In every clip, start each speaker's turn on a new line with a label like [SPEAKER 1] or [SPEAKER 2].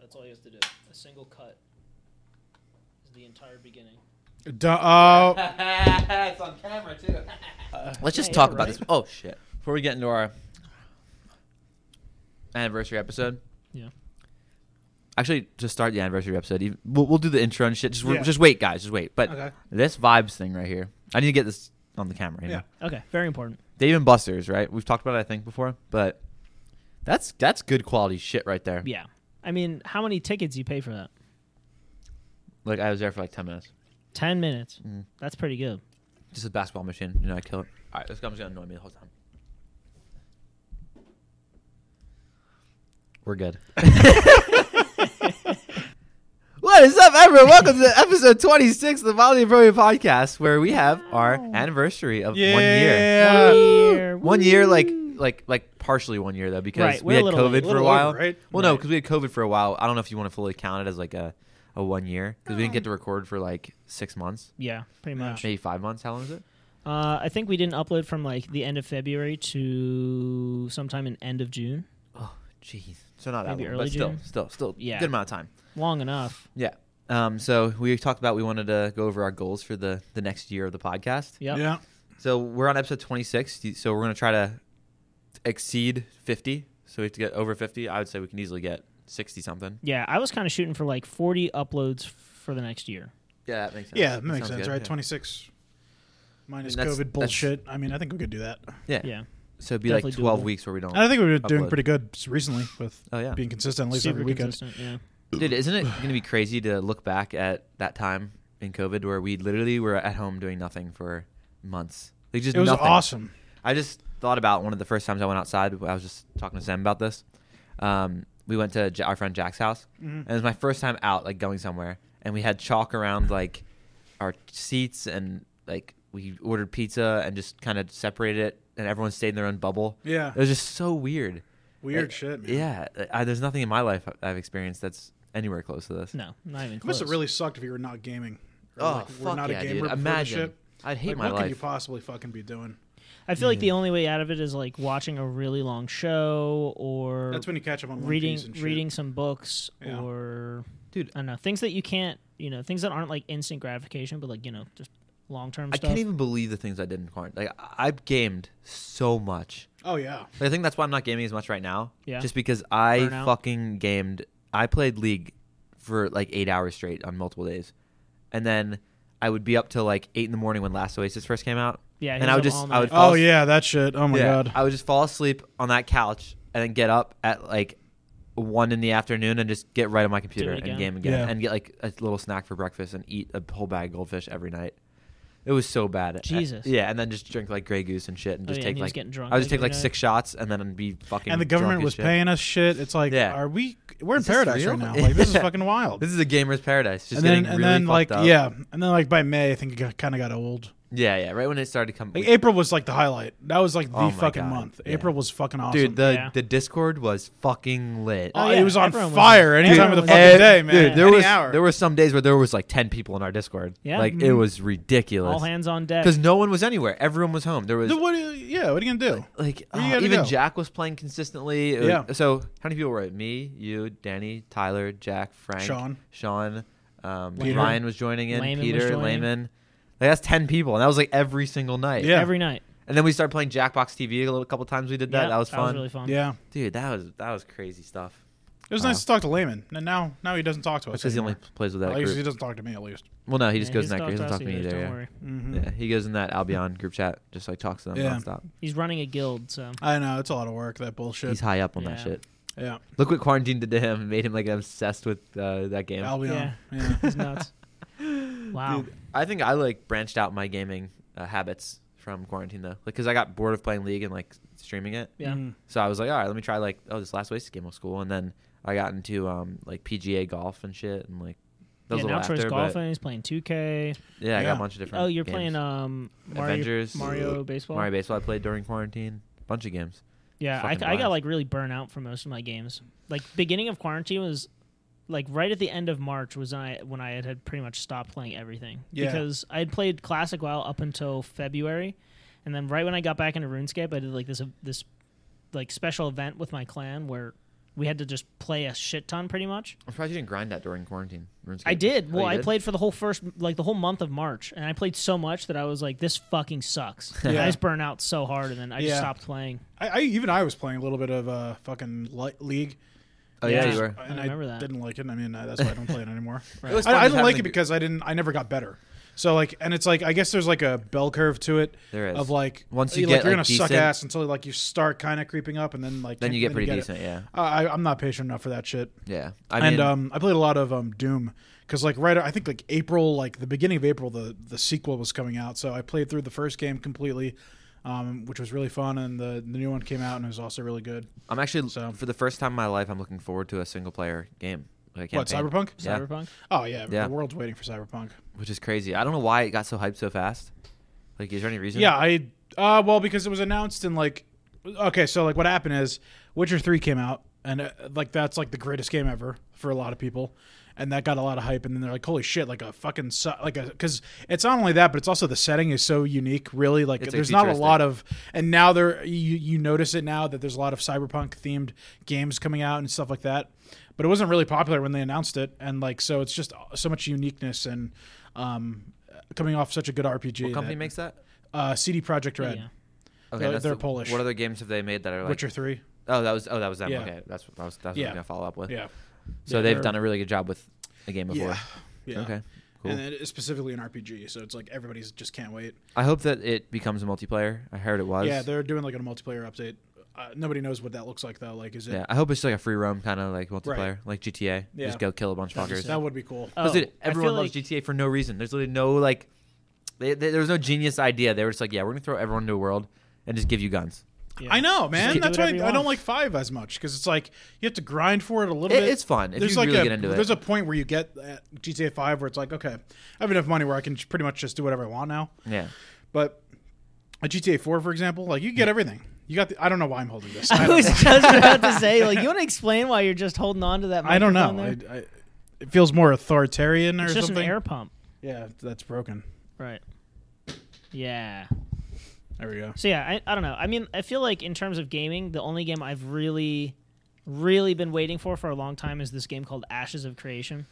[SPEAKER 1] That's all you have to do. A single cut is the entire beginning.
[SPEAKER 2] Duh, uh,
[SPEAKER 3] it's on camera too.
[SPEAKER 4] Let's just
[SPEAKER 1] Yeah,
[SPEAKER 4] talk
[SPEAKER 1] yeah,
[SPEAKER 4] about
[SPEAKER 1] right.
[SPEAKER 4] this. Oh shit! Before we get into our anniversary episode,
[SPEAKER 1] Yeah.
[SPEAKER 4] actually, to start the anniversary episode, even- we'll, we'll do the intro and shit. Just,
[SPEAKER 2] Yeah.
[SPEAKER 4] just wait, guys. Just wait. But
[SPEAKER 2] Okay.
[SPEAKER 4] this vibes thing right here, I need to get this on the camera. You know?
[SPEAKER 2] yeah.
[SPEAKER 1] Okay, very important.
[SPEAKER 4] Dave and Buster's, right? We've talked about it, I think, before, but that's that's good quality shit right there.
[SPEAKER 1] Yeah. I mean, how many tickets you pay for that?
[SPEAKER 4] Like I was there for like ten minutes.
[SPEAKER 1] 10 minutes.
[SPEAKER 2] Hmm.
[SPEAKER 4] Mm.
[SPEAKER 1] That's pretty good.
[SPEAKER 4] Just a basketball machine. You know, I kill it. All right, this guy's gonna annoy me the whole time. We're good. what is up, everyone? Welcome to episode 26 of the Volley Pro Podcast, where we have our anniversary of one year.
[SPEAKER 2] Yeah.
[SPEAKER 1] One year.
[SPEAKER 4] One year, like
[SPEAKER 1] woo.
[SPEAKER 4] like like partially one year though, because
[SPEAKER 1] Right,
[SPEAKER 4] we
[SPEAKER 1] we're a
[SPEAKER 4] had
[SPEAKER 1] little
[SPEAKER 4] COVID
[SPEAKER 1] late.
[SPEAKER 4] for a
[SPEAKER 2] Little
[SPEAKER 4] while.
[SPEAKER 2] over, right?
[SPEAKER 4] Well, no,
[SPEAKER 1] Right.
[SPEAKER 4] because we had COVID for a while. I don't know if you want to fully count it as like a, a one year because we didn't get to record for like six months,
[SPEAKER 1] Yeah, pretty
[SPEAKER 2] Yeah.
[SPEAKER 1] much.
[SPEAKER 4] maybe five months. How long is it?
[SPEAKER 1] Uh, I think we didn't upload from like the end of February to sometime in end of June.
[SPEAKER 4] Oh, jeez. So not that
[SPEAKER 1] Maybe
[SPEAKER 4] long,
[SPEAKER 1] early
[SPEAKER 4] but still,
[SPEAKER 1] June?
[SPEAKER 4] still, still,
[SPEAKER 1] Yeah.
[SPEAKER 4] good amount of time.
[SPEAKER 1] Long enough.
[SPEAKER 4] Yeah. Um. So we talked about we wanted to go over our goals for the the next year of the podcast.
[SPEAKER 1] Yep.
[SPEAKER 2] Yeah.
[SPEAKER 4] So we're on episode 26. Do you- So we're gonna try to exceed 50. So we have to get over 50. I would say we can easily get 60 something.
[SPEAKER 1] Yeah, I was kind of shooting for like 40 uploads for the next year.
[SPEAKER 4] Yeah, that makes sense.
[SPEAKER 2] Yeah, that makes
[SPEAKER 4] sounds
[SPEAKER 2] sense,
[SPEAKER 4] good.
[SPEAKER 2] right?
[SPEAKER 4] Yeah.
[SPEAKER 2] 26 minus
[SPEAKER 4] I mean, that's-
[SPEAKER 2] COVID bullshit. I mean, I think we could do that.
[SPEAKER 4] Yeah.
[SPEAKER 1] Yeah.
[SPEAKER 4] So it'd be like
[SPEAKER 1] Definitely
[SPEAKER 4] 12
[SPEAKER 1] doable.
[SPEAKER 4] weeks where we don't.
[SPEAKER 2] And I think we've been doing
[SPEAKER 4] Upload.
[SPEAKER 2] pretty good s- recently with
[SPEAKER 4] Oh yeah.
[SPEAKER 2] being consistent, at least
[SPEAKER 1] Super
[SPEAKER 2] every weekend.
[SPEAKER 1] consistent. Yeah.
[SPEAKER 4] Dude, isn't it going to be crazy to look back at that time in COVID where we literally were at home doing nothing for months? Like just
[SPEAKER 2] It was
[SPEAKER 4] nothing.
[SPEAKER 2] awesome.
[SPEAKER 4] I just thought about one of the first times I went outside. I was just talking to Sam about this. Um, we went to J- our friend Jack's house,
[SPEAKER 2] Mm-hmm.
[SPEAKER 4] and it was my first time out, like going somewhere. And we had chalk around like our seats, and like we ordered pizza and just kind of separated it, and everyone stayed in their own bubble.
[SPEAKER 2] Yeah.
[SPEAKER 4] It was just so weird.
[SPEAKER 2] Weird
[SPEAKER 4] Uh,
[SPEAKER 2] shit, man.
[SPEAKER 4] Yeah, I, there's nothing in my life I've experienced that's anywhere close to this.
[SPEAKER 1] No, not even
[SPEAKER 2] It
[SPEAKER 1] close.
[SPEAKER 2] must have really sucked if you were not gaming. Or,
[SPEAKER 4] Oh,
[SPEAKER 2] like, we're
[SPEAKER 4] fuck
[SPEAKER 2] not
[SPEAKER 4] yeah,
[SPEAKER 2] a gamer
[SPEAKER 4] dude.
[SPEAKER 2] before the
[SPEAKER 4] Imagine.
[SPEAKER 2] shit.
[SPEAKER 4] I'd hate
[SPEAKER 2] Like,
[SPEAKER 4] my
[SPEAKER 2] what could you
[SPEAKER 4] life.
[SPEAKER 2] possibly fucking be doing?
[SPEAKER 1] I feel like the only way out of it is like watching a really long show or
[SPEAKER 2] That's when you catch up on One
[SPEAKER 1] reading
[SPEAKER 2] Piece and shit.
[SPEAKER 1] reading some books
[SPEAKER 2] Yeah.
[SPEAKER 1] or
[SPEAKER 4] Dude.
[SPEAKER 1] I don't know things that you can't you know things that aren't like instant gratification but like you know just long term
[SPEAKER 4] I
[SPEAKER 1] stuff.
[SPEAKER 4] can't even believe the things I did in quarantine. Like I- I've gamed so much.
[SPEAKER 2] Oh yeah.
[SPEAKER 4] Like, I think that's why I'm not gaming as much right now.
[SPEAKER 1] Yeah.
[SPEAKER 4] Just because I
[SPEAKER 1] Burnout.
[SPEAKER 4] fucking gamed. I played League for like eight hours straight on multiple days, and then I would be up till like eight in the morning when Last Oasis first came out.
[SPEAKER 1] Yeah, he
[SPEAKER 4] And I
[SPEAKER 1] was
[SPEAKER 4] would
[SPEAKER 1] up
[SPEAKER 4] just
[SPEAKER 1] all
[SPEAKER 4] I would
[SPEAKER 1] night.
[SPEAKER 4] fall
[SPEAKER 2] Oh
[SPEAKER 4] asleep-
[SPEAKER 2] yeah, that shit. Oh my
[SPEAKER 4] yeah,
[SPEAKER 2] god.
[SPEAKER 4] I would just fall asleep on that couch and then get up at like one in the afternoon and just get right on my computer
[SPEAKER 1] it again.
[SPEAKER 4] and game again
[SPEAKER 2] Yeah.
[SPEAKER 4] and get like a little snack for breakfast and eat a whole bag of goldfish every night. It was so bad. I-
[SPEAKER 1] Jesus.
[SPEAKER 4] yeah, and then just drink like Grey Goose and shit and
[SPEAKER 1] Oh,
[SPEAKER 4] just
[SPEAKER 1] yeah, and
[SPEAKER 4] take
[SPEAKER 1] he was
[SPEAKER 4] like
[SPEAKER 1] getting drunk
[SPEAKER 4] I would just take
[SPEAKER 1] every
[SPEAKER 4] like
[SPEAKER 1] night.
[SPEAKER 4] six shots and then be fucking.
[SPEAKER 2] and the
[SPEAKER 4] drunk
[SPEAKER 2] government
[SPEAKER 4] as
[SPEAKER 2] was
[SPEAKER 4] shit.
[SPEAKER 2] paying us shit. It's like,
[SPEAKER 4] Yeah.
[SPEAKER 2] are we? We're in
[SPEAKER 4] Is this
[SPEAKER 2] paradise
[SPEAKER 4] real?
[SPEAKER 2] right now. Like this is fucking wild.
[SPEAKER 4] This is a gamer's paradise. Just
[SPEAKER 2] and then
[SPEAKER 4] getting
[SPEAKER 2] and
[SPEAKER 4] really
[SPEAKER 2] then
[SPEAKER 4] fucked
[SPEAKER 2] like
[SPEAKER 4] up.
[SPEAKER 2] yeah, and then like by May, I think it got, kind of got old.
[SPEAKER 4] yeah, yeah. Right when it started coming,
[SPEAKER 2] Like April was like the highlight. That was like the
[SPEAKER 4] Oh my
[SPEAKER 2] fucking
[SPEAKER 4] God.
[SPEAKER 2] month.
[SPEAKER 4] Yeah.
[SPEAKER 2] April was fucking awesome.
[SPEAKER 4] dude, the
[SPEAKER 1] Yeah.
[SPEAKER 4] the Discord was fucking lit.
[SPEAKER 2] Oh,
[SPEAKER 1] Oh, yeah,
[SPEAKER 2] it was on
[SPEAKER 1] everyone was-
[SPEAKER 2] fire any time
[SPEAKER 1] everyone
[SPEAKER 2] of the
[SPEAKER 1] was-
[SPEAKER 2] fucking
[SPEAKER 4] Ev-
[SPEAKER 2] day, man.
[SPEAKER 4] Dude, there
[SPEAKER 2] Any
[SPEAKER 4] was
[SPEAKER 2] hour.
[SPEAKER 4] there were some days where there was like ten people in our Discord.
[SPEAKER 1] Yeah. Mm-hmm.
[SPEAKER 4] like it was ridiculous.
[SPEAKER 1] all hands on deck.
[SPEAKER 4] because no one was anywhere. Everyone was home. There was
[SPEAKER 2] Dude, what are you- yeah, what are you gonna do?
[SPEAKER 4] like
[SPEAKER 2] where you
[SPEAKER 4] oh,
[SPEAKER 2] gotta
[SPEAKER 4] even
[SPEAKER 2] go?
[SPEAKER 4] Jack was playing consistently. It was-
[SPEAKER 2] Yeah.
[SPEAKER 4] So how many people were it? Me, you, Danny, Tyler, Jack, Frank,
[SPEAKER 2] Sean.
[SPEAKER 4] Sean, um,
[SPEAKER 2] Peter.
[SPEAKER 4] Ryan was joining in.
[SPEAKER 1] Layman was
[SPEAKER 4] Peter,
[SPEAKER 1] joining.
[SPEAKER 4] Layman. Like that's ten people, and that was like every single night.
[SPEAKER 2] Yeah.
[SPEAKER 1] Every night.
[SPEAKER 4] And then we started playing Jackbox TV a little couple times. We did that.
[SPEAKER 1] Yeah,
[SPEAKER 4] that was fun,
[SPEAKER 1] really fun.
[SPEAKER 2] Yeah,
[SPEAKER 4] dude. That was that was crazy stuff.
[SPEAKER 2] it was
[SPEAKER 4] Wow.
[SPEAKER 2] nice to talk to Lehman, and now now he doesn't talk to us.
[SPEAKER 4] Because he only
[SPEAKER 2] anymore.
[SPEAKER 4] plays with that
[SPEAKER 2] at least he
[SPEAKER 4] group.
[SPEAKER 2] doesn't talk to me at least.
[SPEAKER 4] Well, no, he just
[SPEAKER 1] Yeah,
[SPEAKER 4] goes
[SPEAKER 1] he's
[SPEAKER 4] in that group. He doesn't
[SPEAKER 1] talked
[SPEAKER 4] talk
[SPEAKER 1] to
[SPEAKER 4] to
[SPEAKER 1] us
[SPEAKER 4] me
[SPEAKER 1] either,
[SPEAKER 4] either.
[SPEAKER 1] Don't
[SPEAKER 4] yeah.
[SPEAKER 1] worry.
[SPEAKER 2] hmm
[SPEAKER 4] Yeah, he goes in that Albion group chat, just like talks to them
[SPEAKER 2] Yeah.
[SPEAKER 4] nonstop.
[SPEAKER 1] He's running a guild, so
[SPEAKER 2] I know it's a lot of work. That bullshit.
[SPEAKER 4] He's high up on that
[SPEAKER 1] Yeah.
[SPEAKER 4] shit.
[SPEAKER 2] yeah,
[SPEAKER 4] Look what quarantine did to him. Made him like obsessed with uh, that game.
[SPEAKER 2] Albion.
[SPEAKER 1] Yeah.
[SPEAKER 2] yeah.
[SPEAKER 1] he's nuts. wow.
[SPEAKER 4] Dude, I think I like branched out my gaming uh, habits from quarantine though, because I got bored of playing League and like streaming it.
[SPEAKER 1] Yeah.
[SPEAKER 2] Mhm.
[SPEAKER 4] So I was like, all right, let me try like oh this last wasted game was cool, and then I got into um like PGA golf and shit, and like that was
[SPEAKER 1] yeah,
[SPEAKER 4] a
[SPEAKER 1] now
[SPEAKER 4] little
[SPEAKER 1] Troy's
[SPEAKER 4] after,
[SPEAKER 1] golfing. He's playing 2K.
[SPEAKER 4] but yeah, I got
[SPEAKER 2] Yeah.
[SPEAKER 4] a bunch of different.
[SPEAKER 1] Oh, you're
[SPEAKER 4] games.
[SPEAKER 1] playing um Mario,
[SPEAKER 4] Avengers,
[SPEAKER 1] Mario baseball.
[SPEAKER 4] Mario baseball. I played during quarantine, bunch of games.
[SPEAKER 1] Yeah, I,
[SPEAKER 4] Fucking
[SPEAKER 1] I got
[SPEAKER 4] blast.
[SPEAKER 1] like really burnt out for most of my games. Like beginning of quarantine was like right at the end of March was I when I had, had pretty much stopped playing everything
[SPEAKER 2] Yeah.
[SPEAKER 1] because I had played Classic WoW up until February, and then right when I got back into RuneScape, I did like this this like special event with my clan where we had to just play a shit ton pretty much.
[SPEAKER 4] I'm surprised you didn't grind that during quarantine. RuneScape.
[SPEAKER 1] I did.
[SPEAKER 4] Oh,
[SPEAKER 1] Well,
[SPEAKER 4] you
[SPEAKER 1] I played for the whole first, like the whole month of March, and I played so much that I was like, "This fucking sucks."
[SPEAKER 2] Yeah.
[SPEAKER 1] I just burn out so hard, and then I just
[SPEAKER 2] Yeah.
[SPEAKER 1] stopped playing.
[SPEAKER 2] I, I even I was playing a little bit of uh, fucking li- league,
[SPEAKER 4] Oh yeah,
[SPEAKER 1] Yeah.
[SPEAKER 4] you were.
[SPEAKER 2] and I,
[SPEAKER 1] remember that.
[SPEAKER 2] didn't like it. I mean, uh, that's why I don't play it anymore.
[SPEAKER 4] It was
[SPEAKER 2] I,
[SPEAKER 4] fun
[SPEAKER 2] I didn't
[SPEAKER 4] just
[SPEAKER 2] like
[SPEAKER 4] having
[SPEAKER 2] it
[SPEAKER 4] the-
[SPEAKER 2] because I didn't. I never got better. So like, and it's like I guess there's like a bell curve to it.
[SPEAKER 4] There is.
[SPEAKER 2] of like
[SPEAKER 4] Once you
[SPEAKER 2] like,
[SPEAKER 4] get,
[SPEAKER 2] you're
[SPEAKER 4] like,
[SPEAKER 2] gonna suck
[SPEAKER 4] decent-
[SPEAKER 2] ass until like you start kind of creeping up, and then like
[SPEAKER 4] then you get pretty
[SPEAKER 2] it.
[SPEAKER 4] decent. Yeah,
[SPEAKER 2] Uh, I, I'm not patient enough for that shit.
[SPEAKER 4] yeah. I
[SPEAKER 2] and
[SPEAKER 4] mean,
[SPEAKER 2] um, I played a lot of um Doom because like right, I think like April, like the beginning of April, the the sequel was coming out. So I played through the first game completely, um, which was really fun, and the the new one came out and it was also really good.
[SPEAKER 4] I'm actually
[SPEAKER 2] so-
[SPEAKER 4] for the first time in my life, I'm looking forward to a single player game. Like
[SPEAKER 2] What
[SPEAKER 4] campaign,
[SPEAKER 2] Cyberpunk?
[SPEAKER 4] Yeah.
[SPEAKER 1] Cyberpunk.
[SPEAKER 2] Oh yeah,
[SPEAKER 4] Yeah.
[SPEAKER 2] the world's waiting for Cyberpunk.
[SPEAKER 4] which is crazy. I don't know why it got so hyped so fast. Like, is there any reason?
[SPEAKER 2] Yeah, I uh well because it was announced in like okay, so like what happened is Witcher 3 came out and uh, like that's like the greatest game ever for a lot of people and that got a lot of hype and then they're like holy shit like a fucking su- like a cuz it's not only that but it's also the setting is so unique really like
[SPEAKER 4] It's, like,
[SPEAKER 2] there's not a
[SPEAKER 4] futuristic.
[SPEAKER 2] lot of and now there you you notice it now that there's a lot of cyberpunk themed games coming out and stuff like that but it wasn't really popular when they announced it and like so it's just so much uniqueness and um coming off such a good RPG
[SPEAKER 4] What company
[SPEAKER 2] that-
[SPEAKER 4] makes that?
[SPEAKER 2] uh, CD Project Red,
[SPEAKER 1] Yeah.
[SPEAKER 4] Okay,
[SPEAKER 2] They're-
[SPEAKER 4] that's
[SPEAKER 2] they're
[SPEAKER 4] the-
[SPEAKER 2] Polish.
[SPEAKER 4] What other games have they made that are like?
[SPEAKER 2] Witcher Three.
[SPEAKER 4] Oh, that was oh that was them.
[SPEAKER 2] Yeah.
[SPEAKER 4] Okay, that's what I was that's what I
[SPEAKER 2] Yeah.
[SPEAKER 4] was gonna follow up with.
[SPEAKER 2] Yeah,
[SPEAKER 4] So
[SPEAKER 2] Yeah,
[SPEAKER 4] they've
[SPEAKER 2] they're-
[SPEAKER 4] done a really good job with the game before.
[SPEAKER 2] yeah, yeah.
[SPEAKER 4] Okay, cool.
[SPEAKER 2] And then specifically an RPG, so it's like everybody's just can't wait.
[SPEAKER 4] I hope that it becomes a multiplayer. I heard it was.
[SPEAKER 2] Yeah, they're doing like a multiplayer update. Uh, nobody knows what that looks like though. Like, is it?
[SPEAKER 4] Yeah, I hope it's like a free roam kind of like multiplayer, like GTA.
[SPEAKER 2] Yeah.
[SPEAKER 4] Just go kill a bunch of fuckers.
[SPEAKER 2] That would be cool.
[SPEAKER 1] Oh,
[SPEAKER 4] Because dude,
[SPEAKER 1] I feel
[SPEAKER 4] everyone loves
[SPEAKER 1] like-
[SPEAKER 4] GTA for no reason. There's literally no like, they, they- there was no genius idea. They were just like, yeah, we're gonna throw everyone into a world and just give you guns.
[SPEAKER 1] Yeah.
[SPEAKER 2] I know, man.
[SPEAKER 1] do
[SPEAKER 2] That's why
[SPEAKER 1] whatever you
[SPEAKER 2] I, I don't
[SPEAKER 1] want.
[SPEAKER 2] like Five as much because it's like you have to grind for it a little
[SPEAKER 4] It-
[SPEAKER 2] bit.
[SPEAKER 4] it's fun if
[SPEAKER 2] there's
[SPEAKER 4] you
[SPEAKER 2] like
[SPEAKER 4] really
[SPEAKER 2] a,
[SPEAKER 4] get into it.
[SPEAKER 2] There's a point where you get uh, at GTA Five where it's like, okay, I have enough money where I can j- pretty much just do whatever I want now.
[SPEAKER 4] yeah.
[SPEAKER 2] But a GTA Four, for example, like you get everything. You got the. I don't know why I'm holding this. I
[SPEAKER 1] I
[SPEAKER 2] don't
[SPEAKER 1] was
[SPEAKER 2] know.
[SPEAKER 1] just about to say, like, you want to explain why you're just holding on to that?
[SPEAKER 2] I don't
[SPEAKER 1] microphone
[SPEAKER 2] know.
[SPEAKER 1] there?
[SPEAKER 2] I, I, it feels more authoritarian or
[SPEAKER 1] it's just
[SPEAKER 2] something.
[SPEAKER 1] an air pump,
[SPEAKER 2] yeah, that's broken.
[SPEAKER 1] right? Yeah.
[SPEAKER 2] There we go.
[SPEAKER 1] So yeah, I, I don't know. I mean, I feel like in terms of gaming, the only game I've really, really been waiting for for a long time is this game called Ashes of Creation.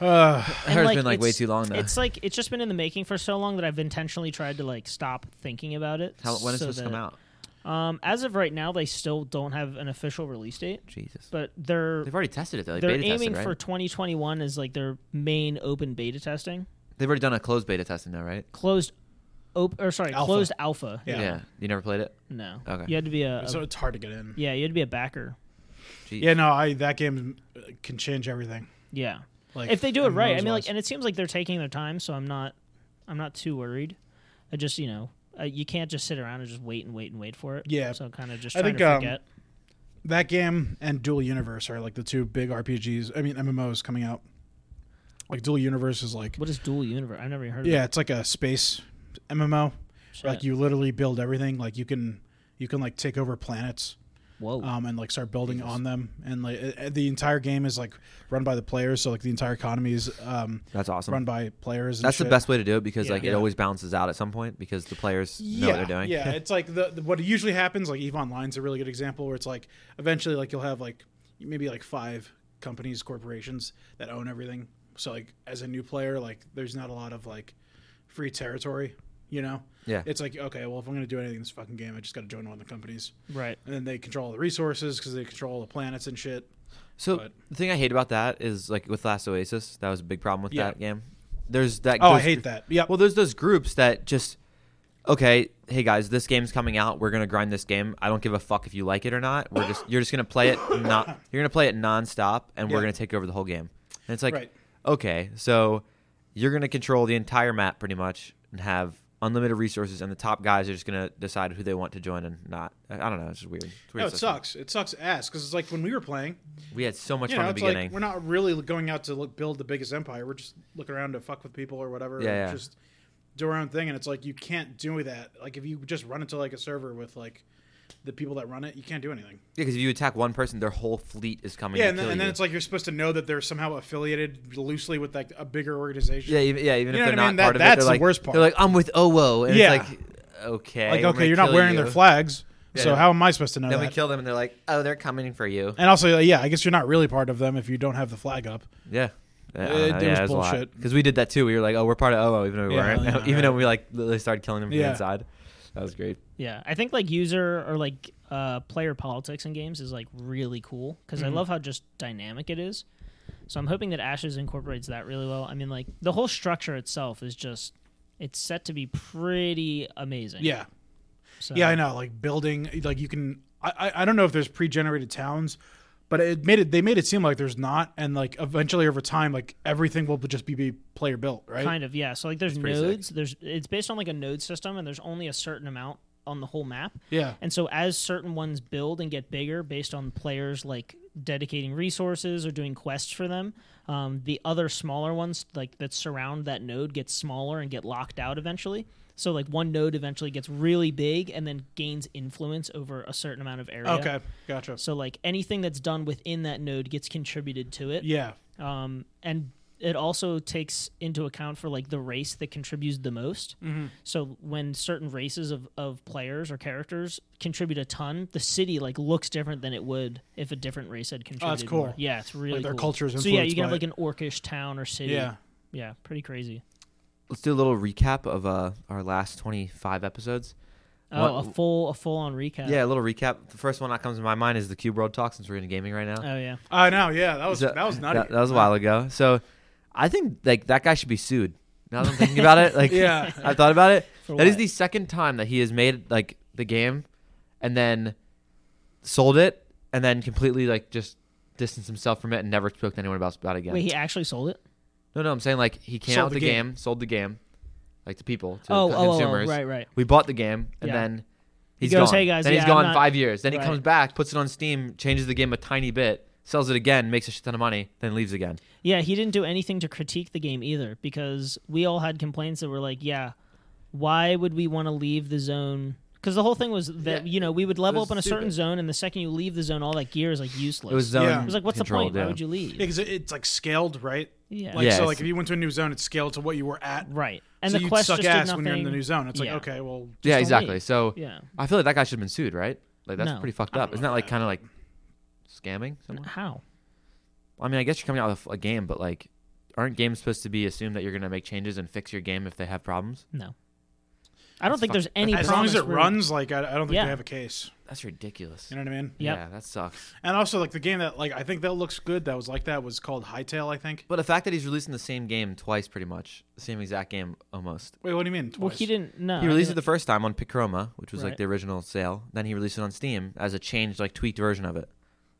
[SPEAKER 2] Uh,
[SPEAKER 4] I heard it's been like way too long though.
[SPEAKER 1] It's like it's just been in the making for so long that I've intentionally tried to like stop thinking about it.
[SPEAKER 4] How, when is
[SPEAKER 1] so
[SPEAKER 4] this
[SPEAKER 1] that-
[SPEAKER 4] come out?
[SPEAKER 1] Um, as of right now, they still don't have an official release date,
[SPEAKER 4] Jesus.
[SPEAKER 1] but they're
[SPEAKER 4] They've already tested it though. They
[SPEAKER 1] they're
[SPEAKER 4] beta
[SPEAKER 1] aiming
[SPEAKER 4] tested, right?
[SPEAKER 1] for 2021 as like their main open beta testing.
[SPEAKER 4] They've already done a closed beta testing though, right?
[SPEAKER 1] Closed, op- or sorry,
[SPEAKER 2] Alpha.
[SPEAKER 1] closed alpha.
[SPEAKER 2] Yeah.
[SPEAKER 4] You never played it?
[SPEAKER 1] No,
[SPEAKER 4] Okay.
[SPEAKER 1] you had to be a, a-
[SPEAKER 2] so it's hard to get in.
[SPEAKER 1] yeah, you had to be a backer.
[SPEAKER 4] Jeez.
[SPEAKER 2] Yeah, no, I that game uh, can change everything.
[SPEAKER 1] Yeah.
[SPEAKER 2] Like
[SPEAKER 1] if they do it right, I mean,
[SPEAKER 2] MMOs-wise.
[SPEAKER 1] like, and it seems like they're taking their time, so I'm not, I'm not too worried. I just, you know, uh, you can't just sit around and just wait and wait and wait for it.
[SPEAKER 2] Yeah.
[SPEAKER 1] So kind of just
[SPEAKER 2] I
[SPEAKER 1] trying
[SPEAKER 2] think,
[SPEAKER 1] to
[SPEAKER 2] um,
[SPEAKER 1] forget.
[SPEAKER 2] that game and Dual Universe are like the two big RPGs. I mean MMOs coming out. Like Dual Universe is like
[SPEAKER 1] what is dual universe? I've never even heard.
[SPEAKER 2] yeah, it's like a space MMO.
[SPEAKER 1] of that
[SPEAKER 2] Like you literally build everything. Like you can you can like take over planets.
[SPEAKER 1] Whoa.
[SPEAKER 2] um, and like start building
[SPEAKER 4] Jesus.
[SPEAKER 2] on them. And like uh, the entire game is like run by the players, so like the entire economy is um,
[SPEAKER 4] That's awesome.
[SPEAKER 2] run by players. And
[SPEAKER 4] That's the
[SPEAKER 2] shit.
[SPEAKER 4] best way to do it because
[SPEAKER 1] Yeah.
[SPEAKER 4] like it
[SPEAKER 2] Yeah.
[SPEAKER 4] always balances out at some point because the players know
[SPEAKER 2] Yeah,
[SPEAKER 4] what they're doing.
[SPEAKER 2] yeah. It's like the, the what usually happens. Like Eve Online's a really good example where it's like eventually like you'll have like maybe like five companies, corporations that own everything. So like as a new player, like there's not a lot of like free territory. You know,
[SPEAKER 4] Yeah.
[SPEAKER 2] it's like okay, well if I'm gonna do anything in this fucking game, I just got to join one of the companies,
[SPEAKER 1] right.
[SPEAKER 2] and then they control all the resources because they control all the planets and shit.
[SPEAKER 4] So
[SPEAKER 2] But-
[SPEAKER 4] the thing I hate about that is like with Last Oasis, that was a big problem with
[SPEAKER 2] Yeah.
[SPEAKER 4] that game. There's that.
[SPEAKER 2] Oh, I
[SPEAKER 4] those
[SPEAKER 2] hate
[SPEAKER 4] gr-
[SPEAKER 2] that. Yep.
[SPEAKER 4] Well, there's those groups that just okay, hey guys, this game's coming out. We're gonna grind this game. I don't give a fuck if you like it or not. We're just you're just gonna play it. Not you're gonna play it nonstop, and we're
[SPEAKER 2] Yeah.
[SPEAKER 4] gonna take over the whole game. And it's like,
[SPEAKER 2] Right.
[SPEAKER 4] okay, so you're gonna control the entire map pretty much and have unlimited resources, and the top guys are just gonna decide who they want to join and not. I I don't know. It's just weird. It's a weird
[SPEAKER 2] No, it
[SPEAKER 4] system.
[SPEAKER 2] sucks. It sucks ass because it's like when we were playing,
[SPEAKER 4] We had so much
[SPEAKER 2] you
[SPEAKER 4] fun
[SPEAKER 2] know,
[SPEAKER 4] in
[SPEAKER 2] it's
[SPEAKER 4] the beginning.
[SPEAKER 2] like we're not really going out to look, build the biggest empire. We're just looking around to fuck with people or whatever.
[SPEAKER 4] Yeah,
[SPEAKER 2] and
[SPEAKER 4] yeah.
[SPEAKER 2] Just do our own thing, and it's like you can't do that. Like if you just run into like a server with like the people that run it, you can't do anything.
[SPEAKER 4] Yeah, because if you attack one person, their whole fleet is coming.
[SPEAKER 2] yeah,
[SPEAKER 4] to
[SPEAKER 2] and then,
[SPEAKER 4] kill
[SPEAKER 2] and then
[SPEAKER 4] you.
[SPEAKER 2] it's like you're supposed to know that they're somehow affiliated loosely with like a bigger organization.
[SPEAKER 4] yeah, even, yeah, even
[SPEAKER 2] You know
[SPEAKER 4] if
[SPEAKER 2] what
[SPEAKER 4] they're
[SPEAKER 2] I
[SPEAKER 4] not
[SPEAKER 2] mean? That-
[SPEAKER 4] part of it,
[SPEAKER 2] that's
[SPEAKER 4] they're
[SPEAKER 2] the
[SPEAKER 4] like,
[SPEAKER 2] worst
[SPEAKER 4] They're
[SPEAKER 2] part.
[SPEAKER 4] like, I'm with Owo, and
[SPEAKER 2] Yeah.
[SPEAKER 4] it's like, okay,
[SPEAKER 2] like
[SPEAKER 4] we're
[SPEAKER 2] okay,
[SPEAKER 4] gonna
[SPEAKER 2] you're not
[SPEAKER 4] kill
[SPEAKER 2] wearing
[SPEAKER 4] you.
[SPEAKER 2] their flags. so
[SPEAKER 4] yeah.
[SPEAKER 2] how am I supposed to know
[SPEAKER 4] Then we
[SPEAKER 2] that?
[SPEAKER 4] kill them, and they're like, "Oh, they're coming for you."
[SPEAKER 2] and also, yeah, I guess you're not really part of them if you don't have the flag up.
[SPEAKER 4] Yeah. Uh,
[SPEAKER 2] it was bullshit.
[SPEAKER 4] Because we did that too. We were like, "Oh, we're part of OO," even though we
[SPEAKER 2] Yeah,
[SPEAKER 4] weren't.
[SPEAKER 2] yeah,
[SPEAKER 4] even though we like literally started killing them from
[SPEAKER 2] Yeah.
[SPEAKER 4] the inside. That was great.
[SPEAKER 1] Yeah, I think like user or like uh, player politics in games is like really cool because I love how just dynamic it is. So I'm hoping that Ashes incorporates that really well. I mean, like the whole structure itself is just it's set to be pretty amazing.
[SPEAKER 2] Yeah,
[SPEAKER 1] So,
[SPEAKER 2] yeah, I know. Like building, like you can. I, I, I don't know if there's pre-generated towns, but it made it. They made it seem like there's not, and like eventually over time, like everything will just be, be player built, right?
[SPEAKER 1] Kind of, yeah. So like there's
[SPEAKER 4] pretty sick.
[SPEAKER 1] nodes. There's it's based on like a node system, and there's only a certain amount on the whole map.
[SPEAKER 2] Yeah,
[SPEAKER 1] And so as certain ones build and get bigger based on players like dedicating resources or doing quests for them, um, the other smaller ones like that surround that node get smaller and get locked out eventually. So like one node eventually gets really big and then gains influence over a certain amount of area.
[SPEAKER 2] okay, gotcha.
[SPEAKER 1] So like anything that's done within that node gets contributed to it.
[SPEAKER 2] Yeah,
[SPEAKER 1] Um, and it also takes into account for like the race that contributes the most.
[SPEAKER 2] Mm-hmm.
[SPEAKER 1] So when certain races of, of players or characters contribute a ton, the city like looks different than it would if a different race had contributed.
[SPEAKER 2] Oh, cool.
[SPEAKER 1] more. Yeah, it's really
[SPEAKER 2] their
[SPEAKER 1] cool.
[SPEAKER 2] culture is
[SPEAKER 1] So yeah, you
[SPEAKER 2] influenced
[SPEAKER 1] can
[SPEAKER 2] by
[SPEAKER 1] have like an orcish town or city.
[SPEAKER 2] yeah.
[SPEAKER 1] yeah, pretty crazy.
[SPEAKER 4] Let's do a little recap of uh, our last 25 episodes.
[SPEAKER 1] Oh,
[SPEAKER 4] What-
[SPEAKER 1] a full a full on recap.
[SPEAKER 4] Yeah, a little recap. The first one that comes to my mind is the Cube World Talk since we're into gaming right now.
[SPEAKER 1] Oh yeah.
[SPEAKER 2] I know. Yeah, that was
[SPEAKER 4] So-
[SPEAKER 2] that was nutty.
[SPEAKER 4] That, was a while ago. So I think like that guy should be sued. Now that I'm thinking about it, like
[SPEAKER 2] Yeah.
[SPEAKER 4] I thought about it.
[SPEAKER 1] For
[SPEAKER 4] That is
[SPEAKER 1] what?
[SPEAKER 4] the second time that he has made like the game and then sold it and then completely like just distanced himself from it and never spoke to anyone about about it again.
[SPEAKER 1] Wait, he actually sold it.
[SPEAKER 4] no, no, I'm saying like he came
[SPEAKER 2] Sold
[SPEAKER 4] out with
[SPEAKER 2] the
[SPEAKER 4] the
[SPEAKER 2] game.
[SPEAKER 4] game. sold the game, like to people, to
[SPEAKER 1] Oh,
[SPEAKER 4] co-
[SPEAKER 1] oh, oh,
[SPEAKER 4] consumers.
[SPEAKER 1] right, right.
[SPEAKER 4] We bought the game and
[SPEAKER 1] Yeah.
[SPEAKER 4] then he's
[SPEAKER 1] goes,
[SPEAKER 4] gone.
[SPEAKER 1] "Hey, guys,
[SPEAKER 4] then
[SPEAKER 1] yeah,
[SPEAKER 4] he's
[SPEAKER 1] I'm
[SPEAKER 4] gone
[SPEAKER 1] not-"
[SPEAKER 4] five years. Then
[SPEAKER 1] Right.
[SPEAKER 4] he comes back, puts it on Steam, changes the game a tiny bit, sells it again, makes a shit ton of money, then leaves again.
[SPEAKER 1] Yeah, he didn't do anything to critique the game either because we all had complaints that were like, yeah, why would we want to leave the zone? Because the whole thing was that,
[SPEAKER 4] Yeah,
[SPEAKER 1] you know, we would level
[SPEAKER 4] was
[SPEAKER 1] up in a certain
[SPEAKER 4] stupid.
[SPEAKER 1] zone, and the second you leave the zone, all that gear is like useless.
[SPEAKER 4] It was zone.
[SPEAKER 2] Yeah. It
[SPEAKER 1] It was like, what's the
[SPEAKER 4] controlled,
[SPEAKER 1] point? Why
[SPEAKER 4] yeah.
[SPEAKER 1] would you leave?
[SPEAKER 2] because it, it's like scaled, right?
[SPEAKER 1] yeah.
[SPEAKER 2] Like
[SPEAKER 4] Yeah,
[SPEAKER 2] so,
[SPEAKER 4] it's-
[SPEAKER 2] like if you went to a new zone, it's scaled to what you were at.
[SPEAKER 1] right. And
[SPEAKER 2] so
[SPEAKER 1] the
[SPEAKER 2] you'd
[SPEAKER 1] quest
[SPEAKER 2] suck
[SPEAKER 1] just did
[SPEAKER 2] ass
[SPEAKER 1] nothing.
[SPEAKER 2] when you're in the new zone. It's like
[SPEAKER 1] Yeah.
[SPEAKER 2] okay, well,
[SPEAKER 4] Yeah,
[SPEAKER 1] don't
[SPEAKER 4] exactly.
[SPEAKER 1] leave.
[SPEAKER 4] So
[SPEAKER 1] Yeah.
[SPEAKER 4] I feel like that guy should have been sued, right? Like that's
[SPEAKER 1] No.
[SPEAKER 4] pretty fucked up. Isn't that like kind of like scamming someone?
[SPEAKER 1] How?
[SPEAKER 4] I mean, I guess you're coming out with a game, but like, aren't games supposed to be assumed that you're gonna make changes and fix your game if they have problems?
[SPEAKER 1] No. I don't think
[SPEAKER 4] fuck-
[SPEAKER 1] there's any
[SPEAKER 2] as long as
[SPEAKER 1] promise
[SPEAKER 2] it
[SPEAKER 1] we're-
[SPEAKER 2] runs, like I, I don't think
[SPEAKER 1] Yeah.
[SPEAKER 2] they have a case.
[SPEAKER 4] That's ridiculous.
[SPEAKER 2] You know what I mean?
[SPEAKER 1] Yep.
[SPEAKER 4] Yeah, that sucks.
[SPEAKER 2] And also, like the game that like I think that looks good that was like that was called Hightail. I think.
[SPEAKER 4] But the fact that he's releasing the same game twice, pretty much the same exact game almost.
[SPEAKER 2] Wait, what do you mean? Twice?
[SPEAKER 1] Well, he didn't. No.
[SPEAKER 4] He
[SPEAKER 1] I
[SPEAKER 4] released it
[SPEAKER 1] mean,
[SPEAKER 4] the first time on Picroma, which was
[SPEAKER 1] Right.
[SPEAKER 4] like the original sale. Then he released it on Steam as a changed, like tweaked version of it.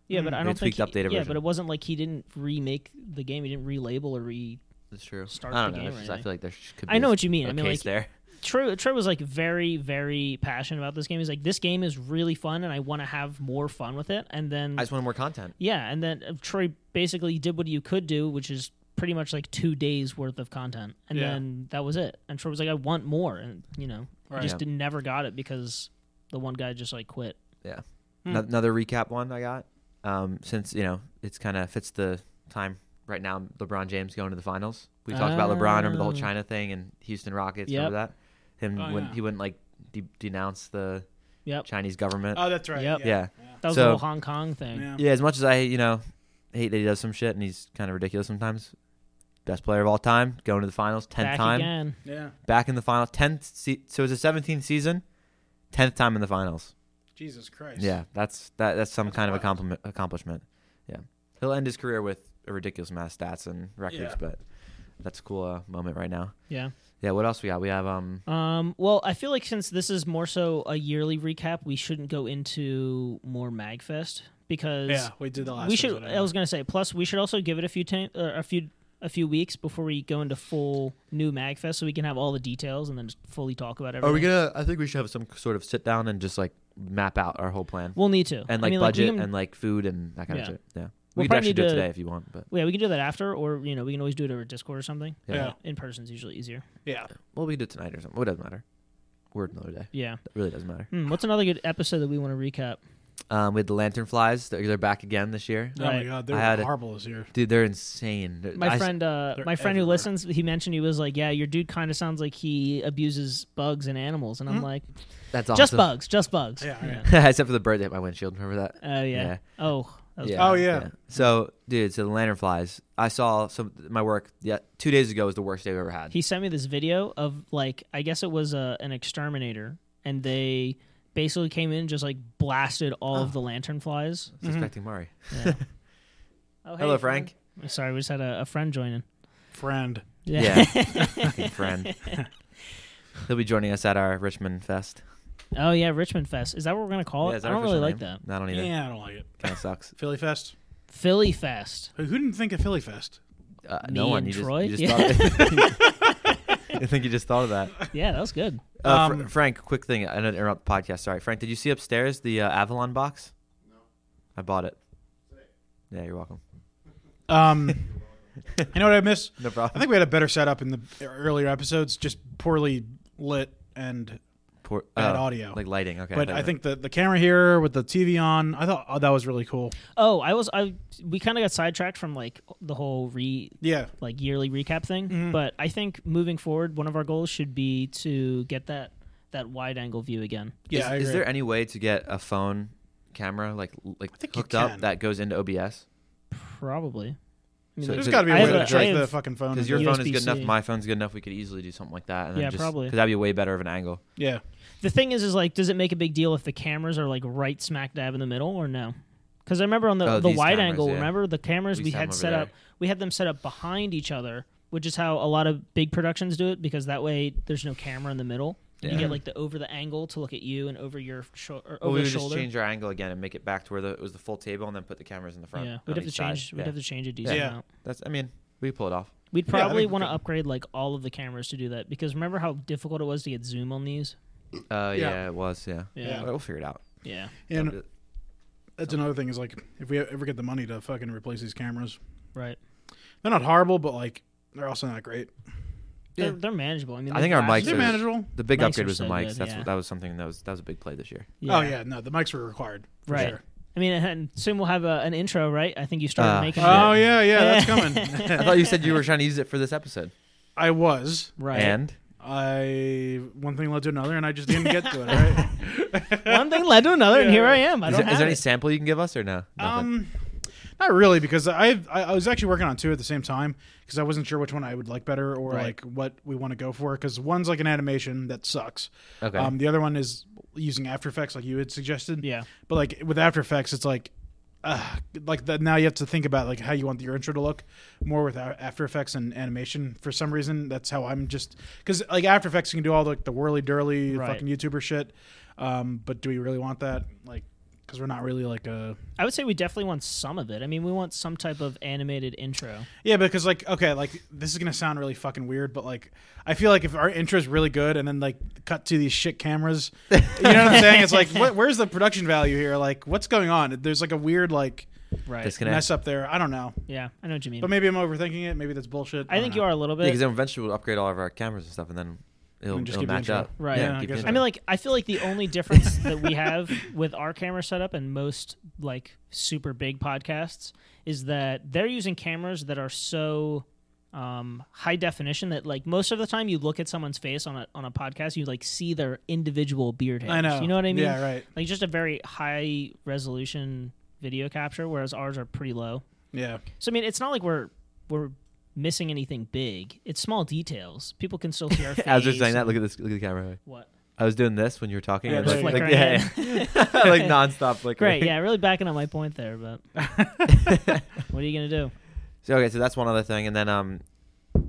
[SPEAKER 1] Yeah, but I don't think.
[SPEAKER 4] tweaked
[SPEAKER 1] he-
[SPEAKER 4] updated
[SPEAKER 1] yeah,
[SPEAKER 4] version.
[SPEAKER 1] but it wasn't like he didn't remake the game. He didn't relabel or re.
[SPEAKER 4] That's true.
[SPEAKER 1] Start
[SPEAKER 4] I don't
[SPEAKER 1] the
[SPEAKER 4] know.
[SPEAKER 1] game
[SPEAKER 4] it's
[SPEAKER 1] or
[SPEAKER 4] just- I
[SPEAKER 1] anything.
[SPEAKER 4] feel like there sh- could. Be
[SPEAKER 1] I know
[SPEAKER 4] a-
[SPEAKER 1] what you mean.
[SPEAKER 4] a
[SPEAKER 1] I mean,
[SPEAKER 4] case
[SPEAKER 1] like,
[SPEAKER 4] there.
[SPEAKER 1] Troy, Troy was like very, very passionate about this game. He's like, this game is really fun, and I want to have more fun with it. And then,
[SPEAKER 4] I just wanted more content.
[SPEAKER 1] yeah, and then uh, Troy basically did what you could do, which is pretty much like two days worth of content, and
[SPEAKER 2] Yeah.
[SPEAKER 1] then that was it. And Troy was like, I want more, and you know, he
[SPEAKER 2] Right.
[SPEAKER 1] just
[SPEAKER 4] Yeah.
[SPEAKER 1] didn't, never got it because the one guy just like quit.
[SPEAKER 4] Yeah.
[SPEAKER 1] Hmm.
[SPEAKER 4] Ano- Another recap one I got. Um, since you know it's kind of fits the time right now. LeBron James going to the finals. We talked about LeBron. Remember the whole
[SPEAKER 1] Oh.
[SPEAKER 4] China thing and Houston Rockets.
[SPEAKER 1] Yep.
[SPEAKER 4] Remember that? Him
[SPEAKER 2] Oh,
[SPEAKER 4] when
[SPEAKER 2] yeah.
[SPEAKER 4] he wouldn't like de- denounce the
[SPEAKER 1] Yep,
[SPEAKER 4] Chinese government.
[SPEAKER 2] Oh, that's right.
[SPEAKER 1] Yep.
[SPEAKER 4] yeah. yeah.
[SPEAKER 1] that was
[SPEAKER 4] So-
[SPEAKER 1] the whole Hong Kong thing.
[SPEAKER 2] Yeah.
[SPEAKER 4] As much as I you know hate that he does some shit and he's kind of ridiculous sometimes. Best player of all time, going to the finals tenth
[SPEAKER 1] Back
[SPEAKER 4] time.
[SPEAKER 1] again.
[SPEAKER 2] Yeah.
[SPEAKER 4] Back in the final tenth. Se- so it's a seventeenth season, tenth time in the finals.
[SPEAKER 2] Jesus Christ.
[SPEAKER 4] Yeah, that's that. That's some
[SPEAKER 2] That's
[SPEAKER 4] kind of
[SPEAKER 2] wild.
[SPEAKER 4] accompliment, accomplishment. Yeah, he'll end his career with a ridiculous amount of stats and records,
[SPEAKER 2] Yeah.
[SPEAKER 4] but that's a cool uh, moment right now.
[SPEAKER 1] Yeah.
[SPEAKER 4] Yeah, what else we got? We have um.
[SPEAKER 1] Um, well, I feel like since this is more so a yearly recap, we shouldn't go into more Magfest because
[SPEAKER 2] Yeah. We did the last.
[SPEAKER 1] we should.
[SPEAKER 2] episode,
[SPEAKER 1] I was gonna say. Plus, we should also give it a few ta- uh, a few a few weeks before we go into full new Magfest, so we can have all the details and then just fully talk about everything.
[SPEAKER 4] Are we gonna? I think we should have some sort of sit down and just like map out our whole plan
[SPEAKER 1] We'll need to.
[SPEAKER 4] and
[SPEAKER 1] I
[SPEAKER 4] like
[SPEAKER 1] mean,
[SPEAKER 4] budget
[SPEAKER 1] like, we can,
[SPEAKER 4] and like food and that kind
[SPEAKER 1] Yeah.
[SPEAKER 4] of shit. Yeah, we
[SPEAKER 1] We'll
[SPEAKER 4] could
[SPEAKER 1] probably
[SPEAKER 4] actually
[SPEAKER 1] need
[SPEAKER 4] do it
[SPEAKER 1] to-
[SPEAKER 4] today if you want, but
[SPEAKER 1] yeah, we can do that after, or you know, we can always do it over Discord or something.
[SPEAKER 4] Yeah.
[SPEAKER 2] Yeah.
[SPEAKER 1] in person's usually easier.
[SPEAKER 2] Yeah. Oh
[SPEAKER 4] well, we can do it tonight or something. Well, It doesn't matter. Word another day.
[SPEAKER 1] Yeah.
[SPEAKER 4] It really doesn't matter.
[SPEAKER 1] Hmm, what's another good episode that we want to recap?
[SPEAKER 4] Um, we had the lantern flies. They're, they're back again this year.
[SPEAKER 2] Oh my
[SPEAKER 1] Right.
[SPEAKER 2] god,
[SPEAKER 4] I had
[SPEAKER 2] they're
[SPEAKER 4] it.
[SPEAKER 2] horrible this year.
[SPEAKER 4] Dude, they're insane. They're-
[SPEAKER 1] My
[SPEAKER 4] I s-
[SPEAKER 1] friend, uh,
[SPEAKER 2] they're
[SPEAKER 1] my friend who
[SPEAKER 2] everywhere.
[SPEAKER 1] listens, he mentioned he was like, "Yeah, your dude kind of sounds like he abuses bugs and animals," and I'm like,
[SPEAKER 4] that's awesome.
[SPEAKER 1] "Just bugs, just bugs."
[SPEAKER 2] Yeah, yeah.
[SPEAKER 4] Except for the bird that hit my windshield. Remember that?
[SPEAKER 1] Oh yeah.
[SPEAKER 4] Yeah.
[SPEAKER 1] Oh, that was
[SPEAKER 2] Oh, yeah.
[SPEAKER 4] So, dude, so the lantern flies. I saw some my work. Yeah, two days ago was the worst day I've ever had.
[SPEAKER 1] he sent me this video of like I guess it was uh an exterminator, and they basically came in and just like blasted all of the lantern flies.
[SPEAKER 4] Suspecting Mari.
[SPEAKER 1] Oh,
[SPEAKER 4] Hello,
[SPEAKER 1] hey,
[SPEAKER 4] Frank.
[SPEAKER 1] friend. Sorry, we just had a, a friend joining.
[SPEAKER 2] Friend.
[SPEAKER 4] Yeah, Fucking friend. He'll be joining us at our Richmond Fest.
[SPEAKER 1] oh yeah, Richmond Fest. Is that what we're gonna call
[SPEAKER 4] Yeah,
[SPEAKER 1] it?
[SPEAKER 4] is that
[SPEAKER 1] Oh, I
[SPEAKER 4] our
[SPEAKER 1] don't really
[SPEAKER 4] official
[SPEAKER 1] like
[SPEAKER 4] name?
[SPEAKER 1] that.
[SPEAKER 4] No, I don't
[SPEAKER 2] Yeah.
[SPEAKER 4] either.
[SPEAKER 2] I don't like it.
[SPEAKER 4] Kind of sucks.
[SPEAKER 2] Philly Fest.
[SPEAKER 1] Philly Fest.
[SPEAKER 2] Who, who didn't think of Philly Fest?
[SPEAKER 4] Uh,
[SPEAKER 1] Me
[SPEAKER 4] no one.
[SPEAKER 1] and
[SPEAKER 4] you
[SPEAKER 1] Troy?
[SPEAKER 4] just, you
[SPEAKER 1] Yeah.
[SPEAKER 4] just thought I think you just thought of that.
[SPEAKER 1] Yeah, that was good.
[SPEAKER 4] Uh, Fr-
[SPEAKER 2] Um,
[SPEAKER 4] Frank, quick thing. I don't interrupt the podcast. Sorry, Frank. Did you see upstairs the uh, Avalon box? No. I bought it. Yeah, you're welcome.
[SPEAKER 2] Um, you know what I miss?
[SPEAKER 4] No
[SPEAKER 2] I
[SPEAKER 4] problem.
[SPEAKER 2] think we had a better setup in the earlier episodes, just poorly lit and
[SPEAKER 4] Poor, uh,
[SPEAKER 2] bad audio.
[SPEAKER 4] like lighting. Okay.
[SPEAKER 2] but I think the, the camera here with the TV on, I thought oh, that was really cool.
[SPEAKER 1] Oh, I was I we kind of got sidetracked from like the whole re
[SPEAKER 2] Yeah.
[SPEAKER 1] like yearly recap thing,
[SPEAKER 4] Mm-hmm.
[SPEAKER 1] but I think moving forward, one of our goals should be to get that that wide angle view again.
[SPEAKER 2] Yeah,
[SPEAKER 4] is,
[SPEAKER 2] I
[SPEAKER 4] is
[SPEAKER 2] agree.
[SPEAKER 4] there any way to get a phone camera like like
[SPEAKER 2] think you
[SPEAKER 4] hooked up
[SPEAKER 2] can.
[SPEAKER 4] that goes into OBS?
[SPEAKER 1] Probably. I mean,
[SPEAKER 4] So-
[SPEAKER 2] There's
[SPEAKER 4] so-
[SPEAKER 2] got to be
[SPEAKER 1] I
[SPEAKER 2] a way
[SPEAKER 1] have
[SPEAKER 2] to
[SPEAKER 1] a- I
[SPEAKER 2] track
[SPEAKER 1] have-
[SPEAKER 2] the fucking phone.
[SPEAKER 4] Because
[SPEAKER 2] and
[SPEAKER 4] your
[SPEAKER 2] do-
[SPEAKER 4] phone is good enough,
[SPEAKER 1] USB-C.
[SPEAKER 4] my phone's good enough. We could easily do something like that. And then
[SPEAKER 1] Yeah,
[SPEAKER 4] just,
[SPEAKER 1] probably.
[SPEAKER 4] Because that'd be way better of an angle.
[SPEAKER 2] yeah.
[SPEAKER 1] the thing is, is like, does it make a big deal if the cameras are like right smack dab in the middle or no? Because I remember on the
[SPEAKER 4] Oh,
[SPEAKER 1] the
[SPEAKER 4] these
[SPEAKER 1] wide
[SPEAKER 4] cameras,
[SPEAKER 1] angle,
[SPEAKER 4] yeah.
[SPEAKER 1] remember the cameras
[SPEAKER 4] We
[SPEAKER 1] we
[SPEAKER 4] used to have
[SPEAKER 1] had
[SPEAKER 4] 'em over
[SPEAKER 1] set up,
[SPEAKER 4] there.
[SPEAKER 1] we had them set up behind each other, which is how a lot of big productions do it because that way there's no camera in the middle. and You
[SPEAKER 4] Yeah.
[SPEAKER 1] get like the over the angle to look at you and over your sho- or
[SPEAKER 4] Well,
[SPEAKER 1] over
[SPEAKER 4] we
[SPEAKER 1] the
[SPEAKER 4] would just
[SPEAKER 1] shoulder.
[SPEAKER 4] change our angle again and make it back to where the, it was the full table, and then put the cameras in the front.
[SPEAKER 1] yeah,
[SPEAKER 4] on
[SPEAKER 1] we'd have to
[SPEAKER 4] each side.
[SPEAKER 1] change. We'd
[SPEAKER 4] Yeah.
[SPEAKER 1] have to change a decent
[SPEAKER 2] Yeah.
[SPEAKER 1] amount.
[SPEAKER 4] That's. I mean, we could pull it off.
[SPEAKER 1] We'd
[SPEAKER 2] I think
[SPEAKER 1] probably
[SPEAKER 2] we
[SPEAKER 1] want to
[SPEAKER 2] could.
[SPEAKER 1] upgrade like all of the cameras to do that because remember how difficult it was to get zoom on these?
[SPEAKER 4] Uh, yeah.
[SPEAKER 2] Yeah.
[SPEAKER 4] it was. Yeah.
[SPEAKER 1] Yeah.
[SPEAKER 4] Well, we'll figure it out.
[SPEAKER 1] Yeah.
[SPEAKER 2] And that's another thing is like, if we ever get the money to fucking replace these cameras,
[SPEAKER 1] Right.
[SPEAKER 2] they're not horrible, but like, they're also not great.
[SPEAKER 1] They're, they're manageable. I mean,
[SPEAKER 4] I
[SPEAKER 1] they
[SPEAKER 4] think our
[SPEAKER 1] flash-
[SPEAKER 4] mics
[SPEAKER 2] They're
[SPEAKER 4] So-
[SPEAKER 2] manageable.
[SPEAKER 4] the big
[SPEAKER 1] Mics
[SPEAKER 4] upgrade
[SPEAKER 1] are
[SPEAKER 4] was the
[SPEAKER 1] so
[SPEAKER 4] mics.
[SPEAKER 1] good,
[SPEAKER 4] That's
[SPEAKER 1] yeah.
[SPEAKER 4] what, that was something that was that was a big play this year.
[SPEAKER 2] Oh, yeah. No, the mics were required. for
[SPEAKER 1] Right.
[SPEAKER 2] sure.
[SPEAKER 1] I mean, and soon we'll have a, an intro, right? I think you started
[SPEAKER 4] Ah,
[SPEAKER 1] making
[SPEAKER 4] shit.
[SPEAKER 1] it.
[SPEAKER 2] Oh, yeah. Yeah. That's coming.
[SPEAKER 4] I thought you said you were trying to use it for this episode.
[SPEAKER 2] I was.
[SPEAKER 1] Right.
[SPEAKER 4] And
[SPEAKER 2] I one thing led to another, and I just didn't get to it. Right?
[SPEAKER 1] One thing led to another, and
[SPEAKER 2] Yeah.
[SPEAKER 1] here I am. I
[SPEAKER 4] is
[SPEAKER 1] don't
[SPEAKER 4] there, is
[SPEAKER 1] have
[SPEAKER 4] there any
[SPEAKER 1] it.
[SPEAKER 4] sample you can give us or no? Nothing.
[SPEAKER 2] um, not really, because I, I I was actually working on two at the same time because I wasn't sure which one I would like better or
[SPEAKER 1] Right.
[SPEAKER 2] like what we want to go for. Because one's like an animation that sucks.
[SPEAKER 4] Okay.
[SPEAKER 2] Um, the other one is using After Effects, like you had suggested.
[SPEAKER 1] Yeah.
[SPEAKER 2] But like with After Effects, it's like. Uh, like that now you have to think about like how you want your intro to look more with A- after effects and animation for some reason that's how i'm just because like after effects you can do all like the whirly durly
[SPEAKER 1] Right.
[SPEAKER 2] fucking youtuber shit um but do we really want that like because we're not really like a
[SPEAKER 1] I would say we definitely want some of it. I mean, we want some type of animated intro.
[SPEAKER 2] Yeah, because like okay, like this is gonna sound really fucking weird, but like I feel like if our intro is really good and then like cut to these shit cameras, you know what I'm saying? It's like what, where's the production value here? Like what's going on? There's like a weird like
[SPEAKER 1] Right.
[SPEAKER 4] Disconnect.
[SPEAKER 2] mess up there. I don't know,
[SPEAKER 1] Yeah, I know what you mean.
[SPEAKER 2] but maybe I'm overthinking it. Maybe that's bullshit.
[SPEAKER 1] I think you
[SPEAKER 2] don't
[SPEAKER 1] are a little
[SPEAKER 4] Yeah,
[SPEAKER 1] bit.
[SPEAKER 4] because then eventually we'll upgrade all of our cameras and stuff, and then it'll,
[SPEAKER 2] And just
[SPEAKER 4] it'll
[SPEAKER 2] keep the
[SPEAKER 4] match
[SPEAKER 2] intro.
[SPEAKER 4] up.
[SPEAKER 1] Right.
[SPEAKER 2] Yeah, I
[SPEAKER 4] keep the
[SPEAKER 2] guess
[SPEAKER 4] intro.
[SPEAKER 1] I mean, like, I feel like the only difference that we have with our camera setup and most like super big podcasts is that they're using cameras that are so um, high definition that like most of the time you look at someone's face on a on a podcast, you like see their individual beard hairs.
[SPEAKER 2] I know.
[SPEAKER 1] You know what I mean?
[SPEAKER 2] Yeah, right.
[SPEAKER 1] Like just a very high resolution video capture, whereas ours are pretty low.
[SPEAKER 2] Yeah,
[SPEAKER 1] So I mean, it's not like we're we're missing anything big. It's small details. People can still see our face.
[SPEAKER 4] as you're saying that, look at this, look at the camera.
[SPEAKER 1] What?
[SPEAKER 4] I was doing this when you were talking.
[SPEAKER 2] Yeah,
[SPEAKER 4] and
[SPEAKER 2] just
[SPEAKER 4] like,
[SPEAKER 1] flickering
[SPEAKER 4] like, yeah, yeah. like nonstop flickering.
[SPEAKER 1] Great, yeah, really backing up my point there, but what are you gonna do?
[SPEAKER 4] So okay, so that's one other thing, and then um,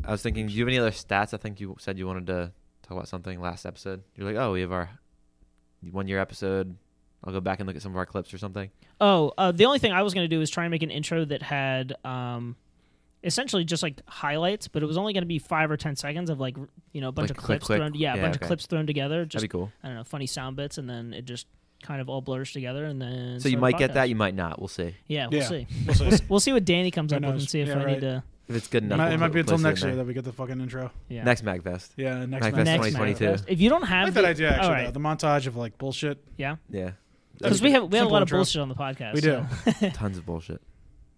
[SPEAKER 4] I was thinking, do you have any other stats? I think you said you wanted to talk about something last episode. You're like, oh, we have our one year episode. I'll go back and look at some of our clips or something.
[SPEAKER 1] Oh, uh, the only thing I was gonna do was try and make an intro that had um, essentially just like highlights, but it was only gonna be five or ten seconds of like r- you know a bunch of
[SPEAKER 4] Like quick,
[SPEAKER 1] clips
[SPEAKER 4] quick.
[SPEAKER 1] thrown, yeah, a
[SPEAKER 4] Yeah,
[SPEAKER 1] bunch
[SPEAKER 4] okay.
[SPEAKER 1] of clips thrown together, just
[SPEAKER 4] That'd be cool.
[SPEAKER 1] I don't know, funny sound bits, and then it just kind of all blurs together, and then
[SPEAKER 4] So
[SPEAKER 1] start
[SPEAKER 4] you
[SPEAKER 1] a
[SPEAKER 4] might get that,
[SPEAKER 1] podcast.
[SPEAKER 4] you might not. We'll see
[SPEAKER 1] yeah, we'll
[SPEAKER 2] Yeah.
[SPEAKER 1] see.
[SPEAKER 2] we'll see.
[SPEAKER 1] We'll see what Danny comes
[SPEAKER 2] Who
[SPEAKER 1] up with and
[SPEAKER 2] knows?
[SPEAKER 1] see if
[SPEAKER 2] Yeah,
[SPEAKER 1] I
[SPEAKER 2] right.
[SPEAKER 1] need to.
[SPEAKER 4] if it's good
[SPEAKER 2] it
[SPEAKER 4] enough.
[SPEAKER 2] might,
[SPEAKER 4] we'll
[SPEAKER 2] it might be
[SPEAKER 4] place
[SPEAKER 2] until
[SPEAKER 4] in
[SPEAKER 2] next year
[SPEAKER 4] there.
[SPEAKER 2] that we get the fucking intro.
[SPEAKER 1] Yeah.
[SPEAKER 4] Next MagFest.
[SPEAKER 2] Yeah, next
[SPEAKER 4] Like
[SPEAKER 2] month.
[SPEAKER 4] that's
[SPEAKER 1] Next
[SPEAKER 4] 2022.
[SPEAKER 1] Magfest. If you don't have
[SPEAKER 2] I like that
[SPEAKER 1] the-
[SPEAKER 2] idea actually.
[SPEAKER 1] all right.
[SPEAKER 2] though. The montage of like bullshit.
[SPEAKER 1] Yeah.
[SPEAKER 4] Yeah.
[SPEAKER 1] because we have we have a
[SPEAKER 2] Simple
[SPEAKER 1] lot
[SPEAKER 2] intro.
[SPEAKER 1] of bullshit on the podcast.
[SPEAKER 2] We do.
[SPEAKER 1] so,
[SPEAKER 4] tons of bullshit.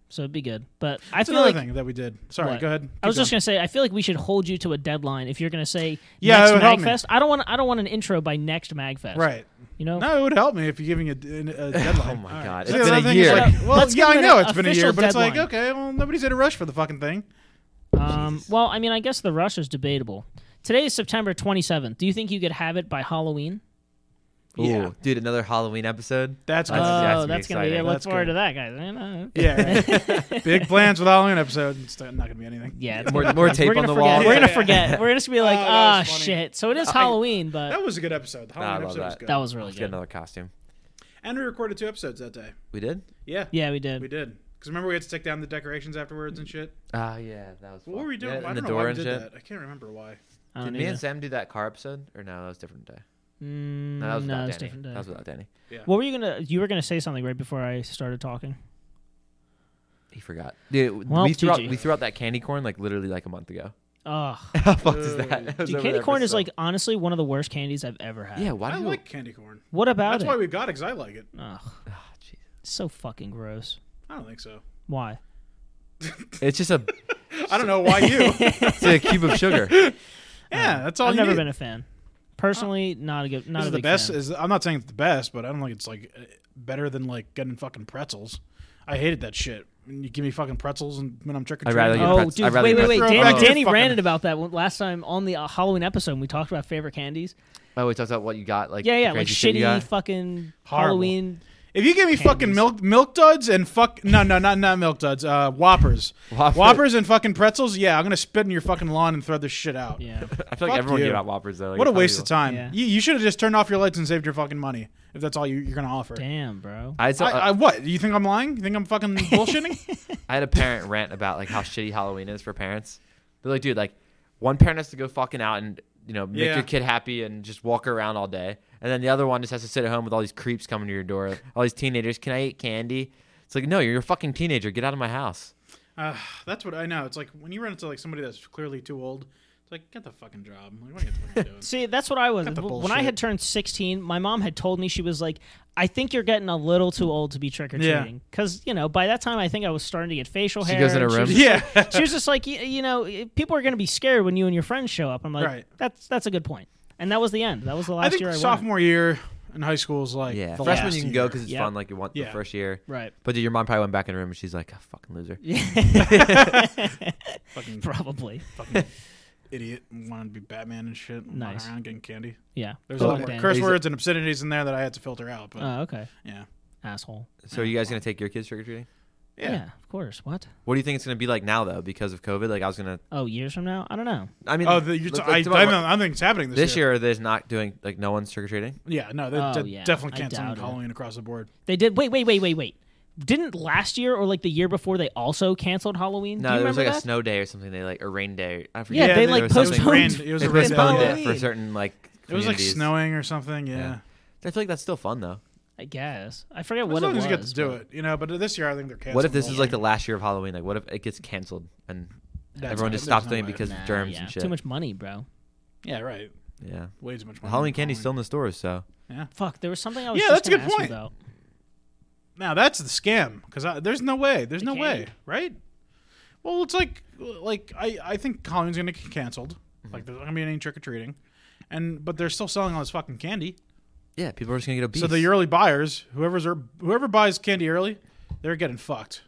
[SPEAKER 1] so it'd be good. But I
[SPEAKER 2] That's
[SPEAKER 1] feel
[SPEAKER 2] another
[SPEAKER 1] like
[SPEAKER 2] thing that we did. Sorry,
[SPEAKER 1] What?
[SPEAKER 2] go ahead.
[SPEAKER 1] I was
[SPEAKER 2] Keep
[SPEAKER 1] just gonna say I feel like we should hold you to a deadline if you're gonna say
[SPEAKER 2] Yeah, it would help
[SPEAKER 1] next
[SPEAKER 2] me.
[SPEAKER 1] Magfest. I don't want I don't want an intro by next Magfest.
[SPEAKER 2] going. right.
[SPEAKER 1] You know.
[SPEAKER 2] No, it would help me if you're giving a, a deadline.
[SPEAKER 4] Oh my
[SPEAKER 2] All
[SPEAKER 4] God.
[SPEAKER 2] See,
[SPEAKER 4] It's been
[SPEAKER 2] another
[SPEAKER 4] a
[SPEAKER 2] thing is
[SPEAKER 4] year.
[SPEAKER 2] like- well,
[SPEAKER 1] Let's
[SPEAKER 2] yeah,
[SPEAKER 1] give
[SPEAKER 2] I
[SPEAKER 1] it
[SPEAKER 2] know
[SPEAKER 1] an
[SPEAKER 2] it's been a year,
[SPEAKER 1] official
[SPEAKER 2] but it's like,
[SPEAKER 1] deadline.
[SPEAKER 2] okay, well, nobody's in a rush for the fucking thing.
[SPEAKER 1] Um, well, I mean, I guess the rush is debatable. Today is September 27th. Do you think you could have it by Halloween?
[SPEAKER 4] Ooh,
[SPEAKER 2] Yeah.
[SPEAKER 4] dude, another Halloween episode.
[SPEAKER 2] That's
[SPEAKER 4] That's-
[SPEAKER 2] good.
[SPEAKER 4] yeah,
[SPEAKER 1] oh,
[SPEAKER 4] it's gonna be
[SPEAKER 1] that's gonna be.
[SPEAKER 4] exciting.
[SPEAKER 1] Look
[SPEAKER 2] That's
[SPEAKER 1] forward
[SPEAKER 2] good.
[SPEAKER 1] to that, guys. You know.
[SPEAKER 2] yeah. right. Big plans with Halloween episode. It's not going to be anything.
[SPEAKER 1] Yeah,
[SPEAKER 4] More, more tape
[SPEAKER 1] we're
[SPEAKER 4] on
[SPEAKER 1] gonna
[SPEAKER 4] the
[SPEAKER 1] forget.
[SPEAKER 4] wall.
[SPEAKER 1] We're gonna
[SPEAKER 2] Yeah.
[SPEAKER 1] forget. We're just gonna be like,
[SPEAKER 2] Oh,
[SPEAKER 1] ah,
[SPEAKER 2] that was funny.
[SPEAKER 1] shit. So it is Halloween, but
[SPEAKER 2] That was a good episode. The
[SPEAKER 4] I
[SPEAKER 2] Halloween
[SPEAKER 4] love
[SPEAKER 2] episode was
[SPEAKER 4] that.
[SPEAKER 2] good.
[SPEAKER 1] that was really
[SPEAKER 4] Let's get
[SPEAKER 1] good.
[SPEAKER 4] another costume.
[SPEAKER 2] And we recorded two episodes that day.
[SPEAKER 4] We did?
[SPEAKER 2] Yeah.
[SPEAKER 1] Yeah, we did.
[SPEAKER 2] We did. Because remember we had to take down the decorations afterwards and shit?
[SPEAKER 4] Ah, yeah, that was.
[SPEAKER 2] What were we doing?
[SPEAKER 4] Yeah,
[SPEAKER 2] I don't
[SPEAKER 4] in the
[SPEAKER 2] know
[SPEAKER 4] door
[SPEAKER 2] why we
[SPEAKER 4] and
[SPEAKER 2] did
[SPEAKER 4] shit.
[SPEAKER 2] that. I can't remember why.
[SPEAKER 1] I
[SPEAKER 4] Did
[SPEAKER 1] don't
[SPEAKER 4] me and
[SPEAKER 1] either.
[SPEAKER 4] Sam do that car episode, or no? That was a different day.
[SPEAKER 1] Mm,
[SPEAKER 4] No, that was
[SPEAKER 1] no,
[SPEAKER 4] without
[SPEAKER 1] it's
[SPEAKER 4] Danny.
[SPEAKER 1] different.
[SPEAKER 4] That
[SPEAKER 1] day.
[SPEAKER 4] was without Danny.
[SPEAKER 1] What were you gonna? You were gonna say something right before I started talking.
[SPEAKER 4] He forgot. Dude,
[SPEAKER 1] Well,
[SPEAKER 4] we threw out
[SPEAKER 1] GG.
[SPEAKER 4] we threw out that candy corn like literally like a month ago.
[SPEAKER 1] Ugh,
[SPEAKER 4] How fucked is
[SPEAKER 2] Ooh.
[SPEAKER 4] that? That was
[SPEAKER 1] dude,
[SPEAKER 4] over
[SPEAKER 1] candy
[SPEAKER 4] there for
[SPEAKER 1] corn is
[SPEAKER 4] so-
[SPEAKER 1] like honestly one of the worst candies I've ever had.
[SPEAKER 4] Yeah, why
[SPEAKER 2] I
[SPEAKER 4] do you?
[SPEAKER 2] like candy corn.
[SPEAKER 1] What about
[SPEAKER 2] That's
[SPEAKER 1] it?
[SPEAKER 2] why we've got it because I like it.
[SPEAKER 1] Ugh,
[SPEAKER 4] Ah, jeez.
[SPEAKER 1] it's so fucking gross.
[SPEAKER 2] I don't think so.
[SPEAKER 1] Why?
[SPEAKER 4] It's just a
[SPEAKER 2] I don't know why you.
[SPEAKER 4] it's a cube of sugar.
[SPEAKER 2] yeah, that's all
[SPEAKER 1] I've
[SPEAKER 2] Oh, you
[SPEAKER 1] never
[SPEAKER 2] need.
[SPEAKER 1] been a fan. Personally, not a good. Not
[SPEAKER 2] This
[SPEAKER 1] a
[SPEAKER 2] is the
[SPEAKER 1] big
[SPEAKER 2] best.
[SPEAKER 1] fan.
[SPEAKER 2] Is I'm not saying it's the best, but I don't think it's like uh, better than like getting fucking pretzels. I hated that shit. When You give me fucking pretzels and when I'm trick or
[SPEAKER 4] I'd rather
[SPEAKER 2] treating.
[SPEAKER 4] eat
[SPEAKER 1] Oh,
[SPEAKER 4] pretz- I'd
[SPEAKER 1] dude!
[SPEAKER 4] rather
[SPEAKER 1] Wait,
[SPEAKER 4] eat
[SPEAKER 1] wait, wait!
[SPEAKER 2] pretzels.
[SPEAKER 1] Danny,
[SPEAKER 2] Throw back to
[SPEAKER 1] Danny
[SPEAKER 2] fucking-
[SPEAKER 1] ranted about that one last time on the uh, Halloween episode. when We talked about favorite candies.
[SPEAKER 4] Oh, we talked about what you got. Like
[SPEAKER 1] Yeah,
[SPEAKER 4] the
[SPEAKER 1] yeah, like
[SPEAKER 4] crazy shit you
[SPEAKER 1] shitty
[SPEAKER 4] got.
[SPEAKER 1] fucking
[SPEAKER 2] Horrible.
[SPEAKER 1] Halloween.
[SPEAKER 2] If you give me fucking
[SPEAKER 1] Candies.
[SPEAKER 2] milk milk duds and fuck no no not not milk duds uh whoppers
[SPEAKER 4] Whopper-
[SPEAKER 2] whoppers and fucking pretzels yeah I'm gonna spit in your fucking lawn and throw this shit out.
[SPEAKER 1] Yeah,
[SPEAKER 4] I feel like
[SPEAKER 2] Fuck
[SPEAKER 4] everyone
[SPEAKER 2] you.
[SPEAKER 4] gave out whoppers though. like,
[SPEAKER 2] What a
[SPEAKER 4] it's
[SPEAKER 2] waste of
[SPEAKER 4] unbelievable.
[SPEAKER 2] time.
[SPEAKER 1] Yeah.
[SPEAKER 2] You, you should have just turned off your lights and saved your fucking money if that's all you, you're gonna offer.
[SPEAKER 1] damn, bro.
[SPEAKER 4] I had, some-
[SPEAKER 2] I, I what? You think I'm lying? You think I'm fucking bullshitting?
[SPEAKER 4] I had a parent rant about like how shitty Halloween is for parents. They're like, dude, like one parent has to go fucking out and you know make
[SPEAKER 2] Yeah.
[SPEAKER 4] your kid happy and just walk around all day, and then the other one just has to sit at home with all these creeps coming to your door, all these teenagers. Can I eat candy? It's like, no, you're a fucking teenager. Get out of my house.
[SPEAKER 2] Uh, that's what I know. It's like when you run into like somebody that's clearly too old. It's like get the fucking job. Like, what are you fucking doing?
[SPEAKER 1] See, that's what I was.
[SPEAKER 2] Cut the
[SPEAKER 1] When I
[SPEAKER 2] bullshit.
[SPEAKER 1] had turned 16, my mom had told me she was like, "I think you're getting a little too old to be trick or
[SPEAKER 2] Yeah.
[SPEAKER 1] treating." Because you know, by that time, I think I was starting to get facial
[SPEAKER 4] She
[SPEAKER 1] hair.
[SPEAKER 4] goes in
[SPEAKER 1] and
[SPEAKER 4] her
[SPEAKER 1] she was
[SPEAKER 4] room.
[SPEAKER 1] just
[SPEAKER 2] Yeah.
[SPEAKER 1] like- she was just like, y- you know, eh, people are going to be scared when you and your friends show up. I'm like,
[SPEAKER 2] Right.
[SPEAKER 1] that's that's a good point. And that was the end. That was the last
[SPEAKER 2] I think
[SPEAKER 1] year I went.
[SPEAKER 2] sophomore year in high school is like
[SPEAKER 4] Yeah,
[SPEAKER 2] the
[SPEAKER 4] freshman
[SPEAKER 2] last
[SPEAKER 4] you can
[SPEAKER 2] year.
[SPEAKER 4] go because it's
[SPEAKER 1] Yeah.
[SPEAKER 4] fun. Like you want
[SPEAKER 2] Yeah.
[SPEAKER 4] the first year,
[SPEAKER 1] Right.
[SPEAKER 4] but dude, your mom probably went back in her room and she's like, oh, fucking loser.
[SPEAKER 2] fucking
[SPEAKER 1] Probably.
[SPEAKER 2] fucking idiot and wanted to be Batman and shit. and
[SPEAKER 1] Nice.
[SPEAKER 2] Walking around getting candy.
[SPEAKER 1] Yeah.
[SPEAKER 2] There's
[SPEAKER 1] Fuck
[SPEAKER 2] a lot more
[SPEAKER 1] Dan.
[SPEAKER 2] curse
[SPEAKER 4] Oh, Is it-
[SPEAKER 2] words and obscenities in there that I had to filter out. But
[SPEAKER 1] Oh, okay.
[SPEAKER 2] yeah.
[SPEAKER 1] Asshole.
[SPEAKER 4] So are you guys gonna take your kids trick or treating?
[SPEAKER 2] yeah,
[SPEAKER 1] of course. What?
[SPEAKER 4] What do you think it's gonna be like now though, because of COVID? Like I was gonna.
[SPEAKER 1] Oh, years from now? I don't know.
[SPEAKER 4] I mean,
[SPEAKER 2] Oh, the, you're
[SPEAKER 4] let's-
[SPEAKER 2] t-
[SPEAKER 4] let's
[SPEAKER 2] I, I,
[SPEAKER 4] talk
[SPEAKER 2] don't,
[SPEAKER 4] about-
[SPEAKER 2] I don't think it's happening this,
[SPEAKER 4] this year they're not doing like no one's trick or treating.
[SPEAKER 2] Yeah, no, they
[SPEAKER 1] Oh,
[SPEAKER 2] de-
[SPEAKER 1] yeah,
[SPEAKER 2] definitely
[SPEAKER 1] I
[SPEAKER 2] canceling
[SPEAKER 1] doubt it.
[SPEAKER 2] Halloween across the board.
[SPEAKER 1] They did. Wait, wait, wait, wait, wait. Didn't last year or like the year before they also canceled Halloween? Do
[SPEAKER 4] No,
[SPEAKER 1] you
[SPEAKER 4] there was
[SPEAKER 1] remember
[SPEAKER 4] like
[SPEAKER 1] that?
[SPEAKER 4] a snow day or something. They like a rain day. I
[SPEAKER 1] Yeah,
[SPEAKER 4] forget.
[SPEAKER 1] they
[SPEAKER 4] There
[SPEAKER 1] like
[SPEAKER 4] was something-
[SPEAKER 1] postponed.
[SPEAKER 2] It was, rain, it was
[SPEAKER 4] They
[SPEAKER 2] a rain
[SPEAKER 4] postponed
[SPEAKER 2] day.
[SPEAKER 4] it for certain like.
[SPEAKER 2] It was like
[SPEAKER 4] communities.
[SPEAKER 2] snowing or something. Yeah.
[SPEAKER 4] Yeah. I feel like that's still fun though.
[SPEAKER 1] I guess. I forget
[SPEAKER 2] As
[SPEAKER 1] what it
[SPEAKER 2] long
[SPEAKER 1] was.
[SPEAKER 2] as you get to do
[SPEAKER 1] but-
[SPEAKER 2] it, you know. But this year, I think they're canceling.
[SPEAKER 4] What if this
[SPEAKER 2] all
[SPEAKER 4] is
[SPEAKER 2] of
[SPEAKER 4] like the last year of Halloween? Like, what if it gets canceled and
[SPEAKER 2] it. That's
[SPEAKER 4] everyone
[SPEAKER 2] not-
[SPEAKER 4] just
[SPEAKER 2] there's
[SPEAKER 4] stops
[SPEAKER 2] no
[SPEAKER 4] doing it
[SPEAKER 2] way.
[SPEAKER 4] because
[SPEAKER 1] Nah,
[SPEAKER 4] of germs
[SPEAKER 1] yeah.
[SPEAKER 4] and shit?
[SPEAKER 1] Too much money, bro.
[SPEAKER 2] Yeah, right.
[SPEAKER 4] Yeah.
[SPEAKER 2] Way too much money.
[SPEAKER 4] Halloween candy's still in the stores, so
[SPEAKER 1] Fuck, there was something I was
[SPEAKER 2] Yeah,
[SPEAKER 1] just
[SPEAKER 2] that's a
[SPEAKER 1] gonna
[SPEAKER 2] good
[SPEAKER 1] ask you
[SPEAKER 2] point.
[SPEAKER 1] about.
[SPEAKER 2] Now that's the scam because there's no way. There's no
[SPEAKER 1] candy.
[SPEAKER 2] way, right? Well, it's like like I I think Halloween's gonna get canceled.
[SPEAKER 4] Mm-hmm.
[SPEAKER 2] Like there's not gonna be any trick or treating, and but they're still selling all this fucking candy.
[SPEAKER 4] yeah, people are just gonna get obese.
[SPEAKER 2] So the early buyers, whoever's er, whoever buys candy early, they're getting fucked.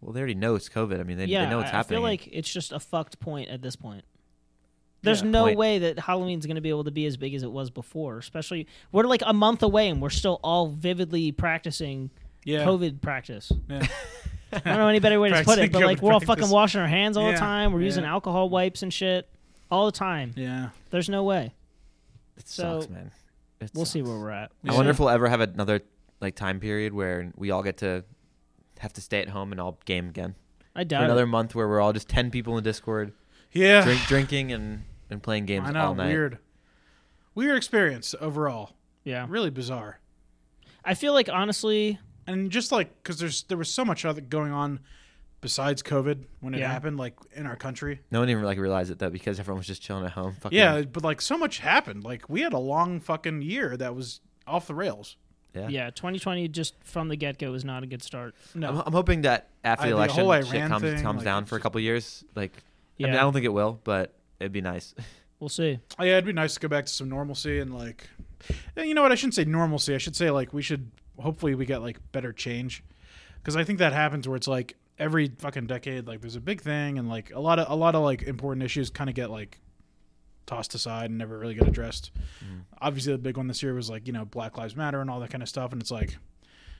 [SPEAKER 4] well, they already know it's COVID. I mean, they,
[SPEAKER 1] yeah,
[SPEAKER 4] they know it's
[SPEAKER 1] I, I
[SPEAKER 4] happening.
[SPEAKER 1] feel like it's just a fucked point at this point. There's
[SPEAKER 2] Yeah.
[SPEAKER 1] no
[SPEAKER 4] Point.
[SPEAKER 1] way that Halloween's going to be able to be as big as it was before, especially we're like a month away and we're still all vividly practicing
[SPEAKER 2] Yeah,
[SPEAKER 1] COVID practice.
[SPEAKER 2] Yeah.
[SPEAKER 1] I don't know any better way to put it,
[SPEAKER 2] Practicing
[SPEAKER 1] but like
[SPEAKER 2] COVID
[SPEAKER 1] we're all
[SPEAKER 2] practice.
[SPEAKER 1] fucking washing our hands all
[SPEAKER 2] Yeah,
[SPEAKER 1] the time. We're
[SPEAKER 2] yeah.
[SPEAKER 1] using alcohol wipes and shit all the time.
[SPEAKER 2] yeah.
[SPEAKER 1] There's no way.
[SPEAKER 4] it
[SPEAKER 1] so-
[SPEAKER 4] sucks, man. It
[SPEAKER 1] We'll see
[SPEAKER 4] sucks.
[SPEAKER 1] where we're at.
[SPEAKER 4] I wonder if we'll ever have another like time period where we all get to have to stay at home and all game again
[SPEAKER 1] I
[SPEAKER 4] for
[SPEAKER 1] doubt
[SPEAKER 4] another
[SPEAKER 1] it.
[SPEAKER 4] month where we're all just ten people in Discord
[SPEAKER 2] Yeah,
[SPEAKER 4] drink, drinking and, and playing games
[SPEAKER 2] I know.
[SPEAKER 4] all night.
[SPEAKER 2] Weird, weird experience overall.
[SPEAKER 1] Yeah,
[SPEAKER 2] Really bizarre.
[SPEAKER 1] I feel like honestly,
[SPEAKER 2] and just like because there's there was so much other going on besides COVID when it
[SPEAKER 1] Yeah.
[SPEAKER 2] happened, like in our country.
[SPEAKER 4] No one even like realized it though because everyone was just chilling at home. Fucking,
[SPEAKER 2] Yeah, but like so much happened. Like we had a long fucking year that was off the rails.
[SPEAKER 4] Yeah.
[SPEAKER 1] yeah, 2020 just from the get go was not a good start.
[SPEAKER 2] No.
[SPEAKER 4] I'm, I'm hoping that after
[SPEAKER 2] I-
[SPEAKER 4] the
[SPEAKER 2] the
[SPEAKER 4] election,
[SPEAKER 2] whole
[SPEAKER 4] shit
[SPEAKER 2] Iran
[SPEAKER 4] comes
[SPEAKER 2] thing,
[SPEAKER 4] comes
[SPEAKER 2] like,
[SPEAKER 4] down
[SPEAKER 2] it's
[SPEAKER 4] for a
[SPEAKER 2] just-
[SPEAKER 4] couple years. Like, I
[SPEAKER 1] Yeah,
[SPEAKER 4] mean, I don't think it will, but it'd be nice.
[SPEAKER 1] we'll see.
[SPEAKER 2] Oh, yeah, it'd be nice to go back to some normalcy and like, eh, you know what? I shouldn't say normalcy. I should say like we should hopefully we get like better change, because I think that happens where it's like every fucking decade like there's a big thing and like a lot of a lot of like important issues kind of get like tossed aside and never really get addressed. Obviously, the big one this year was like you know Black Lives Matter and all that kind of stuff, and it's like.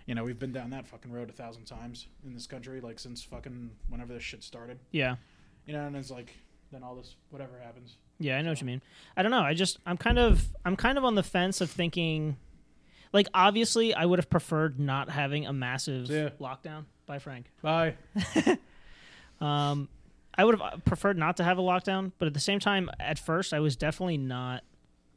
[SPEAKER 2] You know, we've been down that fucking road a thousand times in this country, like since fucking whenever this shit started.
[SPEAKER 1] Yeah.
[SPEAKER 2] You know, and it's like, then all this, whatever happens.
[SPEAKER 1] Yeah, I know what you mean. I don't know. I just I'm kind of I'm kind of on the fence of thinking like obviously I would have preferred not having a massive
[SPEAKER 2] Yeah.
[SPEAKER 1] lockdown by Frank.
[SPEAKER 2] Bye.
[SPEAKER 1] Um I would have preferred not to have a lockdown, but at the same time at first I was definitely not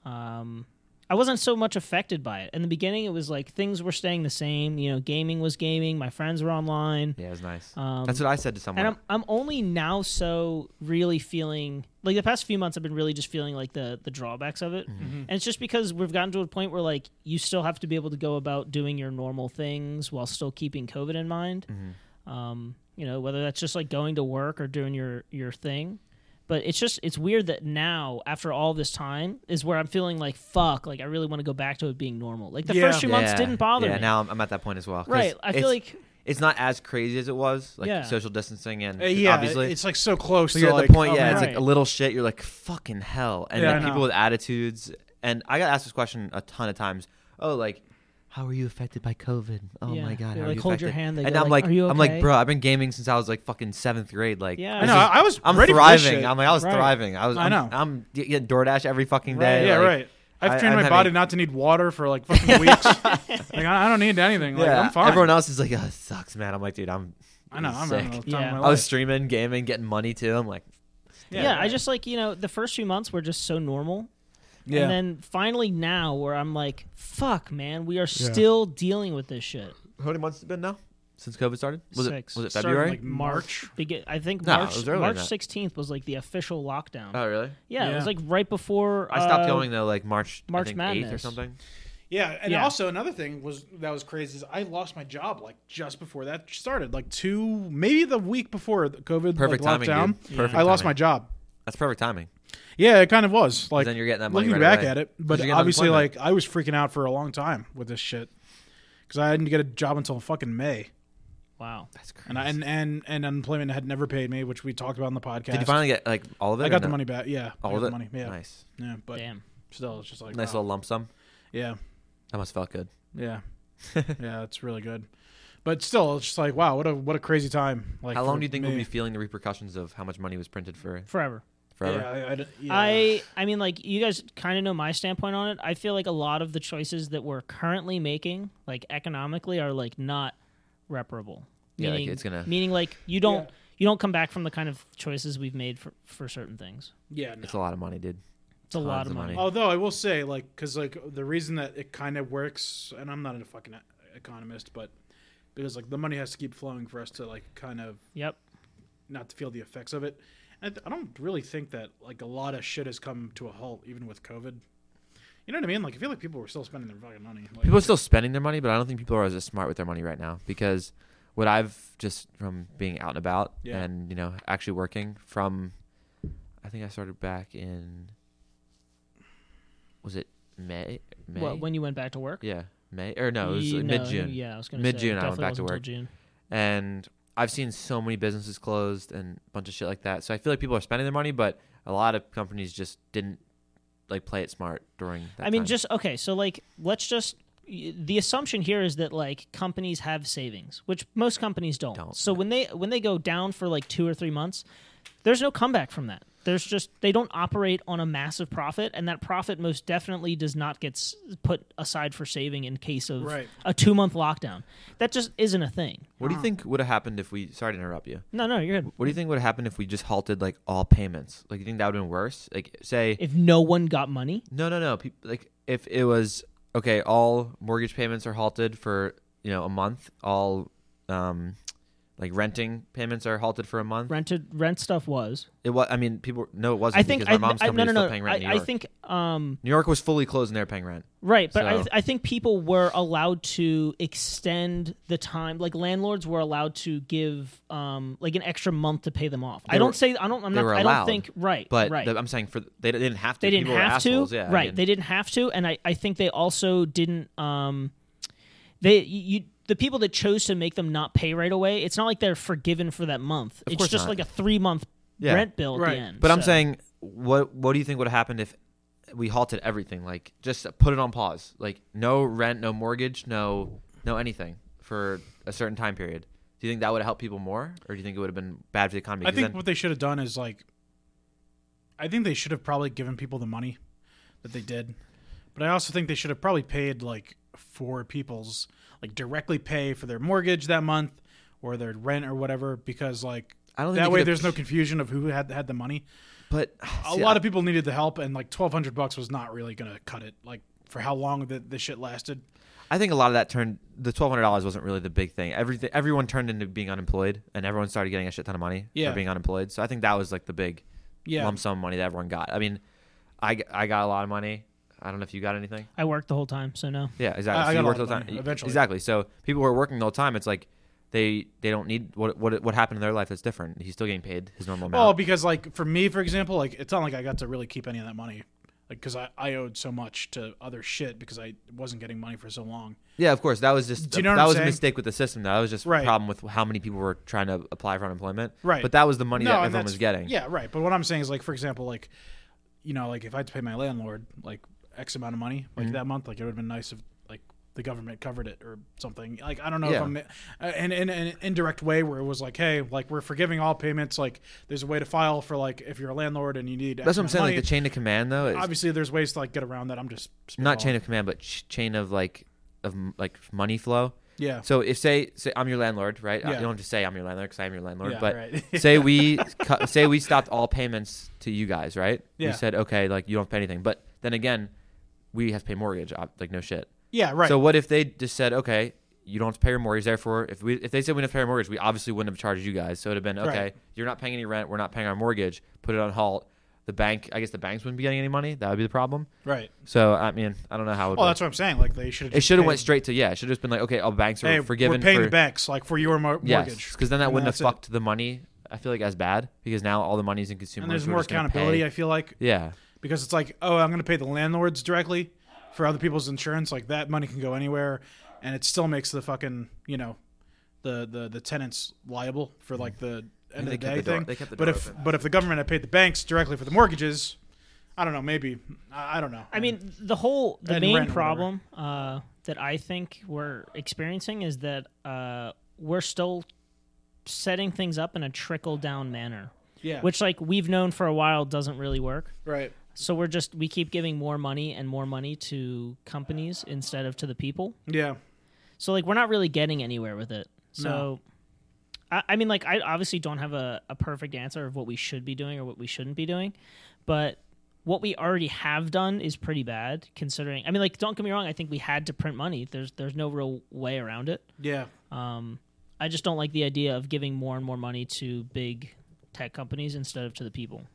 [SPEAKER 1] um I wasn't so much affected by it. In the beginning it was like things were staying the same, you know, gaming was gaming, my friends were online.
[SPEAKER 4] Yeah, it was nice.
[SPEAKER 1] Um,
[SPEAKER 4] That's what I said to someone.
[SPEAKER 1] And I'm I'm only now so really feeling like the past few months I've been really just feeling like the the drawbacks of it.
[SPEAKER 4] Mm-hmm.
[SPEAKER 1] And it's just because we've gotten to a point where like you still have to be able to go about doing your normal things while still keeping COVID in mind.
[SPEAKER 4] Mm-hmm.
[SPEAKER 1] Um, you know, whether that's just like going to work or doing your your thing. But it's just it's weird that now after all this time is where I'm feeling like fuck, like I really want to go back to it being normal. Like the
[SPEAKER 2] Yeah.
[SPEAKER 1] first few months
[SPEAKER 4] Yeah,
[SPEAKER 1] didn't bother
[SPEAKER 4] yeah,
[SPEAKER 1] me.
[SPEAKER 4] now I'm, I'm at that point as well. 'cause
[SPEAKER 1] right. I feel
[SPEAKER 4] it's-
[SPEAKER 1] like
[SPEAKER 4] it's not as crazy as it was, like
[SPEAKER 1] Yeah.
[SPEAKER 4] social distancing and
[SPEAKER 2] Uh, yeah,
[SPEAKER 4] obviously.
[SPEAKER 2] it's like so close.
[SPEAKER 4] So
[SPEAKER 2] to
[SPEAKER 4] you're at
[SPEAKER 2] like,
[SPEAKER 4] the point,
[SPEAKER 2] oh,
[SPEAKER 4] yeah,
[SPEAKER 2] man.
[SPEAKER 4] it's
[SPEAKER 1] Right.
[SPEAKER 4] like a little shit. You're like, fucking hell. And
[SPEAKER 2] Yeah,
[SPEAKER 4] then
[SPEAKER 2] I
[SPEAKER 4] people
[SPEAKER 2] know.
[SPEAKER 4] with attitudes. And I got asked this question a ton of times. Oh, like, how are you affected by COVID? Oh
[SPEAKER 1] Yeah.
[SPEAKER 4] my god,
[SPEAKER 1] They,
[SPEAKER 4] how are
[SPEAKER 1] like,
[SPEAKER 4] you
[SPEAKER 1] hold your
[SPEAKER 4] affected?"
[SPEAKER 1] hand, they
[SPEAKER 4] and
[SPEAKER 1] go,
[SPEAKER 4] I'm
[SPEAKER 1] like,
[SPEAKER 4] like,
[SPEAKER 1] "Are you
[SPEAKER 4] I'm like,
[SPEAKER 1] okay?"
[SPEAKER 4] bro, I've been gaming since I was like fucking seventh grade. Like,
[SPEAKER 1] Yeah.
[SPEAKER 2] I
[SPEAKER 4] this
[SPEAKER 2] know.
[SPEAKER 4] is-
[SPEAKER 2] I I was.
[SPEAKER 4] I'm
[SPEAKER 2] ready For this
[SPEAKER 4] thriving.
[SPEAKER 2] shit.
[SPEAKER 4] I'm like, I was
[SPEAKER 1] Right.
[SPEAKER 4] thriving. I was.
[SPEAKER 2] I
[SPEAKER 4] I'm,
[SPEAKER 2] know.
[SPEAKER 4] I'm getting DoorDash every fucking
[SPEAKER 1] Right.
[SPEAKER 4] day.
[SPEAKER 2] yeah,
[SPEAKER 4] like,
[SPEAKER 2] right. I've
[SPEAKER 4] I-
[SPEAKER 2] trained
[SPEAKER 4] I'm
[SPEAKER 2] my body
[SPEAKER 4] having-
[SPEAKER 2] not to need water for like fucking weeks. like I, I don't need anything. Like
[SPEAKER 4] yeah.
[SPEAKER 2] I'm fine.
[SPEAKER 4] Everyone else is like, oh, it sucks, man. I'm like, dude, I'm.
[SPEAKER 2] I know. I'm
[SPEAKER 4] sick.
[SPEAKER 2] having the
[SPEAKER 1] Yeah.
[SPEAKER 2] time of my
[SPEAKER 4] I was
[SPEAKER 2] life.
[SPEAKER 4] streaming, gaming, getting money too. I'm like,
[SPEAKER 1] yeah, I just like, you know, the first few months were just so normal
[SPEAKER 2] Yeah.
[SPEAKER 1] And then finally now where I'm like, fuck, man, we are still dealing with this shit.
[SPEAKER 4] how many months has it been now since COVID started? Was
[SPEAKER 1] Six.
[SPEAKER 4] it was it
[SPEAKER 2] Started,
[SPEAKER 4] February?
[SPEAKER 2] like, March.
[SPEAKER 1] Bega- I think
[SPEAKER 4] No, it
[SPEAKER 1] March
[SPEAKER 4] was earlier
[SPEAKER 1] March
[SPEAKER 4] than that.
[SPEAKER 1] 16th was like the official lockdown.
[SPEAKER 4] oh, really?
[SPEAKER 1] yeah, it was
[SPEAKER 2] yeah.
[SPEAKER 1] like right before
[SPEAKER 4] I stopped
[SPEAKER 1] uh,
[SPEAKER 4] going though, like March,
[SPEAKER 1] March
[SPEAKER 4] I think eighth or
[SPEAKER 1] Madness.
[SPEAKER 4] something.
[SPEAKER 2] Yeah, and
[SPEAKER 1] Yeah.
[SPEAKER 2] also another thing was that was crazy is I lost my job like just before that started, like two maybe the week before the COVID
[SPEAKER 4] Perfect
[SPEAKER 2] like,
[SPEAKER 4] timing,
[SPEAKER 2] lockdown.
[SPEAKER 4] dude. Perfect.
[SPEAKER 2] I lost my
[SPEAKER 4] timing.
[SPEAKER 2] job.
[SPEAKER 4] That's perfect timing.
[SPEAKER 2] Yeah, it kind of was like
[SPEAKER 4] then you're getting that money
[SPEAKER 2] looking
[SPEAKER 4] right
[SPEAKER 2] back
[SPEAKER 4] away.
[SPEAKER 2] at it,
[SPEAKER 4] 'Cause
[SPEAKER 2] but
[SPEAKER 4] you get
[SPEAKER 2] obviously,
[SPEAKER 4] unemployment.
[SPEAKER 2] like I was freaking out for a long time with this shit because I didn't get a job until fucking May,
[SPEAKER 1] Wow.
[SPEAKER 4] That's crazy.
[SPEAKER 2] and I, and and and unemployment had never paid me, which we talked about in the podcast.
[SPEAKER 4] Did you finally get like all of it?
[SPEAKER 2] I
[SPEAKER 4] or
[SPEAKER 2] got the
[SPEAKER 4] no?
[SPEAKER 2] money back. Yeah, I
[SPEAKER 4] All
[SPEAKER 2] got
[SPEAKER 4] of
[SPEAKER 2] the
[SPEAKER 4] it.
[SPEAKER 2] money. Yeah,
[SPEAKER 4] Nice.
[SPEAKER 2] yeah, but
[SPEAKER 1] Damn.
[SPEAKER 2] still, it's just like
[SPEAKER 4] Nice
[SPEAKER 2] wow.
[SPEAKER 4] little lump sum.
[SPEAKER 2] yeah,
[SPEAKER 4] That must felt good.
[SPEAKER 2] yeah, yeah. It's really good, but still, it's just like wow, what a what a crazy time. Like,
[SPEAKER 4] How
[SPEAKER 2] for
[SPEAKER 4] long do you think we'll
[SPEAKER 2] me.
[SPEAKER 4] be feeling the repercussions of how much money was printed for
[SPEAKER 1] Forever.
[SPEAKER 4] forever?
[SPEAKER 2] Yeah, I, I, d- yeah.
[SPEAKER 1] I I mean like you guys kind of know my standpoint on it. I feel like a lot of the choices that we're currently making like economically are like not reparable.
[SPEAKER 4] Yeah, like,
[SPEAKER 1] meaning,
[SPEAKER 4] it's gonna-
[SPEAKER 1] meaning like you don't
[SPEAKER 2] Yeah.
[SPEAKER 1] you don't come back from the kind of choices we've made for for certain things.
[SPEAKER 2] yeah, no.
[SPEAKER 4] It's a lot of money, dude.
[SPEAKER 1] It's a
[SPEAKER 4] Tons
[SPEAKER 1] lot
[SPEAKER 4] of
[SPEAKER 1] of money.
[SPEAKER 4] money.
[SPEAKER 2] Although I will say, like, because like the reason that it kind of works, and I'm not a fucking e- economist, but because like the money has to keep flowing for us to like kind of
[SPEAKER 1] Yep.
[SPEAKER 2] not to feel the effects of it. And I don't really think that like a lot of shit has come to a halt, even with COVID. You know what I mean? Like, I feel like people were still spending their fucking money. Like,
[SPEAKER 4] People are still spending their money, but I don't think people are as smart with their money right now because what I've just from being out and about
[SPEAKER 2] Yeah.
[SPEAKER 4] and you know actually working from, I think I started back in, was it May? May?
[SPEAKER 1] What, when you went back to work?
[SPEAKER 4] yeah, May or no, it was
[SPEAKER 1] Ye- no,
[SPEAKER 4] mid June.
[SPEAKER 1] Yeah, I was gonna
[SPEAKER 4] Mid-June,
[SPEAKER 1] say,
[SPEAKER 4] I went
[SPEAKER 1] definitely
[SPEAKER 4] back to
[SPEAKER 1] wasn't till
[SPEAKER 4] work.
[SPEAKER 1] June.
[SPEAKER 4] and I've seen so many businesses closed and a bunch of shit like that. So I feel like people are spending their money, but a lot of companies just didn't like play it smart during. that
[SPEAKER 1] I mean,
[SPEAKER 4] time.
[SPEAKER 1] just okay. So like, let's just y- the assumption here is that like companies have savings, which most companies don't.
[SPEAKER 4] Don't,
[SPEAKER 1] So when they when they go down for like two or three months, there's no comeback from that. There's just they don't operate on a massive profit, and that profit most definitely does not get s- put aside for saving in case of
[SPEAKER 2] Right.
[SPEAKER 1] a two month lockdown. That just isn't a thing.
[SPEAKER 4] what do you think would have happened if we? Sorry to interrupt you.
[SPEAKER 1] No, no, you're good.
[SPEAKER 4] What do you think would have happened if we just halted like all payments? Like, you think that would have been worse? Like, say
[SPEAKER 1] If no one got money,
[SPEAKER 4] no, no, no. Peop like, if it was okay, all mortgage payments are halted for you know a month. All um, like renting payments are halted for a month.
[SPEAKER 1] rented rent stuff was.
[SPEAKER 4] It was. I mean, people. No, it wasn't.
[SPEAKER 1] I think
[SPEAKER 4] because
[SPEAKER 1] I,
[SPEAKER 4] my mom's
[SPEAKER 1] I,
[SPEAKER 4] company
[SPEAKER 1] no, no,
[SPEAKER 4] was still
[SPEAKER 1] no.
[SPEAKER 4] paying rent. in
[SPEAKER 1] I,
[SPEAKER 4] New
[SPEAKER 1] I
[SPEAKER 4] York.
[SPEAKER 1] think um,
[SPEAKER 4] New York was fully closed and they were paying rent.
[SPEAKER 1] Right, but I,
[SPEAKER 4] So-
[SPEAKER 1] th- I think people were allowed to extend the time. Like landlords were allowed to give um like an extra month to pay them off. I
[SPEAKER 4] They
[SPEAKER 1] don't
[SPEAKER 4] were-
[SPEAKER 1] say I don't. I'm
[SPEAKER 4] they
[SPEAKER 1] not.
[SPEAKER 4] were
[SPEAKER 1] I
[SPEAKER 4] allowed,
[SPEAKER 1] don't think right.
[SPEAKER 4] But
[SPEAKER 1] right.
[SPEAKER 4] the, I'm saying for they didn't have to.
[SPEAKER 1] they didn't
[SPEAKER 4] people were
[SPEAKER 1] have
[SPEAKER 4] assholes.
[SPEAKER 1] to.
[SPEAKER 4] Yeah, I
[SPEAKER 1] right.
[SPEAKER 4] mean,
[SPEAKER 1] they didn't have to, and I I think they also didn't um they you. you the people that chose to make them not pay right away, it's not like they're forgiven for that month. it's
[SPEAKER 4] course
[SPEAKER 1] just
[SPEAKER 4] not.
[SPEAKER 1] like a three month
[SPEAKER 4] Yeah.
[SPEAKER 1] rent bill at
[SPEAKER 2] Right.
[SPEAKER 1] the end.
[SPEAKER 4] But I'm
[SPEAKER 1] so-
[SPEAKER 4] saying, what what do you think would have happened if we halted everything? Like, just put it on pause. Like, no rent, no mortgage, no no anything for a certain time period. Do you think that would have helped people more, or do you think it would have been bad for the economy?
[SPEAKER 2] I
[SPEAKER 4] 'Cause
[SPEAKER 2] think
[SPEAKER 4] then-
[SPEAKER 2] what they should have done is like, I think they should have probably given people the money that they did, but I also think they should have probably paid like for people's like directly pay for their mortgage that month or their rent or whatever because like
[SPEAKER 4] I don't think they
[SPEAKER 2] that
[SPEAKER 4] could
[SPEAKER 2] way
[SPEAKER 4] have-
[SPEAKER 2] there's no confusion of who had had the money.
[SPEAKER 4] but
[SPEAKER 2] A lot of people needed the help and like 1200 bucks was not really going to cut it like for how long that this shit lasted.
[SPEAKER 4] I think a lot of that turned the twelve hundred dollars wasn't really the big thing. Everything everyone turned into being unemployed, and everyone started getting a shit ton of money
[SPEAKER 2] Yeah.
[SPEAKER 4] for being unemployed. So I think that was like the big
[SPEAKER 2] Yeah.
[SPEAKER 4] lump sum of money that everyone got. I mean, I, g- I got a lot of money. I don't know if you got anything.
[SPEAKER 1] I worked the whole time, so no.
[SPEAKER 4] Yeah, exactly.
[SPEAKER 2] I- I
[SPEAKER 4] so
[SPEAKER 2] got
[SPEAKER 4] you
[SPEAKER 2] a lot
[SPEAKER 4] worked all
[SPEAKER 2] of
[SPEAKER 4] the time.
[SPEAKER 2] money, eventually.
[SPEAKER 4] Exactly. So people who are working the whole time, it's like they they don't need what what what happened in their life that's different. He's still getting paid his normal
[SPEAKER 2] Well, Oh,
[SPEAKER 4] amount.
[SPEAKER 2] because like for me, for example, like it's not like I got to really keep any of that money, like because I, I owed so much to other shit because I wasn't getting money for so long.
[SPEAKER 4] yeah, of course. That was just
[SPEAKER 2] Do you know what
[SPEAKER 4] that
[SPEAKER 2] I'm
[SPEAKER 4] was a
[SPEAKER 2] saying?
[SPEAKER 4] mistake with the system. Though. That was just
[SPEAKER 2] Right.
[SPEAKER 4] a problem with how many people were trying to apply for unemployment.
[SPEAKER 2] Right.
[SPEAKER 4] But that was the money that
[SPEAKER 2] and
[SPEAKER 4] everyone
[SPEAKER 2] that's-
[SPEAKER 4] was getting.
[SPEAKER 2] Yeah, right. But what I'm saying is like for example, like you know, like if I had to pay my landlord like X amount of money like
[SPEAKER 4] Mm-hmm.
[SPEAKER 2] that month, like it would have been nice if like the government covered it or something. Like I don't know if
[SPEAKER 4] Yeah.
[SPEAKER 2] I'm uh, in, in, an indirect way where it was like, hey, like we're forgiving all payments. Like there's a way to file for like if you're a landlord and you need. X
[SPEAKER 4] That's what I'm
[SPEAKER 2] amount of
[SPEAKER 4] saying. Like
[SPEAKER 2] money.
[SPEAKER 4] the chain of command, though, is
[SPEAKER 2] Obviously, there's ways to like get around that. I'm just
[SPEAKER 4] not
[SPEAKER 2] spitballing.
[SPEAKER 4] chain of command, but ch- chain of like of m- like money flow.
[SPEAKER 2] Yeah.
[SPEAKER 4] So if say say I'm your landlord, right? I-
[SPEAKER 2] Yeah.
[SPEAKER 4] You don't have to say I'm your landlord because I'm your landlord.
[SPEAKER 2] Yeah,
[SPEAKER 4] but
[SPEAKER 2] right.
[SPEAKER 4] say we cu- say we stopped all payments to you guys, right?
[SPEAKER 2] Yeah.
[SPEAKER 4] We said okay, like you don't pay anything. But then again, we have to pay mortgage, ob- like no shit.
[SPEAKER 2] Yeah, right.
[SPEAKER 4] So what if they just said okay, you don't have to pay your mortgage. Therefore, if we if they said we don't have to pay our mortgage, we obviously wouldn't have charged you guys. So it'd have been okay.
[SPEAKER 2] Right.
[SPEAKER 4] You're not paying any rent. We're not paying our mortgage. Put it on halt. The bank, I guess the banks wouldn't be getting any money. That would be the problem.
[SPEAKER 2] right.
[SPEAKER 4] So I mean, I don't know how it.
[SPEAKER 2] Well,
[SPEAKER 4] works.
[SPEAKER 2] that's what I'm saying. Like they should.
[SPEAKER 4] It should have went straight to yeah. It should have just been like okay, all banks are
[SPEAKER 2] Hey,
[SPEAKER 4] forgiven
[SPEAKER 2] we're paying
[SPEAKER 4] for
[SPEAKER 2] the banks like for your mor-
[SPEAKER 4] yes,
[SPEAKER 2] mortgage
[SPEAKER 4] because then that
[SPEAKER 2] And
[SPEAKER 4] wouldn't have
[SPEAKER 2] that's it.
[SPEAKER 4] fucked the money. I feel like as bad because now all the money's in consumers.
[SPEAKER 2] And there's
[SPEAKER 4] we're
[SPEAKER 2] more
[SPEAKER 4] just gonna
[SPEAKER 2] accountability.
[SPEAKER 4] pay.
[SPEAKER 2] I feel like
[SPEAKER 4] Yeah,
[SPEAKER 2] because it's like, oh, I'm going to pay the landlords directly for other people's insurance. Like that money can go anywhere, and it still makes the fucking you know, the the the tenants liable for like the end
[SPEAKER 4] they
[SPEAKER 2] of the
[SPEAKER 4] kept
[SPEAKER 2] day
[SPEAKER 4] the door-
[SPEAKER 2] thing.
[SPEAKER 4] they kept the
[SPEAKER 2] but
[SPEAKER 4] door
[SPEAKER 2] if
[SPEAKER 4] open.
[SPEAKER 2] but if the government had paid the banks directly for the mortgages, I don't know. Maybe I, I don't know.
[SPEAKER 1] I mean, the whole the
[SPEAKER 2] And
[SPEAKER 1] main
[SPEAKER 2] rent or
[SPEAKER 1] problem uh, that I think we're experiencing is that uh, we're still setting things up in a trickle down manner,
[SPEAKER 2] yeah,
[SPEAKER 1] which like we've known for a while doesn't really work.
[SPEAKER 2] right.
[SPEAKER 1] So we're just we keep giving more money and more money to companies instead of to the people.
[SPEAKER 2] Yeah,
[SPEAKER 1] So like we're not really getting anywhere with it. So. I, I mean, like, I obviously don't have a, a perfect answer of what we should be doing or what we shouldn't be doing, but what we already have done is pretty bad considering. I mean, like, don't get me wrong. I think we had to print money. There's there's no real way around it.
[SPEAKER 2] yeah.
[SPEAKER 1] Um, I just don't like the idea of giving more and more money to big tech companies instead of to the people.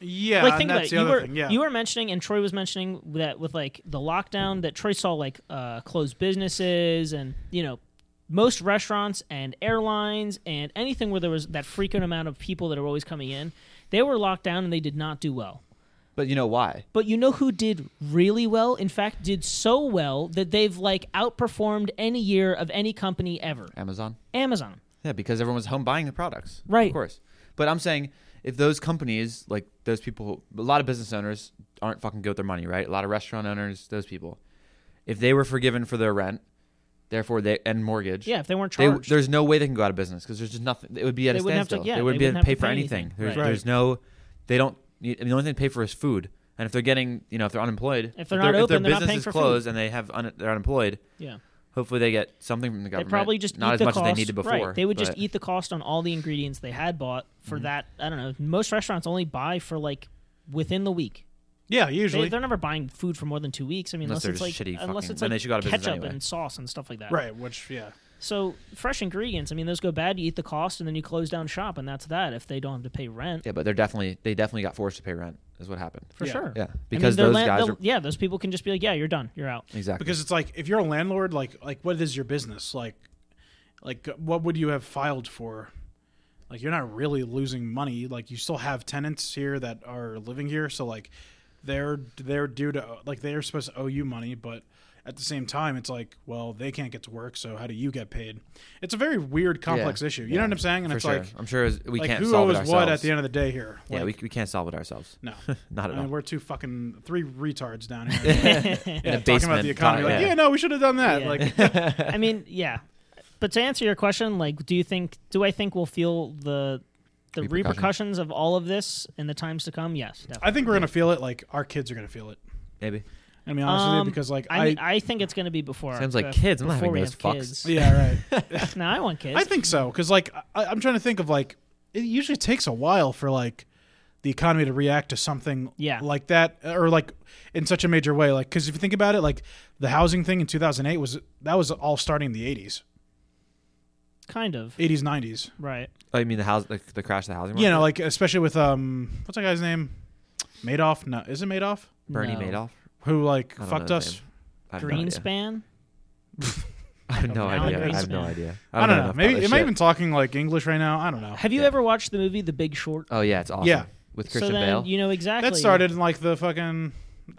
[SPEAKER 2] Yeah,
[SPEAKER 1] like,
[SPEAKER 2] and
[SPEAKER 1] think about
[SPEAKER 2] that's
[SPEAKER 1] it.
[SPEAKER 2] the
[SPEAKER 1] You
[SPEAKER 2] other
[SPEAKER 1] were
[SPEAKER 2] thing. Yeah,
[SPEAKER 1] you were mentioning, and Troy was mentioning that with like the lockdown, that Troy saw like uh, closed businesses and you know most restaurants and airlines and anything where there was that frequent amount of people that are always coming in, they were locked down and they did not do well.
[SPEAKER 4] but you know why?
[SPEAKER 1] But you know who did really well? In fact, did so well that they've like outperformed any year of any company ever.
[SPEAKER 4] Amazon.
[SPEAKER 1] Amazon.
[SPEAKER 4] Yeah, because everyone was home buying the products.
[SPEAKER 1] Right.
[SPEAKER 4] Of course. But I'm saying if those companies, like those people, a lot of business owners aren't fucking good with their money, right? A lot of restaurant owners, those people, if they were forgiven for their rent, therefore they and mortgage.
[SPEAKER 1] Yeah, if they weren't
[SPEAKER 4] They,
[SPEAKER 1] charged.
[SPEAKER 4] there's no way they can go out of business because there's just nothing. It would be at
[SPEAKER 1] They
[SPEAKER 4] a
[SPEAKER 1] wouldn't have to-
[SPEAKER 4] standstill.
[SPEAKER 1] yeah,
[SPEAKER 4] they
[SPEAKER 1] they
[SPEAKER 4] wouldn't be able
[SPEAKER 1] wouldn't
[SPEAKER 4] to pay
[SPEAKER 1] have to
[SPEAKER 4] for
[SPEAKER 1] pay
[SPEAKER 4] anything.
[SPEAKER 1] anything.
[SPEAKER 4] There's,
[SPEAKER 1] Right.
[SPEAKER 4] there's no. They don't. I mean, the only thing they pay for is food. And if they're getting, you know, if they're unemployed,
[SPEAKER 1] If they're not
[SPEAKER 4] if their
[SPEAKER 1] open, they're not
[SPEAKER 4] business
[SPEAKER 1] paying
[SPEAKER 4] is
[SPEAKER 1] for food.
[SPEAKER 4] closed and they have un, they're unemployed,
[SPEAKER 1] yeah.
[SPEAKER 4] hopefully they get something from
[SPEAKER 1] They
[SPEAKER 4] the government.
[SPEAKER 1] probably just
[SPEAKER 4] not
[SPEAKER 1] eat
[SPEAKER 4] as
[SPEAKER 1] the
[SPEAKER 4] much
[SPEAKER 1] cost.
[SPEAKER 4] as they needed before.
[SPEAKER 1] Right. They would just
[SPEAKER 4] but- Mhm.
[SPEAKER 1] eat the cost on all the ingredients they had bought for that. I don't know. Most restaurants only buy for like within the week.
[SPEAKER 2] yeah.
[SPEAKER 1] They,
[SPEAKER 2] Usually,
[SPEAKER 1] they're never buying food for more than two weeks. I mean,
[SPEAKER 4] Unless
[SPEAKER 1] unless,
[SPEAKER 4] they're
[SPEAKER 1] it's like
[SPEAKER 4] just shitty
[SPEAKER 1] unless
[SPEAKER 4] fucking-
[SPEAKER 1] it's
[SPEAKER 4] then
[SPEAKER 1] like
[SPEAKER 4] they should go out of business
[SPEAKER 1] ketchup
[SPEAKER 4] anyway.
[SPEAKER 1] and sauce and stuff like that.
[SPEAKER 2] right. Which yeah,
[SPEAKER 1] So fresh ingredients. I mean, those go bad. You eat the cost, and then you close down shop, and that's that. If they don't have to pay rent,
[SPEAKER 4] Yeah, but they're definitely they definitely got forced to pay rent. Is what happened.
[SPEAKER 1] for
[SPEAKER 2] Yeah.
[SPEAKER 1] sure.
[SPEAKER 4] Yeah,
[SPEAKER 1] I mean,
[SPEAKER 4] because
[SPEAKER 1] their
[SPEAKER 4] those
[SPEAKER 1] land-
[SPEAKER 4] guys
[SPEAKER 1] the-
[SPEAKER 4] are
[SPEAKER 1] yeah, those people can just be like, yeah, you're done, you're out.
[SPEAKER 4] exactly
[SPEAKER 2] because it's like if you're a landlord like like what is your business like like what would you have filed for like you're not really losing money like you still have tenants here that are living here so like they're they're due to like they're supposed to owe you money but at the same time it's like well they can't get to work so how do you get paid it's a very weird complex
[SPEAKER 4] Yeah,
[SPEAKER 2] issue you
[SPEAKER 4] yeah,
[SPEAKER 2] know what i'm saying and
[SPEAKER 4] for
[SPEAKER 2] it's
[SPEAKER 4] sure.
[SPEAKER 2] like
[SPEAKER 4] I'm sure as- we
[SPEAKER 2] like
[SPEAKER 4] can't
[SPEAKER 2] who
[SPEAKER 4] solve it
[SPEAKER 2] owes
[SPEAKER 4] ourselves.
[SPEAKER 2] what at the end of the day here
[SPEAKER 4] yeah,
[SPEAKER 2] Like,
[SPEAKER 4] we, we can't solve it ourselves.
[SPEAKER 2] no
[SPEAKER 4] Not at
[SPEAKER 2] I mean,
[SPEAKER 4] all.
[SPEAKER 2] we're two fucking three retards down here. yeah, talking about
[SPEAKER 4] basement,
[SPEAKER 2] the economy.
[SPEAKER 4] talk-
[SPEAKER 2] like,
[SPEAKER 4] yeah.
[SPEAKER 2] yeah. no, we should have done that.
[SPEAKER 1] Yeah.
[SPEAKER 2] Like,
[SPEAKER 1] I mean, yeah. But to answer your question, like, do you think? Do I think we'll feel the the
[SPEAKER 4] Repercussions.
[SPEAKER 1] repercussions of all of this in the times to come? Yes, definitely.
[SPEAKER 2] I think we're gonna feel it. Like our kids are gonna feel it.
[SPEAKER 4] Maybe.
[SPEAKER 2] I mean, honestly,
[SPEAKER 1] Um,
[SPEAKER 2] because like
[SPEAKER 1] I
[SPEAKER 2] I,
[SPEAKER 1] mean, I think it's going to be before.
[SPEAKER 4] Sounds like
[SPEAKER 1] uh,
[SPEAKER 4] kids. I'm not
[SPEAKER 1] before
[SPEAKER 4] having
[SPEAKER 1] we
[SPEAKER 4] those
[SPEAKER 1] have
[SPEAKER 4] fucks.
[SPEAKER 1] kids.
[SPEAKER 2] yeah, right.
[SPEAKER 1] no, I want kids.
[SPEAKER 2] I think so because like I, I'm trying to think of like it usually takes a while for like the economy to react to something
[SPEAKER 1] Yeah.
[SPEAKER 2] like that or like in such a major way. Like, because if you think about it, like the housing thing in 2008 was that was all starting in the 80s,
[SPEAKER 1] kind of
[SPEAKER 2] 80s, 90s.
[SPEAKER 1] right.
[SPEAKER 4] Oh, you mean the house, the, the crash of the housing market?
[SPEAKER 2] You know, like especially with um, what's that guy's name? Madoff? No, is it Madoff?
[SPEAKER 4] Bernie
[SPEAKER 1] No.
[SPEAKER 4] Madoff.
[SPEAKER 2] Who like
[SPEAKER 4] I don't
[SPEAKER 2] fucked
[SPEAKER 4] know his
[SPEAKER 2] us?
[SPEAKER 4] name. I have no idea.
[SPEAKER 1] Greenspan.
[SPEAKER 4] I have no
[SPEAKER 1] Alan
[SPEAKER 4] idea. I have no
[SPEAKER 1] Greenspan.
[SPEAKER 4] idea.
[SPEAKER 2] I don't, know.
[SPEAKER 4] enough about
[SPEAKER 2] Maybe
[SPEAKER 4] this
[SPEAKER 2] am I
[SPEAKER 4] shit.
[SPEAKER 2] even talking like English right now? I don't know.
[SPEAKER 1] Have you
[SPEAKER 4] Yeah.
[SPEAKER 1] ever watched the movie The Big Short?
[SPEAKER 4] Oh yeah, it's awesome.
[SPEAKER 2] Yeah.
[SPEAKER 4] With Christian
[SPEAKER 1] so then
[SPEAKER 4] Bale.
[SPEAKER 1] you know exactly.
[SPEAKER 2] That started in like the fucking.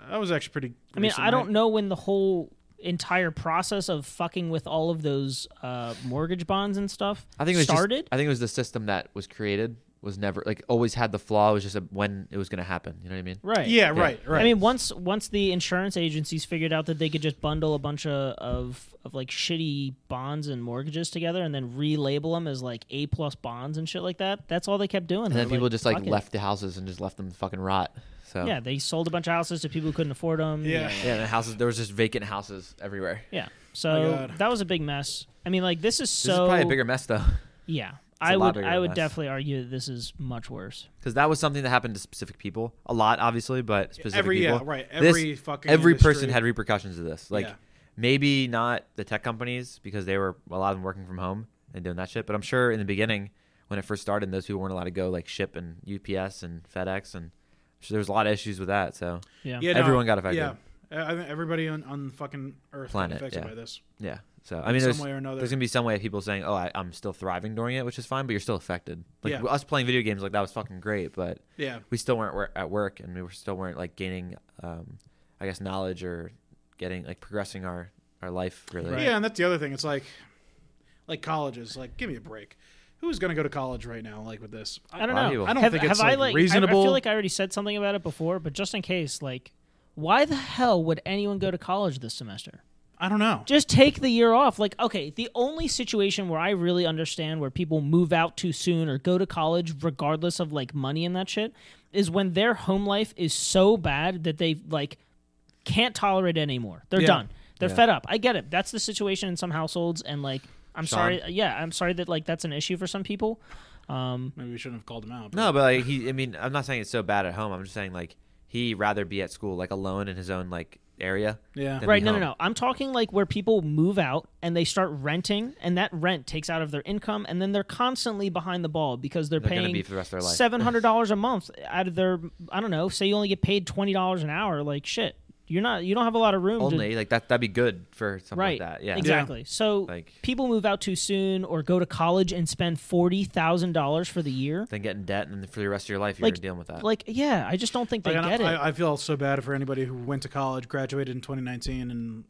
[SPEAKER 2] That was actually pretty.
[SPEAKER 1] I mean,
[SPEAKER 2] recent,
[SPEAKER 1] I don't
[SPEAKER 2] right?
[SPEAKER 1] know when the whole entire process of fucking with all of those uh, mortgage bonds and stuff
[SPEAKER 4] I think it was just-
[SPEAKER 1] started.
[SPEAKER 4] I think it was the system that was created was never like always had the flaw. It was just a, when it was going to happen. You know what I mean?
[SPEAKER 1] right.
[SPEAKER 2] Yeah, right, right.
[SPEAKER 1] I mean, once once the insurance agencies figured out that they could just bundle a bunch of, of, of like shitty bonds and mortgages together and then relabel them as like A plus bonds and shit like that. That's all they kept doing.
[SPEAKER 4] And
[SPEAKER 1] They're
[SPEAKER 4] then people just like
[SPEAKER 1] "Fuck it."
[SPEAKER 4] left the houses and just left them fucking rot. So
[SPEAKER 1] Yeah, they sold a bunch of houses to people who couldn't afford them.
[SPEAKER 2] Yeah.
[SPEAKER 4] yeah. The houses there was just vacant houses everywhere.
[SPEAKER 1] yeah.
[SPEAKER 2] My
[SPEAKER 1] So
[SPEAKER 2] God.
[SPEAKER 1] that was a big mess. I mean, like this is so
[SPEAKER 4] this is probably a bigger mess though,
[SPEAKER 1] yeah. I
[SPEAKER 4] a lot
[SPEAKER 1] would
[SPEAKER 4] bigger
[SPEAKER 1] I would
[SPEAKER 4] mess.
[SPEAKER 1] definitely argue that this is much worse.
[SPEAKER 4] because that was something that happened to specific people. A lot, obviously, but specific
[SPEAKER 2] Every- yeah,
[SPEAKER 4] people.
[SPEAKER 2] right.
[SPEAKER 4] This-
[SPEAKER 2] Every fucking
[SPEAKER 4] every person
[SPEAKER 2] industry.
[SPEAKER 4] had repercussions of this. Like
[SPEAKER 2] Yeah.
[SPEAKER 4] maybe not the tech companies because they were a lot of them working from home and doing that shit. But I'm sure in the beginning when it first started, those people weren't allowed to go like ship and UPS and FedEx and so there was a lot of issues with that. So
[SPEAKER 1] Yeah.
[SPEAKER 2] Yeah, no,
[SPEAKER 4] everyone got affected.
[SPEAKER 2] Yeah, Uh, I I think everybody on on fucking Earth got
[SPEAKER 4] Planet,
[SPEAKER 2] affected
[SPEAKER 4] yeah.
[SPEAKER 2] by this.
[SPEAKER 4] yeah. So I mean,
[SPEAKER 2] some
[SPEAKER 4] there's,
[SPEAKER 2] way or another.
[SPEAKER 4] there's gonna be some way of people saying, "Oh, I, I'm still thriving during it," which is fine, but you're still affected. Like
[SPEAKER 2] Yeah.
[SPEAKER 4] us playing video games, like that was fucking great, but
[SPEAKER 2] Yeah,
[SPEAKER 4] we still weren't wor- at work and we were still weren't like gaining um i guess knowledge or getting like progressing our our life really
[SPEAKER 2] yeah, and that's the other thing. It's like, like colleges. Like, give me a break. Who's gonna go to college right now? Like with this,
[SPEAKER 1] I don't
[SPEAKER 4] Why
[SPEAKER 1] know.
[SPEAKER 4] you-
[SPEAKER 2] I don't
[SPEAKER 1] have,
[SPEAKER 2] think
[SPEAKER 1] have
[SPEAKER 2] it's
[SPEAKER 1] I
[SPEAKER 2] like,
[SPEAKER 1] like I- I,
[SPEAKER 2] reasonable.
[SPEAKER 1] feel like I already said something about it before, but just in case, like, why the hell would anyone go to college this semester?
[SPEAKER 2] I don't know.
[SPEAKER 1] Just take the year off. Like, okay, the only situation where I really understand where people move out too soon or go to college regardless of like money and that shit is when their home life is so bad that they like can't tolerate it anymore. They're
[SPEAKER 2] Yeah.
[SPEAKER 1] done. They're fed up. I get it. That's the situation in some households and like I'm
[SPEAKER 4] Sean?
[SPEAKER 1] sorry. Yeah, I'm sorry that like that's an issue for some people. Um
[SPEAKER 2] Maybe we shouldn't have called him out.
[SPEAKER 4] no but like he i mean i'm not saying it's so bad at home i'm just saying like he rather be at school like alone in his own like area
[SPEAKER 2] Yeah.
[SPEAKER 4] than
[SPEAKER 1] Right,
[SPEAKER 4] be
[SPEAKER 1] no, no,
[SPEAKER 4] home.
[SPEAKER 1] no. I'm talking like where people move out and they start renting, and that rent takes out of their income, and then they're constantly behind the ball because they're,
[SPEAKER 4] They're gonna
[SPEAKER 1] paying
[SPEAKER 4] be for the rest of their life.
[SPEAKER 1] seven hundred dollars a month out of their. I don't know. Say you only get paid twenty dollars an hour. Like shit, you're not. You don't have a lot of room. to,
[SPEAKER 4] only like that that'd be good for something
[SPEAKER 1] right.
[SPEAKER 4] like that yeah
[SPEAKER 1] Exactly. So
[SPEAKER 4] Like-
[SPEAKER 1] people move out too soon or go to college and spend forty thousand dollars for the year.
[SPEAKER 4] then get in debt and for the rest of your life you're
[SPEAKER 1] Like
[SPEAKER 4] dealing with that
[SPEAKER 1] Like yeah, I just don't think they
[SPEAKER 2] Like, and
[SPEAKER 1] get
[SPEAKER 2] I,
[SPEAKER 1] it.
[SPEAKER 2] I, I feel so bad for anybody who went to college, graduated in 2019, and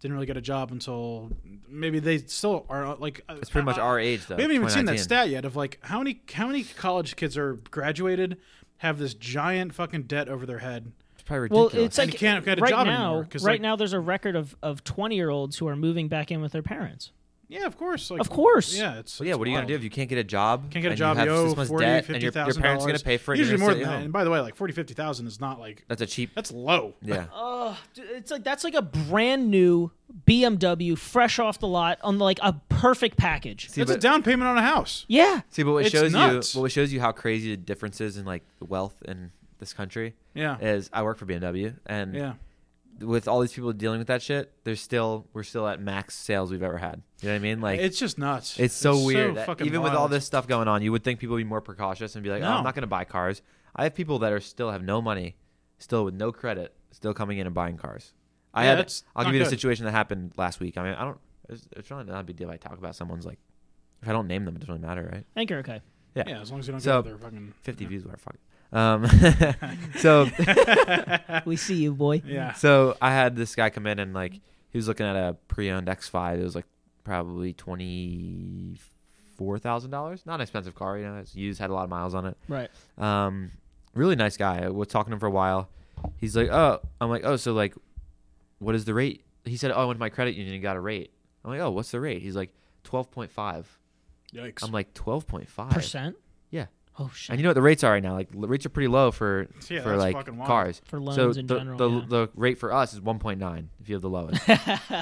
[SPEAKER 2] didn't really get a job until maybe they still are uh, like.
[SPEAKER 4] it's pretty much our age though
[SPEAKER 2] We haven't even seen that
[SPEAKER 4] 2019.
[SPEAKER 2] stat yet of like how many how many college kids are graduated have this giant fucking debt over their head.
[SPEAKER 4] it's probably
[SPEAKER 1] Well,
[SPEAKER 4] ridiculous
[SPEAKER 1] it's
[SPEAKER 2] And
[SPEAKER 1] like
[SPEAKER 2] you can't get a
[SPEAKER 1] right
[SPEAKER 2] job
[SPEAKER 1] now.
[SPEAKER 2] anymore, 'cause,
[SPEAKER 1] right
[SPEAKER 2] like-
[SPEAKER 1] now, there's a record of of twenty year olds who are moving back in with their parents.
[SPEAKER 2] Yeah, of course. Like,
[SPEAKER 1] Of course.
[SPEAKER 2] Yeah, it's
[SPEAKER 4] Well, yeah,
[SPEAKER 2] it's
[SPEAKER 4] what are you gonna
[SPEAKER 2] wild.
[SPEAKER 4] do if you can't get a job?
[SPEAKER 2] Can't get a
[SPEAKER 4] and
[SPEAKER 2] job.
[SPEAKER 4] You have
[SPEAKER 2] You
[SPEAKER 4] six
[SPEAKER 2] owe
[SPEAKER 4] months
[SPEAKER 2] 40,
[SPEAKER 4] debt, and
[SPEAKER 2] 50,
[SPEAKER 4] your, your parents are gonna pay for it. and
[SPEAKER 2] Usually
[SPEAKER 4] you're
[SPEAKER 2] more
[SPEAKER 4] gonna
[SPEAKER 2] than
[SPEAKER 4] sit at
[SPEAKER 2] that. And
[SPEAKER 4] home.
[SPEAKER 2] by the way, like forty fifty thousand is not like
[SPEAKER 4] That's a cheap.
[SPEAKER 2] that's low.
[SPEAKER 4] Yeah.
[SPEAKER 1] Oh, it's like that's like a brand new BMW, fresh off the lot, on like a perfect package.
[SPEAKER 4] See,
[SPEAKER 2] That's a
[SPEAKER 4] but,
[SPEAKER 2] down payment on a house.
[SPEAKER 1] Yeah,
[SPEAKER 4] see, but what
[SPEAKER 2] it's
[SPEAKER 4] shows
[SPEAKER 2] nuts.
[SPEAKER 4] you, what shows you how crazy the differences in like the wealth in this country
[SPEAKER 2] Yeah,
[SPEAKER 4] is. I work for BMW, and
[SPEAKER 2] yeah.
[SPEAKER 4] with all these people dealing with that shit, there's still we're still at max sales we've ever had. You know what I mean? Like
[SPEAKER 2] it's just nuts.
[SPEAKER 4] It's so weird. that
[SPEAKER 2] fucking
[SPEAKER 4] Even with all
[SPEAKER 2] wild.
[SPEAKER 4] this stuff going on, you would think people would be more precautious and be like, oh,
[SPEAKER 2] No.
[SPEAKER 4] I'm not going to buy cars. I have people that are still have no money, still with no credit, still coming in and buying cars. I
[SPEAKER 2] Yeah,
[SPEAKER 4] had.
[SPEAKER 2] that's
[SPEAKER 4] I'll
[SPEAKER 2] not
[SPEAKER 4] give you the
[SPEAKER 2] good.
[SPEAKER 4] situation that happened last week. I mean, I don't. It's, it's really not a big deal. if I talk about someone's like, if I don't name them, it doesn't really matter, right?
[SPEAKER 1] I think you're okay.
[SPEAKER 4] Yeah.
[SPEAKER 2] Yeah, as long as you don't
[SPEAKER 4] So-
[SPEAKER 2] get other fucking.
[SPEAKER 4] 50 views, whatever. Fuck. it. Um, so
[SPEAKER 1] We see you, boy.
[SPEAKER 2] Yeah.
[SPEAKER 4] so I had this guy come in and like he was looking at a pre-owned X5. It was like probably twenty four thousand dollars. Not an expensive car, you know. It's used, had a lot of miles on it.
[SPEAKER 1] Right.
[SPEAKER 4] Um, really nice guy. I was talking to him for a while. He's like, oh, I'm like, oh, so like, what is the rate? He said, oh, I went to my credit union and got a rate. I'm like, oh, what's the rate? He's like, twelve point five.
[SPEAKER 2] Yikes.
[SPEAKER 4] I'm like, twelve point five.
[SPEAKER 1] Percent.
[SPEAKER 4] Yeah.
[SPEAKER 1] Oh shit.
[SPEAKER 4] And you know what the rates are right now? Like l- rates are pretty low for
[SPEAKER 2] Yeah,
[SPEAKER 4] for
[SPEAKER 2] that's
[SPEAKER 4] like
[SPEAKER 2] fucking wild.
[SPEAKER 4] cars.
[SPEAKER 1] For loans
[SPEAKER 4] so
[SPEAKER 1] in
[SPEAKER 4] the,
[SPEAKER 1] general,
[SPEAKER 4] the,
[SPEAKER 1] yeah.
[SPEAKER 4] the rate for us is 1.9 if you have the lowest.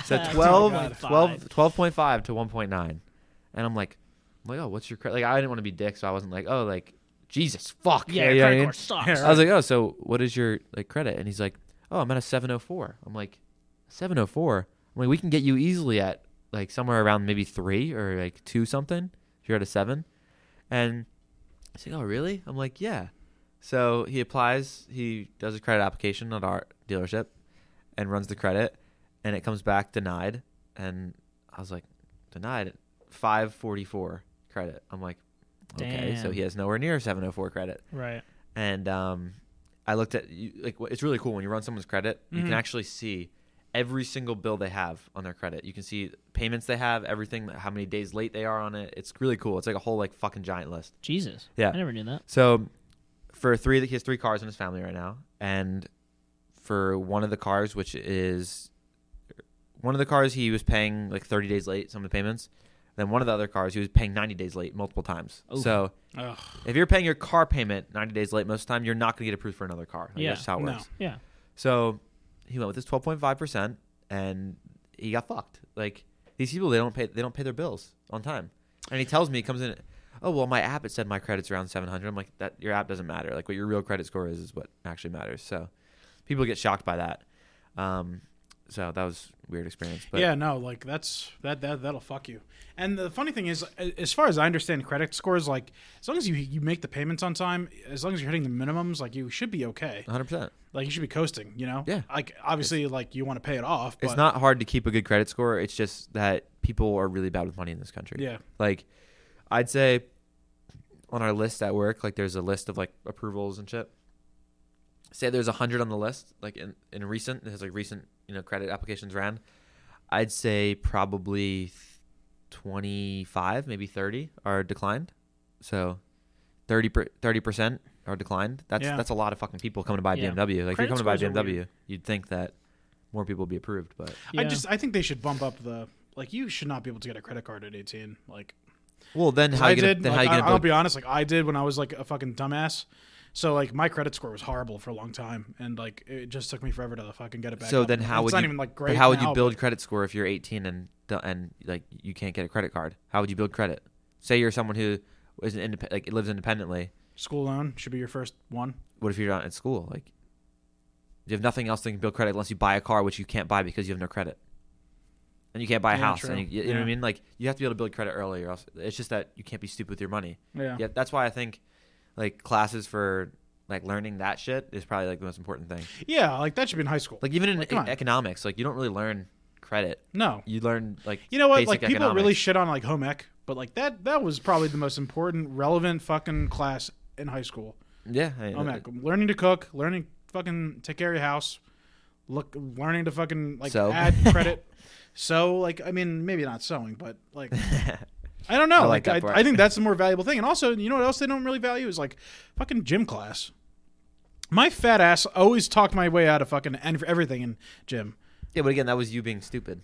[SPEAKER 4] so 12,
[SPEAKER 2] God.
[SPEAKER 4] 12 12.5 to 1.9. And I'm like, I'm like, oh, what's your credit? Like I didn't want to be dick, so I wasn't like, oh, like Jesus, fuck.
[SPEAKER 1] yeah,
[SPEAKER 4] You
[SPEAKER 1] your
[SPEAKER 4] know what I
[SPEAKER 1] credit
[SPEAKER 4] mean?
[SPEAKER 1] card sucks.
[SPEAKER 2] Yeah,
[SPEAKER 4] I was like, oh, so what is your like credit? And he's like, oh, I'm at a 704. I'm like, 704. I'm like, we can get you easily at like somewhere around maybe three or like two something. If you're at a seven, and he's like, oh, really? I'm like, yeah. So he applies. He does a credit application at our dealership, and runs the credit, and it comes back denied. And I was like, denied. at 544 credit. I'm like, okay, so
[SPEAKER 1] Damn.
[SPEAKER 4] he has nowhere near 704 credit
[SPEAKER 1] Right.
[SPEAKER 4] and um, I looked at you, like wh- it's really cool when you run someone's credit, you can actually see every single bill they have on their credit. You can see payments they have, everything, how many days late they are on it. It's really cool. It's like a whole like fucking giant list.
[SPEAKER 1] Jesus.
[SPEAKER 4] Yeah.
[SPEAKER 1] I never knew that.
[SPEAKER 4] So for three, he has three cars in his family right now, and for one of the cars, which is one of the cars, he was paying like 30 days late some of the payments. Then one of the other cars, he was paying 90 days late multiple times.
[SPEAKER 1] Oof.
[SPEAKER 4] So
[SPEAKER 2] Ugh.
[SPEAKER 4] if you're paying your car payment 90 days late most of the time, you're not going to get approved for another car. Like,
[SPEAKER 1] Yeah,
[SPEAKER 4] That's just how it
[SPEAKER 2] no.
[SPEAKER 4] works.
[SPEAKER 1] Yeah.
[SPEAKER 4] So he went with his 12.5% and he got fucked. Like these people, they don't pay, they don't pay their bills on time. And he tells me, he comes in, oh, well, my app, it said my credit's around 700. I'm like, that your app doesn't matter. Like what your real credit score is, is what actually matters. So people get shocked by that. Um, so that was a weird experience. But
[SPEAKER 2] yeah, no, like that's that that that'll fuck you. And the funny thing is, a- as far as I understand, credit scores like as long as you you make the payments on time, as long as you're hitting the minimums, like you should be okay.
[SPEAKER 4] 100%.
[SPEAKER 2] Like you should be coasting, you know.
[SPEAKER 4] Yeah.
[SPEAKER 2] Like obviously, like you want to pay it off. But
[SPEAKER 4] It's not hard to keep a good credit score. It's just that people are really bad with money in this country.
[SPEAKER 2] Yeah.
[SPEAKER 4] Like, I'd say on our list at work, like there's a list of like approvals and shit. Say there's a hundred on the list, like in in recent, there's like recent you know credit applications ran. I'd say probably twenty five, maybe thirty are declined. So. 30 percent are declined. That's
[SPEAKER 2] Yeah.
[SPEAKER 4] that's a lot of fucking people coming to buy a
[SPEAKER 1] Yeah.
[SPEAKER 4] BMW. Like if you're
[SPEAKER 2] Credit
[SPEAKER 4] coming to buy a
[SPEAKER 2] scores are
[SPEAKER 4] BMW, you'd think that more people would be approved, but
[SPEAKER 2] I
[SPEAKER 1] Yeah.
[SPEAKER 2] just I think they should bump up the like you should not be able to get a credit card at 18. Like
[SPEAKER 4] Well, then how
[SPEAKER 2] I
[SPEAKER 4] you gonna,
[SPEAKER 2] did.
[SPEAKER 4] then
[SPEAKER 2] like,
[SPEAKER 4] how you
[SPEAKER 2] I,
[SPEAKER 4] gonna
[SPEAKER 2] will
[SPEAKER 4] build-
[SPEAKER 2] be honest. Like I did when I was like a fucking dumbass. So like my credit score was horrible for a long time, and like it just took me forever to fucking get it back.
[SPEAKER 4] so
[SPEAKER 2] up.
[SPEAKER 4] then how
[SPEAKER 2] it's
[SPEAKER 4] would
[SPEAKER 2] not
[SPEAKER 4] you
[SPEAKER 2] even like
[SPEAKER 4] but
[SPEAKER 2] great?
[SPEAKER 4] how would
[SPEAKER 2] now,
[SPEAKER 4] you build
[SPEAKER 2] but-
[SPEAKER 4] credit score if you're 18 and do- and like you can't get a credit card? How would you build credit? Say you're someone who is an indep- like lives independently.
[SPEAKER 2] school loan? Should be your first one.
[SPEAKER 4] What if you're not at school? Like you have nothing else that can build credit unless you buy a car, which you can't buy because you have no credit. And you can't buy a
[SPEAKER 2] Yeah,
[SPEAKER 4] house,
[SPEAKER 2] true.
[SPEAKER 4] and you, you know what I
[SPEAKER 2] Yeah.
[SPEAKER 4] mean. Like you have to be able to build credit early, or else it's just that you can't be stupid with your money.
[SPEAKER 2] Yeah.
[SPEAKER 4] Yeah, that's why I think like classes for like learning that shit is probably like the most important thing.
[SPEAKER 2] Yeah, like that should be in high school.
[SPEAKER 4] Like even in
[SPEAKER 2] Like, come on.
[SPEAKER 4] economics, like you don't really learn credit.
[SPEAKER 2] no.
[SPEAKER 4] You learn like
[SPEAKER 2] You know what?
[SPEAKER 4] basic
[SPEAKER 2] Like people
[SPEAKER 4] economics.
[SPEAKER 2] really shit on like home ec, but like that that was probably the most important relevant fucking class in high school.
[SPEAKER 4] yeah.
[SPEAKER 1] Oh,
[SPEAKER 4] I mean,
[SPEAKER 2] Home
[SPEAKER 4] uh,
[SPEAKER 2] ec, learning to cook, learning fucking take care of your house, look learning to fucking like
[SPEAKER 4] Sew.
[SPEAKER 2] add credit. So like I mean maybe not sewing, but like I don't know.
[SPEAKER 4] I like
[SPEAKER 2] like
[SPEAKER 4] that part.
[SPEAKER 2] I, I think that's the more valuable thing. And also, you know what else they don't really value is like fucking gym class. My fat ass always talked my way out of fucking en- everything in gym.
[SPEAKER 4] yeah, but again, that was you being stupid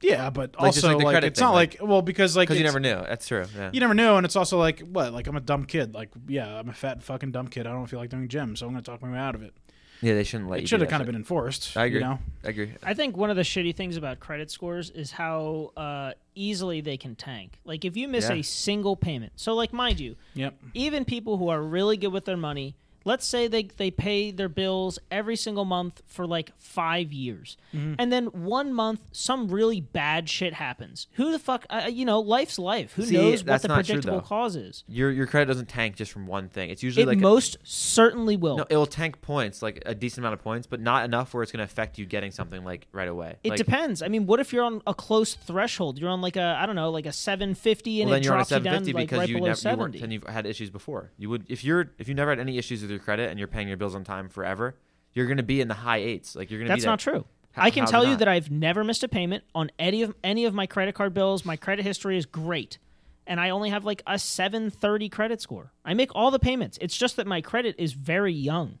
[SPEAKER 2] Yeah, but
[SPEAKER 4] Like, just
[SPEAKER 2] also
[SPEAKER 4] like the
[SPEAKER 2] like,
[SPEAKER 4] credit
[SPEAKER 2] it's
[SPEAKER 4] thing,
[SPEAKER 2] not
[SPEAKER 4] like-
[SPEAKER 2] like, well because like
[SPEAKER 4] because you
[SPEAKER 2] it's-
[SPEAKER 4] never knew. That's true. Yeah.
[SPEAKER 2] you never know, and it's also like what like I'm a dumb kid. Like yeah, I'm a fat fucking dumb kid. I don't feel like doing gym, so I'm gonna talk my way out of it.
[SPEAKER 4] yeah, they shouldn't let you.
[SPEAKER 2] It
[SPEAKER 4] do
[SPEAKER 2] should have
[SPEAKER 4] that
[SPEAKER 2] kind of
[SPEAKER 4] shit.
[SPEAKER 2] been enforced.
[SPEAKER 4] I agree.
[SPEAKER 2] You know?
[SPEAKER 4] I agree.
[SPEAKER 1] I think one of the shitty things about credit scores is how uh, easily they can tank. Like if you miss
[SPEAKER 4] Yeah.
[SPEAKER 1] a single payment. So like mind you,
[SPEAKER 2] Yep.
[SPEAKER 1] even people who are really good with their money, Let's say they, they pay their bills every single month for like five years.
[SPEAKER 4] Mm-hmm.
[SPEAKER 1] And then one month, some really bad shit happens. Who the fuck, uh, you know, life's life. Who
[SPEAKER 4] See,
[SPEAKER 1] knows what
[SPEAKER 4] that's
[SPEAKER 1] the
[SPEAKER 4] not true,
[SPEAKER 1] predictable
[SPEAKER 4] though.
[SPEAKER 1] cause is?
[SPEAKER 4] Your your credit doesn't tank just from one thing. It's usually
[SPEAKER 1] It
[SPEAKER 4] like
[SPEAKER 1] most certainly will.
[SPEAKER 4] no, it'll tank points, like a decent amount of points, but not enough where it's going to affect you getting something like right away.
[SPEAKER 1] It
[SPEAKER 4] like,
[SPEAKER 1] depends. I mean, what if you're on a close threshold? You're on like a I don't know, like a 750, and
[SPEAKER 4] Well, then
[SPEAKER 1] it
[SPEAKER 4] you're on a
[SPEAKER 1] drops you down
[SPEAKER 4] 750
[SPEAKER 1] like
[SPEAKER 4] because
[SPEAKER 1] right
[SPEAKER 4] you
[SPEAKER 1] below
[SPEAKER 4] never you
[SPEAKER 1] 70.
[SPEAKER 4] weren't, and you've had issues before. You would if you're if you never had any issues with your credit and you're paying your bills on time forever, you're going to be in the high eights. Like you're going to
[SPEAKER 1] That's
[SPEAKER 4] be there.
[SPEAKER 1] not true.
[SPEAKER 4] How-
[SPEAKER 1] I can
[SPEAKER 4] how's it
[SPEAKER 1] tell you
[SPEAKER 4] not?
[SPEAKER 1] that I've never missed a payment on any of any of my credit card bills. My credit history is great, and I only have like a 730 credit score. I make all the payments. It's just that my credit is very young.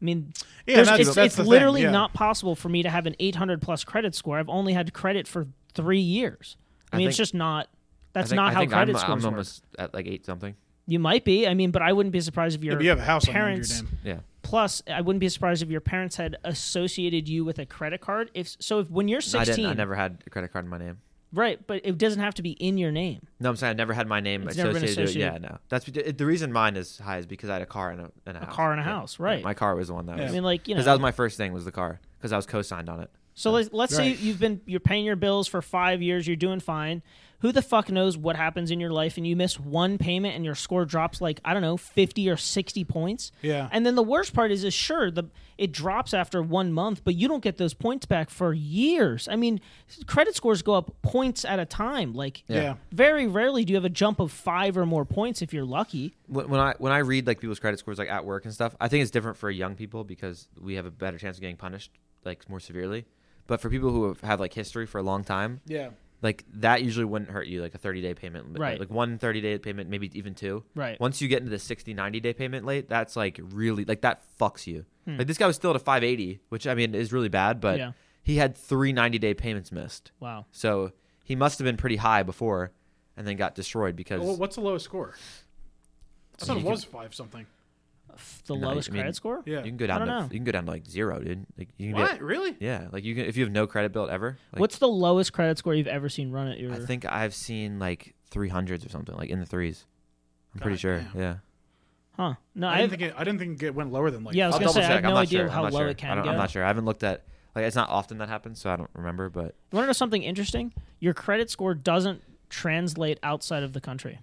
[SPEAKER 1] I mean,
[SPEAKER 2] Yeah,
[SPEAKER 1] there's-
[SPEAKER 2] that's-
[SPEAKER 1] it's,
[SPEAKER 2] that's
[SPEAKER 1] it's
[SPEAKER 2] the thing,
[SPEAKER 1] literally
[SPEAKER 2] yeah.
[SPEAKER 1] not possible for me to have an 800 plus credit score. I've only had credit for three years. I
[SPEAKER 4] I
[SPEAKER 1] mean,
[SPEAKER 4] think-
[SPEAKER 1] it's just not.
[SPEAKER 4] I
[SPEAKER 1] That's
[SPEAKER 4] think-
[SPEAKER 1] not
[SPEAKER 4] I
[SPEAKER 1] how
[SPEAKER 4] think
[SPEAKER 1] credit
[SPEAKER 4] I'm,
[SPEAKER 1] scores
[SPEAKER 4] I'm
[SPEAKER 1] work.
[SPEAKER 4] almost at like eight something.
[SPEAKER 1] You might be. I mean, but I wouldn't be surprised if your
[SPEAKER 2] But you have a house on your
[SPEAKER 1] parents.
[SPEAKER 2] name.
[SPEAKER 4] Yeah.
[SPEAKER 1] Plus, I wouldn't be surprised if your parents had associated you with a credit card. If so, if when you're
[SPEAKER 4] I
[SPEAKER 1] 16,
[SPEAKER 4] didn't. I never had a credit card in my name.
[SPEAKER 1] right? But it doesn't have to be in your name.
[SPEAKER 4] No, I'm saying I never had my name
[SPEAKER 1] It's never been
[SPEAKER 4] associated.
[SPEAKER 1] associated.
[SPEAKER 4] Yeah, no. That's it, the reason mine is high is because I had a car and a, and a, house.
[SPEAKER 1] car and a
[SPEAKER 4] Yeah.
[SPEAKER 1] house, right.
[SPEAKER 4] My car was the one that
[SPEAKER 2] Yeah.
[SPEAKER 4] was.
[SPEAKER 1] I mean, like you know.
[SPEAKER 4] because that was my first thing was the car because I was co-signed on it.
[SPEAKER 1] so let's, let's say
[SPEAKER 2] Right.
[SPEAKER 1] you've been you're paying your bills for five years. You're doing fine. Who the fuck knows what happens in your life and you miss one payment and your score drops like I don't know 50 or 60 points.
[SPEAKER 2] Yeah.
[SPEAKER 1] And then the worst part is, is sure the it drops after one month, but you don't get those points back for years. I mean, credit scores go up points at a time. Like
[SPEAKER 2] Yeah.
[SPEAKER 1] very rarely do you have a jump of five or more points if you're lucky.
[SPEAKER 4] When, when I when I read like people's credit scores like at work and stuff, I think it's different for young people because we have a better chance of getting punished like more severely. But for people who have, have like history for a long time,
[SPEAKER 2] Yeah.
[SPEAKER 4] like that usually wouldn't hurt you like a 30 day payment limit,
[SPEAKER 1] Right.
[SPEAKER 4] like one 30 day payment maybe even two
[SPEAKER 1] Right.
[SPEAKER 4] once you get into the 60 90 day payment late that's like really like that fucks you like this guy was still at a 580 which i mean is really bad but
[SPEAKER 1] Hmm. Yeah.
[SPEAKER 4] he had three 90 day payments missed
[SPEAKER 1] Wow.
[SPEAKER 4] so he must have been pretty high before and then got destroyed because
[SPEAKER 2] Well, what's the lowest score? I thought it was five something.
[SPEAKER 1] The
[SPEAKER 4] No,
[SPEAKER 1] lowest
[SPEAKER 4] I mean-
[SPEAKER 1] credit score?
[SPEAKER 2] Yeah.
[SPEAKER 4] you can go
[SPEAKER 1] I
[SPEAKER 4] down
[SPEAKER 1] don't
[SPEAKER 4] to
[SPEAKER 1] know.
[SPEAKER 4] you can go down to like zero dude like you can
[SPEAKER 2] What?
[SPEAKER 4] get
[SPEAKER 2] Really?
[SPEAKER 4] yeah like you can if you have no credit built ever like,
[SPEAKER 1] What's the lowest credit score you've ever seen run at your?
[SPEAKER 4] i think i've seen like 300s or something like in the threes i'm pretty
[SPEAKER 2] God
[SPEAKER 4] sure
[SPEAKER 2] damn.
[SPEAKER 4] yeah
[SPEAKER 1] huh? No,
[SPEAKER 2] I
[SPEAKER 1] I.
[SPEAKER 2] didn't think it, I didn't think it went lower than like.
[SPEAKER 1] Yeah, I was
[SPEAKER 4] I'll
[SPEAKER 1] gonna
[SPEAKER 4] double
[SPEAKER 1] say, I
[SPEAKER 4] check.
[SPEAKER 1] have
[SPEAKER 4] I'm
[SPEAKER 1] no
[SPEAKER 4] not
[SPEAKER 1] idea
[SPEAKER 4] sure.
[SPEAKER 1] how
[SPEAKER 4] I'm not
[SPEAKER 1] low
[SPEAKER 4] sure.
[SPEAKER 1] it can
[SPEAKER 4] I don't,
[SPEAKER 1] go.
[SPEAKER 4] I'm not sure. I haven't looked at like it's not often that happens, so I don't remember. But
[SPEAKER 1] You want to know something interesting? Your credit score doesn't translate outside of the country.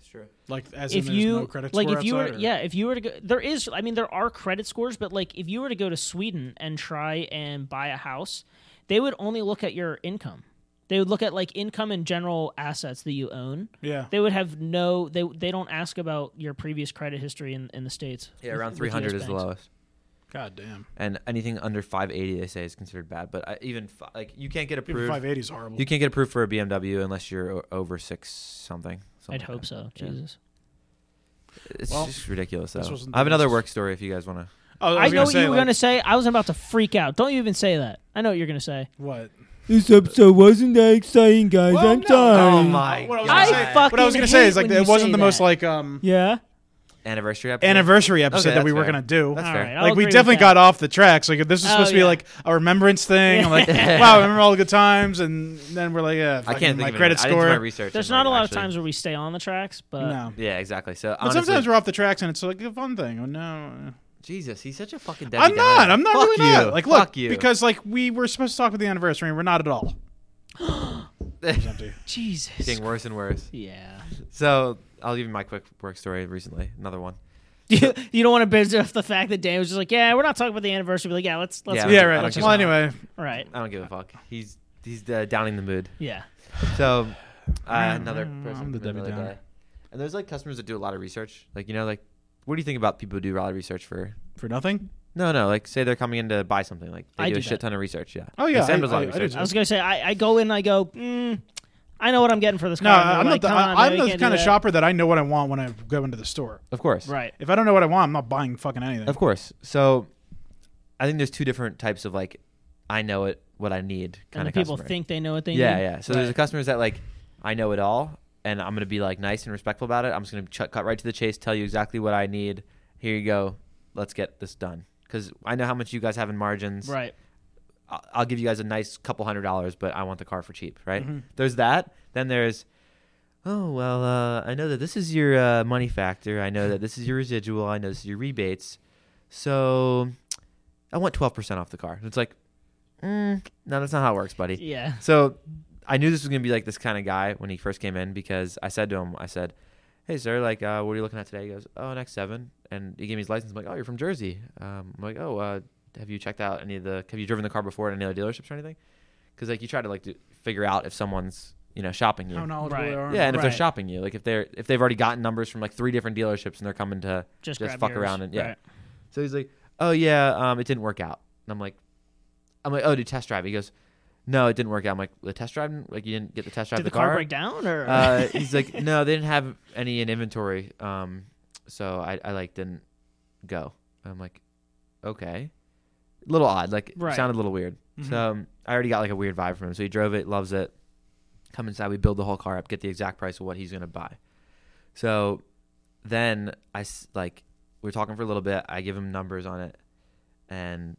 [SPEAKER 4] it's true.
[SPEAKER 2] like as
[SPEAKER 1] if
[SPEAKER 2] in there's
[SPEAKER 1] you
[SPEAKER 2] no credit
[SPEAKER 1] like,
[SPEAKER 2] score
[SPEAKER 1] if you were
[SPEAKER 2] outside, or-
[SPEAKER 1] yeah, if you were to go, there is. I mean, there are credit scores, but like if you were to go to Sweden and try and buy a house, they would only look at your income. They would look at like income and general assets that you own.
[SPEAKER 2] yeah.
[SPEAKER 1] They would have no. They they don't ask about your previous credit history in, in the states.
[SPEAKER 4] Yeah,
[SPEAKER 1] with-
[SPEAKER 4] around
[SPEAKER 1] with
[SPEAKER 4] 300
[SPEAKER 1] US
[SPEAKER 4] is the
[SPEAKER 1] banks.
[SPEAKER 4] lowest,
[SPEAKER 2] God damn.
[SPEAKER 4] and anything under 580 they say is considered bad. But I, even fi- like you can't get
[SPEAKER 2] Even
[SPEAKER 4] approved.
[SPEAKER 2] five eighty is horrible.
[SPEAKER 4] You can't get approved for a BMW unless you're o- over six something. something
[SPEAKER 1] I'd
[SPEAKER 4] like
[SPEAKER 1] hope
[SPEAKER 4] that.
[SPEAKER 1] so.
[SPEAKER 4] Yeah.
[SPEAKER 1] Jesus.
[SPEAKER 4] It's
[SPEAKER 2] Well,
[SPEAKER 4] just ridiculous. Though.
[SPEAKER 2] this
[SPEAKER 4] I
[SPEAKER 2] wasn't the
[SPEAKER 4] have another
[SPEAKER 2] best.
[SPEAKER 4] work story if you guys want to.
[SPEAKER 2] oh,
[SPEAKER 1] I,
[SPEAKER 2] was
[SPEAKER 1] know
[SPEAKER 2] gonna
[SPEAKER 1] what
[SPEAKER 2] say,
[SPEAKER 1] you were
[SPEAKER 2] like,
[SPEAKER 1] gonna say. I was about to freak out. Don't you even say that. I know what you're gonna say.
[SPEAKER 2] What?
[SPEAKER 5] This episode wasn't that exciting, guys.
[SPEAKER 2] Well,
[SPEAKER 5] I'm
[SPEAKER 2] no.
[SPEAKER 5] sorry.
[SPEAKER 4] Oh my!
[SPEAKER 2] What I was
[SPEAKER 1] I
[SPEAKER 2] gonna say,
[SPEAKER 1] fucking
[SPEAKER 2] what I was gonna say is
[SPEAKER 1] hate
[SPEAKER 2] like
[SPEAKER 1] when
[SPEAKER 2] it
[SPEAKER 1] you
[SPEAKER 2] wasn't
[SPEAKER 1] say
[SPEAKER 2] the most
[SPEAKER 1] that.
[SPEAKER 2] like um
[SPEAKER 5] Yeah.
[SPEAKER 4] anniversary episode.
[SPEAKER 2] anniversary episode
[SPEAKER 4] Okay,
[SPEAKER 2] that we
[SPEAKER 4] that's
[SPEAKER 2] were
[SPEAKER 4] fair.
[SPEAKER 2] gonna do.
[SPEAKER 4] That's
[SPEAKER 1] All
[SPEAKER 4] fair.
[SPEAKER 1] right, I'll
[SPEAKER 2] like we
[SPEAKER 1] agree with
[SPEAKER 2] definitely
[SPEAKER 1] that. Oh,
[SPEAKER 2] got off the tracks. Like this was supposed to be
[SPEAKER 1] yeah.
[SPEAKER 2] like a remembrance thing. I'm like, wow, I remember all the good times, and then we're like, yeah,
[SPEAKER 4] I
[SPEAKER 2] fucking
[SPEAKER 4] can't think
[SPEAKER 2] my
[SPEAKER 4] of it.
[SPEAKER 2] credit
[SPEAKER 4] I didn't do my
[SPEAKER 2] score.
[SPEAKER 4] research.
[SPEAKER 1] There's
[SPEAKER 4] and, like,
[SPEAKER 1] not a lot
[SPEAKER 4] actually-
[SPEAKER 1] of times where we stay on the tracks, but
[SPEAKER 2] No,
[SPEAKER 4] Yeah, exactly. So
[SPEAKER 2] but
[SPEAKER 4] honestly,
[SPEAKER 2] sometimes we're off the tracks, and it's like a fun thing. Oh, no,
[SPEAKER 4] Jesus, he's such a fucking. Debbie
[SPEAKER 2] I'm not.
[SPEAKER 4] Downer.
[SPEAKER 2] I'm not
[SPEAKER 4] Fuck
[SPEAKER 2] really
[SPEAKER 4] you.
[SPEAKER 2] not. Like, look,
[SPEAKER 4] Fuck you.
[SPEAKER 2] because like we were supposed to talk about the anniversary, and we're not at all. It was empty.
[SPEAKER 1] Jesus.
[SPEAKER 4] getting worse and worse.
[SPEAKER 1] Yeah.
[SPEAKER 4] So I'll give you my quick work story recently. Another one.
[SPEAKER 1] You, you don't want to build off the fact that Dan was just like, yeah, we're not talking about the anniversary. But like, yeah, let's let's
[SPEAKER 4] Yeah.
[SPEAKER 1] yeah.
[SPEAKER 2] Yeah,
[SPEAKER 4] don't- I
[SPEAKER 2] right.
[SPEAKER 4] don't
[SPEAKER 2] Well,
[SPEAKER 4] give a-
[SPEAKER 2] anyway,
[SPEAKER 1] all right.
[SPEAKER 4] I don't give a fuck. He's he's uh, downing the mood.
[SPEAKER 1] Yeah.
[SPEAKER 4] So uh, another
[SPEAKER 2] I'm
[SPEAKER 4] person.
[SPEAKER 2] the
[SPEAKER 4] from another
[SPEAKER 2] Debbie Downer.
[SPEAKER 4] day. And there's like customers that do a lot of research. Like you know, like what do you think about people who do a lot of research for?
[SPEAKER 2] for nothing.
[SPEAKER 4] No, no. Like say they're coming in to buy something. Like they
[SPEAKER 1] I
[SPEAKER 4] do,
[SPEAKER 1] do
[SPEAKER 4] a shit
[SPEAKER 1] that.
[SPEAKER 4] ton of research. Yeah.
[SPEAKER 2] Oh, yeah,
[SPEAKER 4] Like, Sam
[SPEAKER 2] I-
[SPEAKER 4] does a
[SPEAKER 2] I-
[SPEAKER 4] lot of
[SPEAKER 2] I do
[SPEAKER 4] research.
[SPEAKER 1] I was gonna say I, I go in and I go, mm, I know what I'm getting for this.
[SPEAKER 2] No,
[SPEAKER 1] car. And
[SPEAKER 2] I'm
[SPEAKER 1] they're
[SPEAKER 2] not.
[SPEAKER 1] like,
[SPEAKER 2] The,
[SPEAKER 1] "Come on,
[SPEAKER 2] I,
[SPEAKER 1] man,
[SPEAKER 2] am
[SPEAKER 1] we
[SPEAKER 2] the
[SPEAKER 1] can't do
[SPEAKER 2] kind of
[SPEAKER 1] that."
[SPEAKER 2] shopper that I know what I want when I go into the store.
[SPEAKER 4] Of course.
[SPEAKER 1] Right.
[SPEAKER 2] If I don't know what I want, I'm not buying fucking anything.
[SPEAKER 4] Of course. So I think there's two different types of like I know it what I need kind
[SPEAKER 1] And the
[SPEAKER 4] of
[SPEAKER 1] people
[SPEAKER 4] customer.
[SPEAKER 1] think they know what they
[SPEAKER 4] yeah,
[SPEAKER 1] need.
[SPEAKER 4] yeah. So there's the customers that like I know it all, and I'm gonna be like nice and respectful about it. I'm just gonna ch- cut right to the chase, tell you exactly what I need. Here you go. Let's get this done because I know how much you guys have in margins.
[SPEAKER 1] Right.
[SPEAKER 4] I- I'll give you guys a nice couple hundred dollars, but I want the car for cheap. Right? There's that. Then there's oh well, uh, I know that this is your uh, money factor. I know that this is your residual. I know this is your rebates. So I want twelve percent off the car. And it's like, mm, no, that's not how it works, buddy.
[SPEAKER 1] Yeah.
[SPEAKER 4] So I knew this was gonna be like this kind of guy when he first came in because I said to him, I said, "Hey sir, like, uh, what are you looking at today?" He goes, "Oh, an X7," and he gave me his license. I'm like, "Oh, you're from Jersey." Um, I'm like, "Oh, uh, have you checked out any of the? Have you driven the car before at any other dealerships or anything?" Because like you try to like do, figure out if someone's you know shopping you.
[SPEAKER 2] How knowledgeable
[SPEAKER 1] Right.
[SPEAKER 2] they are.
[SPEAKER 4] Yeah, and if they're
[SPEAKER 1] Right.
[SPEAKER 4] shopping you, like if they're if they've already gotten numbers from like three different dealerships and they're coming to
[SPEAKER 1] Just,
[SPEAKER 4] Just
[SPEAKER 1] grab
[SPEAKER 4] fuck
[SPEAKER 1] yours.
[SPEAKER 4] around and- yeah.
[SPEAKER 1] Right.
[SPEAKER 4] so he's like, "Oh yeah, um, it didn't work out." And I'm like, "I'm like, oh, did test drive?" He goes, "No, it didn't work out." I'm like, "The test drive? didn't- Like you didn't get the test drive
[SPEAKER 1] Did
[SPEAKER 4] of
[SPEAKER 1] the
[SPEAKER 4] the car?"
[SPEAKER 1] car break down or?
[SPEAKER 4] uh, he's like, "No, they didn't have any in inventory, um, so I, I like didn't go." I'm like, "Okay." A little odd, like it
[SPEAKER 1] Right. Mm-hmm.
[SPEAKER 4] sounded a little weird. So um, I already got like a weird vibe from him. So he drove it, loves it. Come inside, we build the whole car up, get the exact price of what he's gonna buy. So then I s- like we're talking for a little bit. I give him numbers on it, and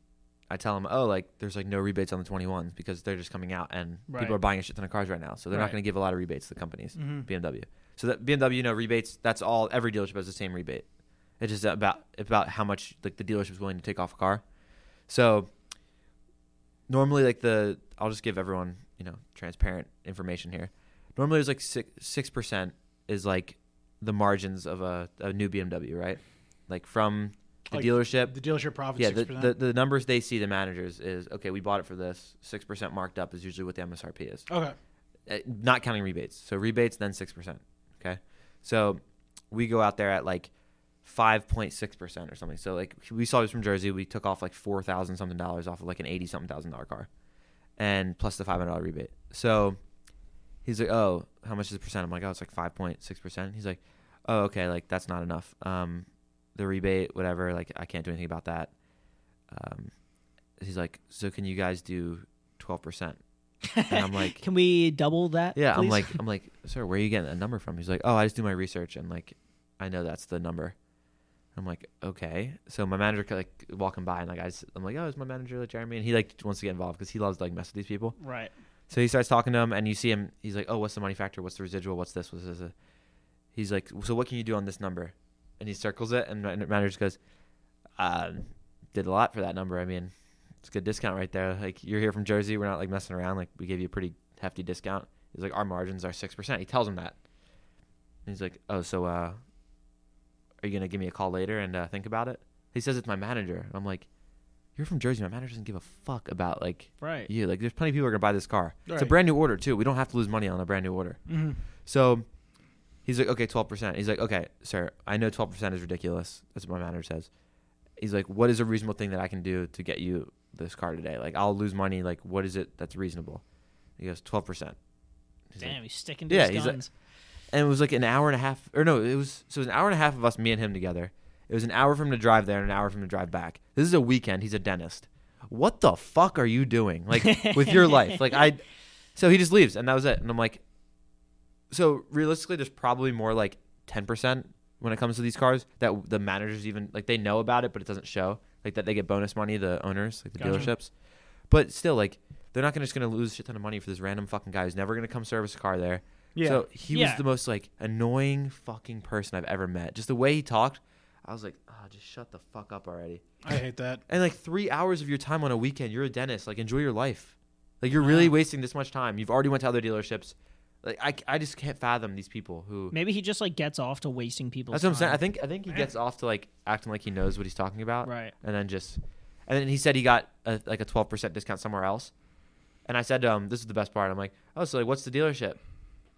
[SPEAKER 4] I tell him, "Oh, like there's like no rebates on the 21s because they're just coming out, and
[SPEAKER 1] Right.
[SPEAKER 4] people are buying a shit ton of cars right now, so they're
[SPEAKER 1] Right.
[SPEAKER 4] not gonna give a lot of rebates to the companies."
[SPEAKER 2] hmm
[SPEAKER 4] BMW. So that BMW, you know, rebates. That's all. Every dealership has the same rebate. It's just about about how much like the dealership's willing to take off a car. So normally, like the I'll just give everyone you know transparent information here. Normally, there's like six six percent is like the margins of a, a new BMW, right? Like from the
[SPEAKER 2] Like
[SPEAKER 4] dealership
[SPEAKER 2] The dealership profit.
[SPEAKER 4] yeah, the,
[SPEAKER 2] 6%.
[SPEAKER 4] the, the numbers they see the managers is okay. We bought it for this six percent marked up is usually what the MSRP is
[SPEAKER 2] okay.
[SPEAKER 4] uh, not counting rebates. So rebates, then six percent. Okay, so we go out there at like five point six percent or something. So like we saw this from Jersey, we took off like four thousand something dollars off of like an eighty something thousand dollar car, and plus the five hundred dollar rebate. So he's like, oh, how much is the percent? I'm like, oh, it's like five point six percent. He's like, oh, okay, like that's not enough. Um, the rebate, whatever, like I can't do anything about that. Um, he's like, so can you guys do twelve percent? And I'm like,
[SPEAKER 1] Can we double that?
[SPEAKER 4] yeah, I'm
[SPEAKER 1] please?
[SPEAKER 4] like, I'm like, sir, where are you getting that number from? He's like, oh, I just do my research and like, I know that's the number. I'm like, okay. So my manager like walking by and like I, s- I'm like, oh, is my manager like Jeremy? And he like wants to get involved because he loves to like mess with these people.
[SPEAKER 1] Right.
[SPEAKER 4] So he starts talking to him, and you see him. He's like, "Oh, what's the money factor? What's the residual? What's this? What's this?" uh?" He's like, "So what can you do on this number?" And he circles it, and the manager just goes, um, "Did a lot for that number. I mean, it's a good discount right there. Like you're here from Jersey. We're not like messing around. Like we gave you a pretty hefty discount." He's like, "Our margins are six percent." He tells him that. And he's like, "Oh, so uh, are you gonna give me a call later and uh, think about it?" He says it's my manager. And I'm like, "You're from Jersey. My manager doesn't give a fuck about like."
[SPEAKER 1] Right.
[SPEAKER 4] Yeah, like there's plenty of people who are gonna buy this car. It's a
[SPEAKER 2] Right.
[SPEAKER 4] brand new order too. We don't have to lose money on a brand new order.
[SPEAKER 2] hmm
[SPEAKER 4] So he's like, okay, twelve percent. He's like, okay, sir, I know twelve percent is ridiculous. That's what my manager says. He's like, what is a reasonable thing that I can do to get you this car today? Like, I'll lose money. Like, what is it that's reasonable? He goes twelve percent.
[SPEAKER 1] Damn, he's sticking to
[SPEAKER 4] Yeah,
[SPEAKER 1] his
[SPEAKER 4] he's like-
[SPEAKER 1] guns.
[SPEAKER 4] and it was like an hour and a half, or no, it was so it was an hour and a half of us, me and him together. It was an hour from to drive there and an hour from to drive back. This is a weekend. He's a dentist. What the fuck are you doing? Like with your life? Like I. So he just leaves, and that was it. And I'm like, so realistically, there's probably more like 10 percent when it comes to these cars that the managers even like they know about it, but it doesn't show. Like that they get bonus money, the owners, like the
[SPEAKER 1] Gotcha.
[SPEAKER 4] dealerships. But still, like they're not gonna just gonna lose a shit ton of money for this random fucking guy who's never gonna come service a car there.
[SPEAKER 2] Yeah.
[SPEAKER 4] So he
[SPEAKER 1] Yeah.
[SPEAKER 4] was the most like annoying fucking person I've ever met. Just the way he talked, I was like, oh, just shut the fuck up already.
[SPEAKER 2] I hate that.
[SPEAKER 4] And like three hours of your time on a weekend, you're a dentist. Like enjoy your life. Like you're really wasting this much time. You've already went to other dealerships. Like I, I just can't fathom these people who.
[SPEAKER 1] Maybe he just like gets off to wasting people's.
[SPEAKER 4] That's what I'm saying.
[SPEAKER 1] time.
[SPEAKER 4] I think I think he gets off to like acting like he knows what he's talking about,
[SPEAKER 1] Right.
[SPEAKER 4] And then just, and then he said he got a, like a twelve percent discount somewhere else, and I said to him, "This is the best part." I'm like, "Oh, so like, what's the dealership?"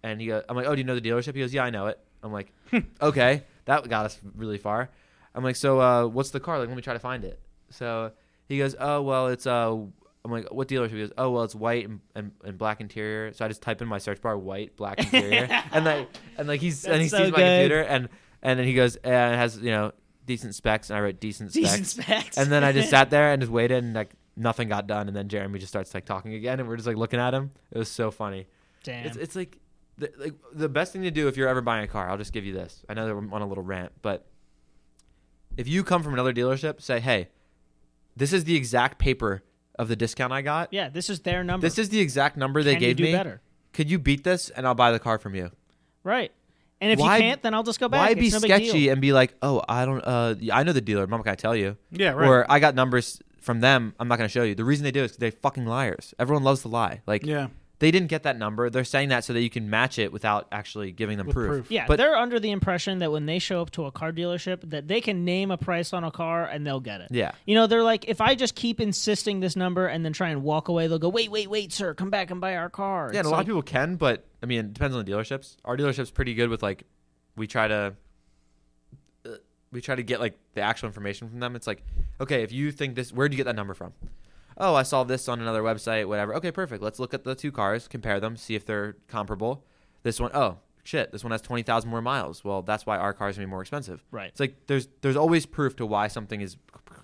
[SPEAKER 4] And he, go, I'm like, "Oh, do you know the dealership?" He goes, "Yeah, I know it." I'm like, "Okay, that got us really far." I'm like, "So uh, what's the car? Like, let me try to find it." So he goes, "Oh, well, it's uh." I'm like, what dealership? He goes, oh well, it's white and, and, and black interior. So I just type in my search bar, white black interior, and like and like he's and he
[SPEAKER 1] That's so
[SPEAKER 4] sees my
[SPEAKER 1] good.
[SPEAKER 4] computer, and and then he goes uh, and it has you know decent specs, and I wrote decent specs,
[SPEAKER 1] Decent specs.
[SPEAKER 4] and then I just sat there and just waited, and like nothing got done, and then Jeremy just starts like talking again, and we're just like looking at him. It was so funny.
[SPEAKER 1] Damn.
[SPEAKER 4] It's it's like the, like the best thing to do if you're ever buying a car. I'll just give you this. I know that I'm on a little rant, but if you come from another dealership, say hey, this is the exact paper of the discount I got.
[SPEAKER 1] yeah, this is their number.
[SPEAKER 4] This is the exact number they
[SPEAKER 1] Can you
[SPEAKER 4] gave
[SPEAKER 1] do
[SPEAKER 4] me.
[SPEAKER 1] better?
[SPEAKER 4] Could you beat this, and I'll buy the car from you.
[SPEAKER 1] Right. And if
[SPEAKER 4] Why-
[SPEAKER 1] you can't, then I'll just go back.
[SPEAKER 4] Why
[SPEAKER 1] It's
[SPEAKER 4] be
[SPEAKER 1] no big
[SPEAKER 4] sketchy
[SPEAKER 1] deal.
[SPEAKER 4] and be like, oh, I don't, uh, I know the dealer. I'm not gonna tell you.
[SPEAKER 2] Yeah, right.
[SPEAKER 4] Or I got numbers from them. I'm not gonna show you. The reason they do is 'cause they fucking liars. Everyone loves to lie. Like,
[SPEAKER 2] Yeah.
[SPEAKER 4] they didn't get that number. They're saying that so that you can match it without actually giving them
[SPEAKER 2] With
[SPEAKER 4] proof.
[SPEAKER 2] proof.
[SPEAKER 1] Yeah,
[SPEAKER 4] but
[SPEAKER 1] they're under the impression that when they show up to a car dealership that they can name a price on a car and they'll get it.
[SPEAKER 4] Yeah.
[SPEAKER 1] You know, they're like if I just keep insisting this number and then try and walk away, they'll go, "Wait, wait, wait, sir, come back and buy our car."
[SPEAKER 4] Yeah,
[SPEAKER 1] It's
[SPEAKER 4] and a lot
[SPEAKER 1] like-
[SPEAKER 4] of people can, but I mean, it depends on the dealerships. Our dealership's pretty good with like, we try to, uh, we try to get like the actual information from them. It's like, okay, if you think this, where would you get that number from? Oh, I saw this on another website, whatever. Okay, perfect. Let's look at the two cars, compare them, see if they're comparable. This one, oh shit, this one has twenty thousand more miles. Well, that's why our car's gonna be more expensive.
[SPEAKER 1] Right.
[SPEAKER 4] It's like there's there's always proof to why something is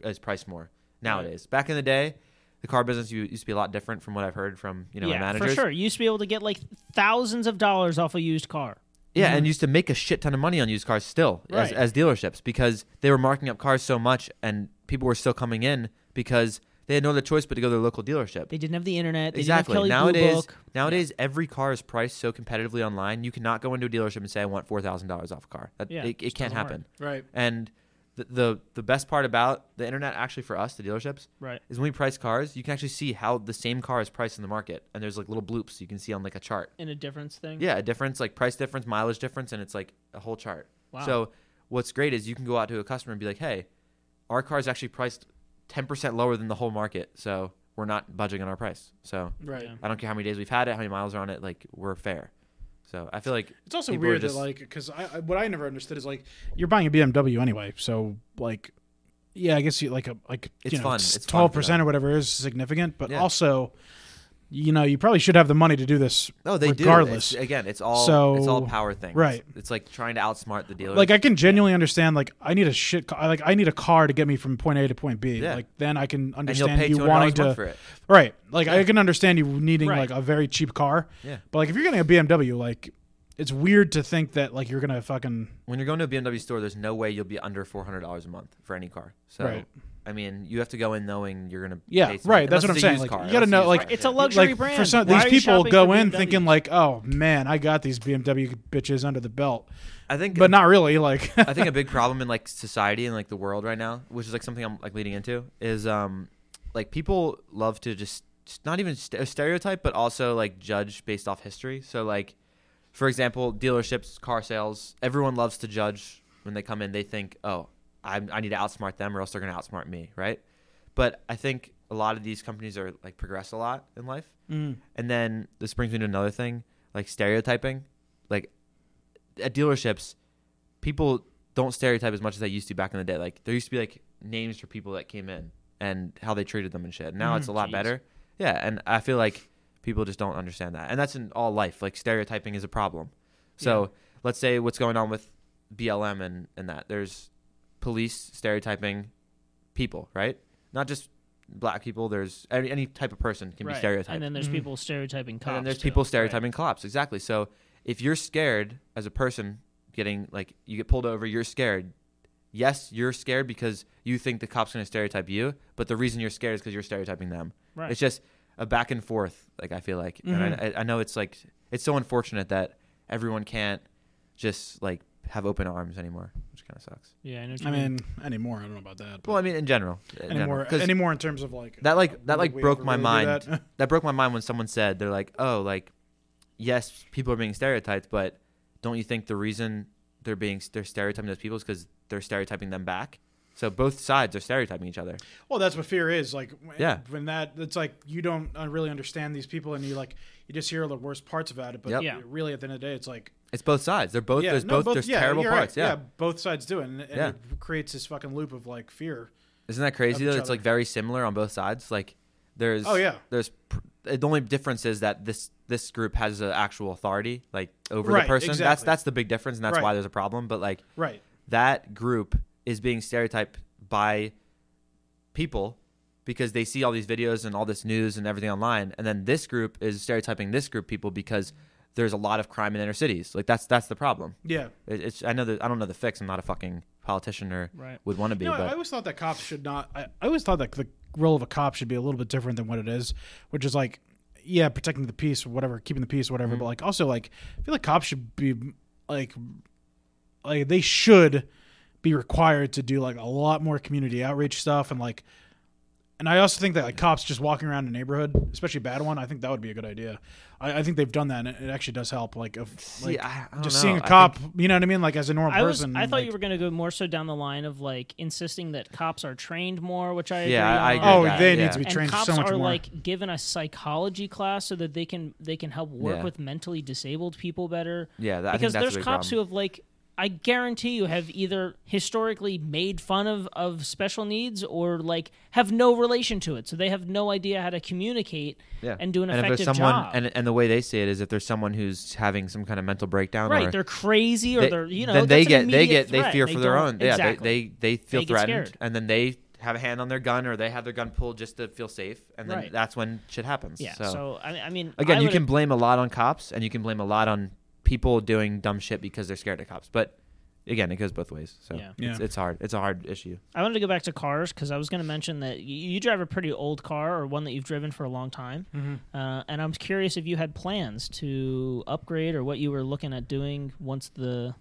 [SPEAKER 4] is priced more nowadays. Back in the day. The car business u- used to be a lot different from what I've heard from you know my
[SPEAKER 1] yeah,
[SPEAKER 4] managers.
[SPEAKER 1] for sure. You used to be able to get like thousands of dollars off a used car.
[SPEAKER 4] Yeah, and used to make a shit ton of money on used cars still
[SPEAKER 1] Mm-hmm. Right.
[SPEAKER 4] as, as dealerships because they were marking up cars so much and people were still coming in because they had no other choice but to go to their local dealership.
[SPEAKER 1] They didn't have the internet. They
[SPEAKER 4] exactly.
[SPEAKER 1] Didn't have Kelly Blue
[SPEAKER 4] nowadays,
[SPEAKER 1] Book.
[SPEAKER 4] nowadays every car is priced so competitively online. You cannot go into a dealership and say I want four thousand dollars off a car. That,
[SPEAKER 1] Yeah,
[SPEAKER 4] it, it
[SPEAKER 1] just
[SPEAKER 4] can't
[SPEAKER 1] doesn't work.
[SPEAKER 4] happen.
[SPEAKER 2] Right.
[SPEAKER 4] And the, the the best part about the internet actually for us the dealerships
[SPEAKER 1] Right.
[SPEAKER 4] is when we price cars you can actually see how the same car is priced in the market and there's like little bloops you can see on like a chart
[SPEAKER 1] In a difference thing.
[SPEAKER 4] yeah, a difference like price difference, mileage difference, and it's like a whole chart.
[SPEAKER 1] Wow.
[SPEAKER 4] So what's great is you can go out to a customer and be like, "Hey, our car is actually priced ten percent lower than the whole market, so we're not budging on our price. So
[SPEAKER 2] Right.
[SPEAKER 1] Yeah.
[SPEAKER 4] I don't care how many days we've had it, how many miles are on it, like we're fair. So I feel like
[SPEAKER 2] It's also
[SPEAKER 4] people are
[SPEAKER 2] weird
[SPEAKER 4] just-
[SPEAKER 2] that like because I, I what I never understood is like you're buying a BMW anyway, so like yeah, I guess you like a like
[SPEAKER 4] It's
[SPEAKER 2] you know
[SPEAKER 4] fun. It's fun for
[SPEAKER 2] twelve percent or whatever is significant, but
[SPEAKER 4] Yeah.
[SPEAKER 2] also you know you probably should have the money to do this.
[SPEAKER 4] no, they
[SPEAKER 2] regardless.
[SPEAKER 4] do. It's, again, it's all
[SPEAKER 2] So-
[SPEAKER 4] it's all a power thing,
[SPEAKER 2] right.
[SPEAKER 4] It's, it's like trying to outsmart the dealer.
[SPEAKER 2] Like I can genuinely understand. Like I need a shit. Car, like I need a car to get me from point A to point B.
[SPEAKER 4] Yeah.
[SPEAKER 2] Like then I can
[SPEAKER 4] and you'll
[SPEAKER 2] understand
[SPEAKER 4] pay
[SPEAKER 2] you
[SPEAKER 4] two hundred
[SPEAKER 2] wanting
[SPEAKER 4] dollars
[SPEAKER 2] to.
[SPEAKER 4] for it.
[SPEAKER 2] Right. Like I can understand you needing
[SPEAKER 1] Right.
[SPEAKER 2] like a very cheap car.
[SPEAKER 4] Yeah.
[SPEAKER 2] But like if you're getting a BMW, like it's weird to think that like you're gonna fucking
[SPEAKER 4] when you're going to a BMW store, there's no way you'll be under four hundred dollars a month for any car. So,
[SPEAKER 2] Right.
[SPEAKER 4] I mean, you have to go in knowing you're gonna.
[SPEAKER 2] Yeah,
[SPEAKER 4] pay some-
[SPEAKER 2] right, that's
[SPEAKER 4] unless
[SPEAKER 2] what I'm
[SPEAKER 4] it's a
[SPEAKER 2] saying,
[SPEAKER 4] used
[SPEAKER 2] like,
[SPEAKER 4] car,
[SPEAKER 2] you gotta
[SPEAKER 4] unless
[SPEAKER 2] know,
[SPEAKER 4] used
[SPEAKER 2] like-
[SPEAKER 4] car,
[SPEAKER 1] It's a
[SPEAKER 4] yeah.
[SPEAKER 1] luxury
[SPEAKER 2] like
[SPEAKER 1] brand.
[SPEAKER 2] for some
[SPEAKER 1] Why
[SPEAKER 2] these
[SPEAKER 1] are you
[SPEAKER 2] people
[SPEAKER 1] shopping
[SPEAKER 2] go
[SPEAKER 1] for
[SPEAKER 2] in
[SPEAKER 1] BMW?
[SPEAKER 2] thinking like, oh man, I got these BMW bitches under the belt,
[SPEAKER 4] I think,
[SPEAKER 2] but not really. Like,
[SPEAKER 4] I think a big problem in like society and like the world right now, which is like something I'm like leading into, is um, like people love to just just not even st- stereotype, but also like judge based off history. So like, for example, dealerships, car sales, everyone loves to judge when they come in. They think, oh, I, I need to outsmart them, or else they're gonna outsmart me, right? But I think a lot of these companies are like progress a lot in life,
[SPEAKER 2] Mm.
[SPEAKER 4] and then this brings me to another thing, like stereotyping, like at dealerships people don't stereotype as much as they used to back in the day. Like there used to be like names for people that came in and how they treated them and shit. Now it's a lot
[SPEAKER 1] Mm-hmm. Jeez.
[SPEAKER 4] better. Yeah, and I feel like people just don't understand that, and that's in all life. Like stereotyping is a problem. So let's say what's going on with BLM and and that there's police stereotyping people, right? Not just black people. There's any, any type of person can
[SPEAKER 1] Right.
[SPEAKER 4] be stereotyped.
[SPEAKER 1] And then there's
[SPEAKER 2] Mhm.
[SPEAKER 1] people stereotyping cops.
[SPEAKER 4] And then there's
[SPEAKER 1] too.
[SPEAKER 4] people
[SPEAKER 1] Right.
[SPEAKER 4] stereotyping cops. Exactly. So if you're scared as a person getting like you get pulled over, you're scared. Yes, you're scared because you think the cop's going to stereotype you, but the reason you're scared is because you're stereotyping them.
[SPEAKER 1] Right. Mm-hmm.
[SPEAKER 4] It's just a back and forth. Like I feel like, and I- I, I know it's like it's so unfortunate that everyone can't just like have open arms anymore, which kind of sucks.
[SPEAKER 1] Yeah, I know. What you
[SPEAKER 2] I mean, anymore, I don't know about that.
[SPEAKER 4] Mm. Well, I mean, in general, in general.
[SPEAKER 2] anymore,
[SPEAKER 4] 'Cause-
[SPEAKER 2] anymore in terms of like
[SPEAKER 4] that like
[SPEAKER 2] would
[SPEAKER 4] that like
[SPEAKER 2] we
[SPEAKER 4] broke
[SPEAKER 2] ever
[SPEAKER 4] my
[SPEAKER 2] really do
[SPEAKER 4] mind.
[SPEAKER 2] that?
[SPEAKER 4] That? broke my mind when someone said they're like, "Oh, like yes, people are being stereotyped, but don't you think the reason they're being they're stereotyping those people is because they're stereotyping them back? So both sides are stereotyping each other.
[SPEAKER 2] well, that's what fear is. Like, when-
[SPEAKER 4] Yeah.
[SPEAKER 2] when that it's like you don't uh, really understand these people, and you like you just hear all the worst parts about it. But
[SPEAKER 4] Yep.
[SPEAKER 1] Yeah.
[SPEAKER 2] really, at the end of the day, it's like
[SPEAKER 4] It's both sides. They're both
[SPEAKER 2] yeah,
[SPEAKER 4] there's
[SPEAKER 2] no,
[SPEAKER 4] both, there's
[SPEAKER 2] yeah,
[SPEAKER 4] terrible
[SPEAKER 2] you're right.
[SPEAKER 4] parts. Yeah.
[SPEAKER 2] both sides do, it, and, and
[SPEAKER 4] Yeah.
[SPEAKER 2] it creates this fucking loop of like fear.
[SPEAKER 4] isn't that crazy
[SPEAKER 2] Of
[SPEAKER 4] though?
[SPEAKER 2] each
[SPEAKER 4] It's like
[SPEAKER 2] other.
[SPEAKER 4] very similar on both sides. Like there's
[SPEAKER 2] Oh, yeah.
[SPEAKER 4] there's pr- eh, the only difference is that this this group has an actual authority like over
[SPEAKER 2] Right,
[SPEAKER 4] the person. That's
[SPEAKER 2] exactly.
[SPEAKER 4] that's the big difference, and that's
[SPEAKER 2] Right.
[SPEAKER 4] why there's a problem. But like
[SPEAKER 2] Right.
[SPEAKER 4] that group is being stereotyped by people because they see all these videos and all this news and everything online and then this group is stereotyping this group people because there's a lot of crime in inner cities like that's that's the problem
[SPEAKER 2] Yeah.
[SPEAKER 4] It- it's i know that i don't know the fix i'm not a fucking politician or
[SPEAKER 1] Right.
[SPEAKER 4] would want to be
[SPEAKER 2] No, I
[SPEAKER 4] but
[SPEAKER 2] always thought that cops should not. I, I always thought that the role of a cop should be a little bit different than what it is, which is
[SPEAKER 4] Mm-hmm.
[SPEAKER 2] like, yeah, protecting the peace, whatever, keeping the peace, whatever. But like, also like, I feel like cops should be like like they should be required to do like a lot more community outreach stuff and like and I also think that like cops just walking around a neighborhood, especially a bad one, I think that would be a good idea. I, I think they've done that and it actually does help. Like if
[SPEAKER 4] See,
[SPEAKER 2] like
[SPEAKER 4] I- I don't
[SPEAKER 2] just
[SPEAKER 4] know.
[SPEAKER 2] seeing
[SPEAKER 4] I
[SPEAKER 2] a
[SPEAKER 4] think-
[SPEAKER 2] cop, you know what I mean? Like as a normal
[SPEAKER 1] I was.
[SPEAKER 2] person.
[SPEAKER 1] I thought
[SPEAKER 2] like-
[SPEAKER 1] you were going to go more so down the line of like insisting that cops are trained more, which I
[SPEAKER 4] Yeah, I- I
[SPEAKER 1] agree
[SPEAKER 4] agree
[SPEAKER 1] on.
[SPEAKER 2] Oh,
[SPEAKER 4] Yeah,
[SPEAKER 2] they
[SPEAKER 4] yeah.
[SPEAKER 2] need to be
[SPEAKER 1] and
[SPEAKER 2] trained
[SPEAKER 1] cops
[SPEAKER 2] so much
[SPEAKER 1] are
[SPEAKER 2] more.
[SPEAKER 1] like given a psychology class so that they can they can help work
[SPEAKER 4] Yeah.
[SPEAKER 1] with mentally disabled people better.
[SPEAKER 4] Yeah, that- I think
[SPEAKER 1] because
[SPEAKER 4] that's a
[SPEAKER 1] there's
[SPEAKER 4] big
[SPEAKER 1] cops who
[SPEAKER 4] problem.
[SPEAKER 1] have like I guarantee you have either historically made fun of of special needs or like have no relation to it, so they have no idea how to communicate
[SPEAKER 4] Yeah.
[SPEAKER 1] and do an
[SPEAKER 4] if
[SPEAKER 1] effective
[SPEAKER 4] there's someone,
[SPEAKER 1] job.
[SPEAKER 4] And, and the way they see it is if there's someone who's having some kind of mental breakdown
[SPEAKER 1] right,
[SPEAKER 4] or
[SPEAKER 1] they're crazy or
[SPEAKER 4] they-
[SPEAKER 1] they, are you know
[SPEAKER 4] then they
[SPEAKER 1] that's
[SPEAKER 4] get
[SPEAKER 1] an
[SPEAKER 4] they
[SPEAKER 1] immediate
[SPEAKER 4] get they
[SPEAKER 1] threat.
[SPEAKER 4] fear for their
[SPEAKER 1] don't-
[SPEAKER 4] own. Yeah,
[SPEAKER 1] exactly.
[SPEAKER 4] they they they feel
[SPEAKER 1] They get
[SPEAKER 4] threatened
[SPEAKER 1] scared.
[SPEAKER 4] and then they have a hand on their gun or they have their gun pulled just to feel safe and then
[SPEAKER 1] Right.
[SPEAKER 4] that's when shit happens.
[SPEAKER 1] yeah. So, I, I mean, I
[SPEAKER 4] again, you
[SPEAKER 1] would-
[SPEAKER 4] can blame a lot on cops and you can blame a lot on people doing dumb shit because they're scared of cops. But again, it goes both ways. So
[SPEAKER 1] Yeah.
[SPEAKER 4] It's,
[SPEAKER 2] Yeah.
[SPEAKER 4] it's hard. It's a hard issue.
[SPEAKER 1] I wanted to go back to cars because I was going to mention that you, you drive a pretty old car or one that you've driven for a long time,
[SPEAKER 2] Mm-hmm.
[SPEAKER 1] uh, and I'm curious if you had plans to upgrade or what you were looking at doing once the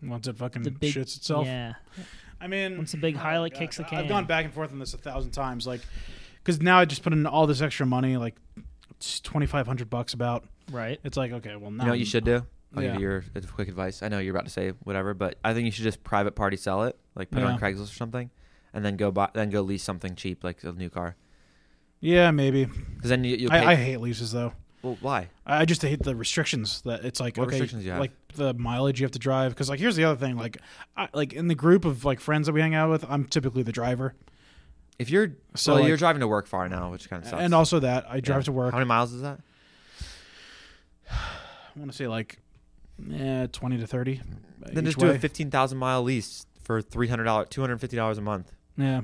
[SPEAKER 2] once it fucking
[SPEAKER 1] the big
[SPEAKER 2] shits itself.
[SPEAKER 1] Yeah,
[SPEAKER 2] I mean,
[SPEAKER 1] Once the big
[SPEAKER 2] oh,
[SPEAKER 1] highlight
[SPEAKER 2] God.
[SPEAKER 1] kicks the
[SPEAKER 2] I've
[SPEAKER 1] can.
[SPEAKER 2] gone back and forth on this a thousand times, like, because now I just put in all this extra money, like, it's twenty five hundred bucks about.
[SPEAKER 1] right.
[SPEAKER 2] It's like okay, well now
[SPEAKER 4] You know what you should do? I'll
[SPEAKER 2] Um, yeah.
[SPEAKER 4] give you your uh, quick advice. I know you're about to say whatever, but I think you should just private party sell it, like put it on
[SPEAKER 2] Yeah.
[SPEAKER 4] Craigslist or something, and then go buy, then go lease something cheap, like a new car.
[SPEAKER 2] Yeah, maybe.
[SPEAKER 4] Because then you, you'll pay.
[SPEAKER 2] I, I hate leases though.
[SPEAKER 4] well, why?
[SPEAKER 2] I I just hate the restrictions that it's like
[SPEAKER 4] What
[SPEAKER 2] okay,
[SPEAKER 4] restrictions you have?
[SPEAKER 2] like the mileage you have to drive. Because like here's the other thing, like, I, like in the group of like friends that we hang out with, I'm typically the driver,
[SPEAKER 4] If you're
[SPEAKER 2] So,
[SPEAKER 4] so well,
[SPEAKER 2] like-
[SPEAKER 4] you're driving to work far now, which kind of sucks.
[SPEAKER 2] and also that I drive
[SPEAKER 4] Yeah.
[SPEAKER 2] to work.
[SPEAKER 4] How many miles is that?
[SPEAKER 2] I want to say like, eh, twenty to thirty. uh,
[SPEAKER 4] Then
[SPEAKER 2] each
[SPEAKER 4] just do a
[SPEAKER 2] way.
[SPEAKER 4] fifteen thousand mile lease for three hundred dollars, two hundred fifty dollars a month.
[SPEAKER 2] yeah,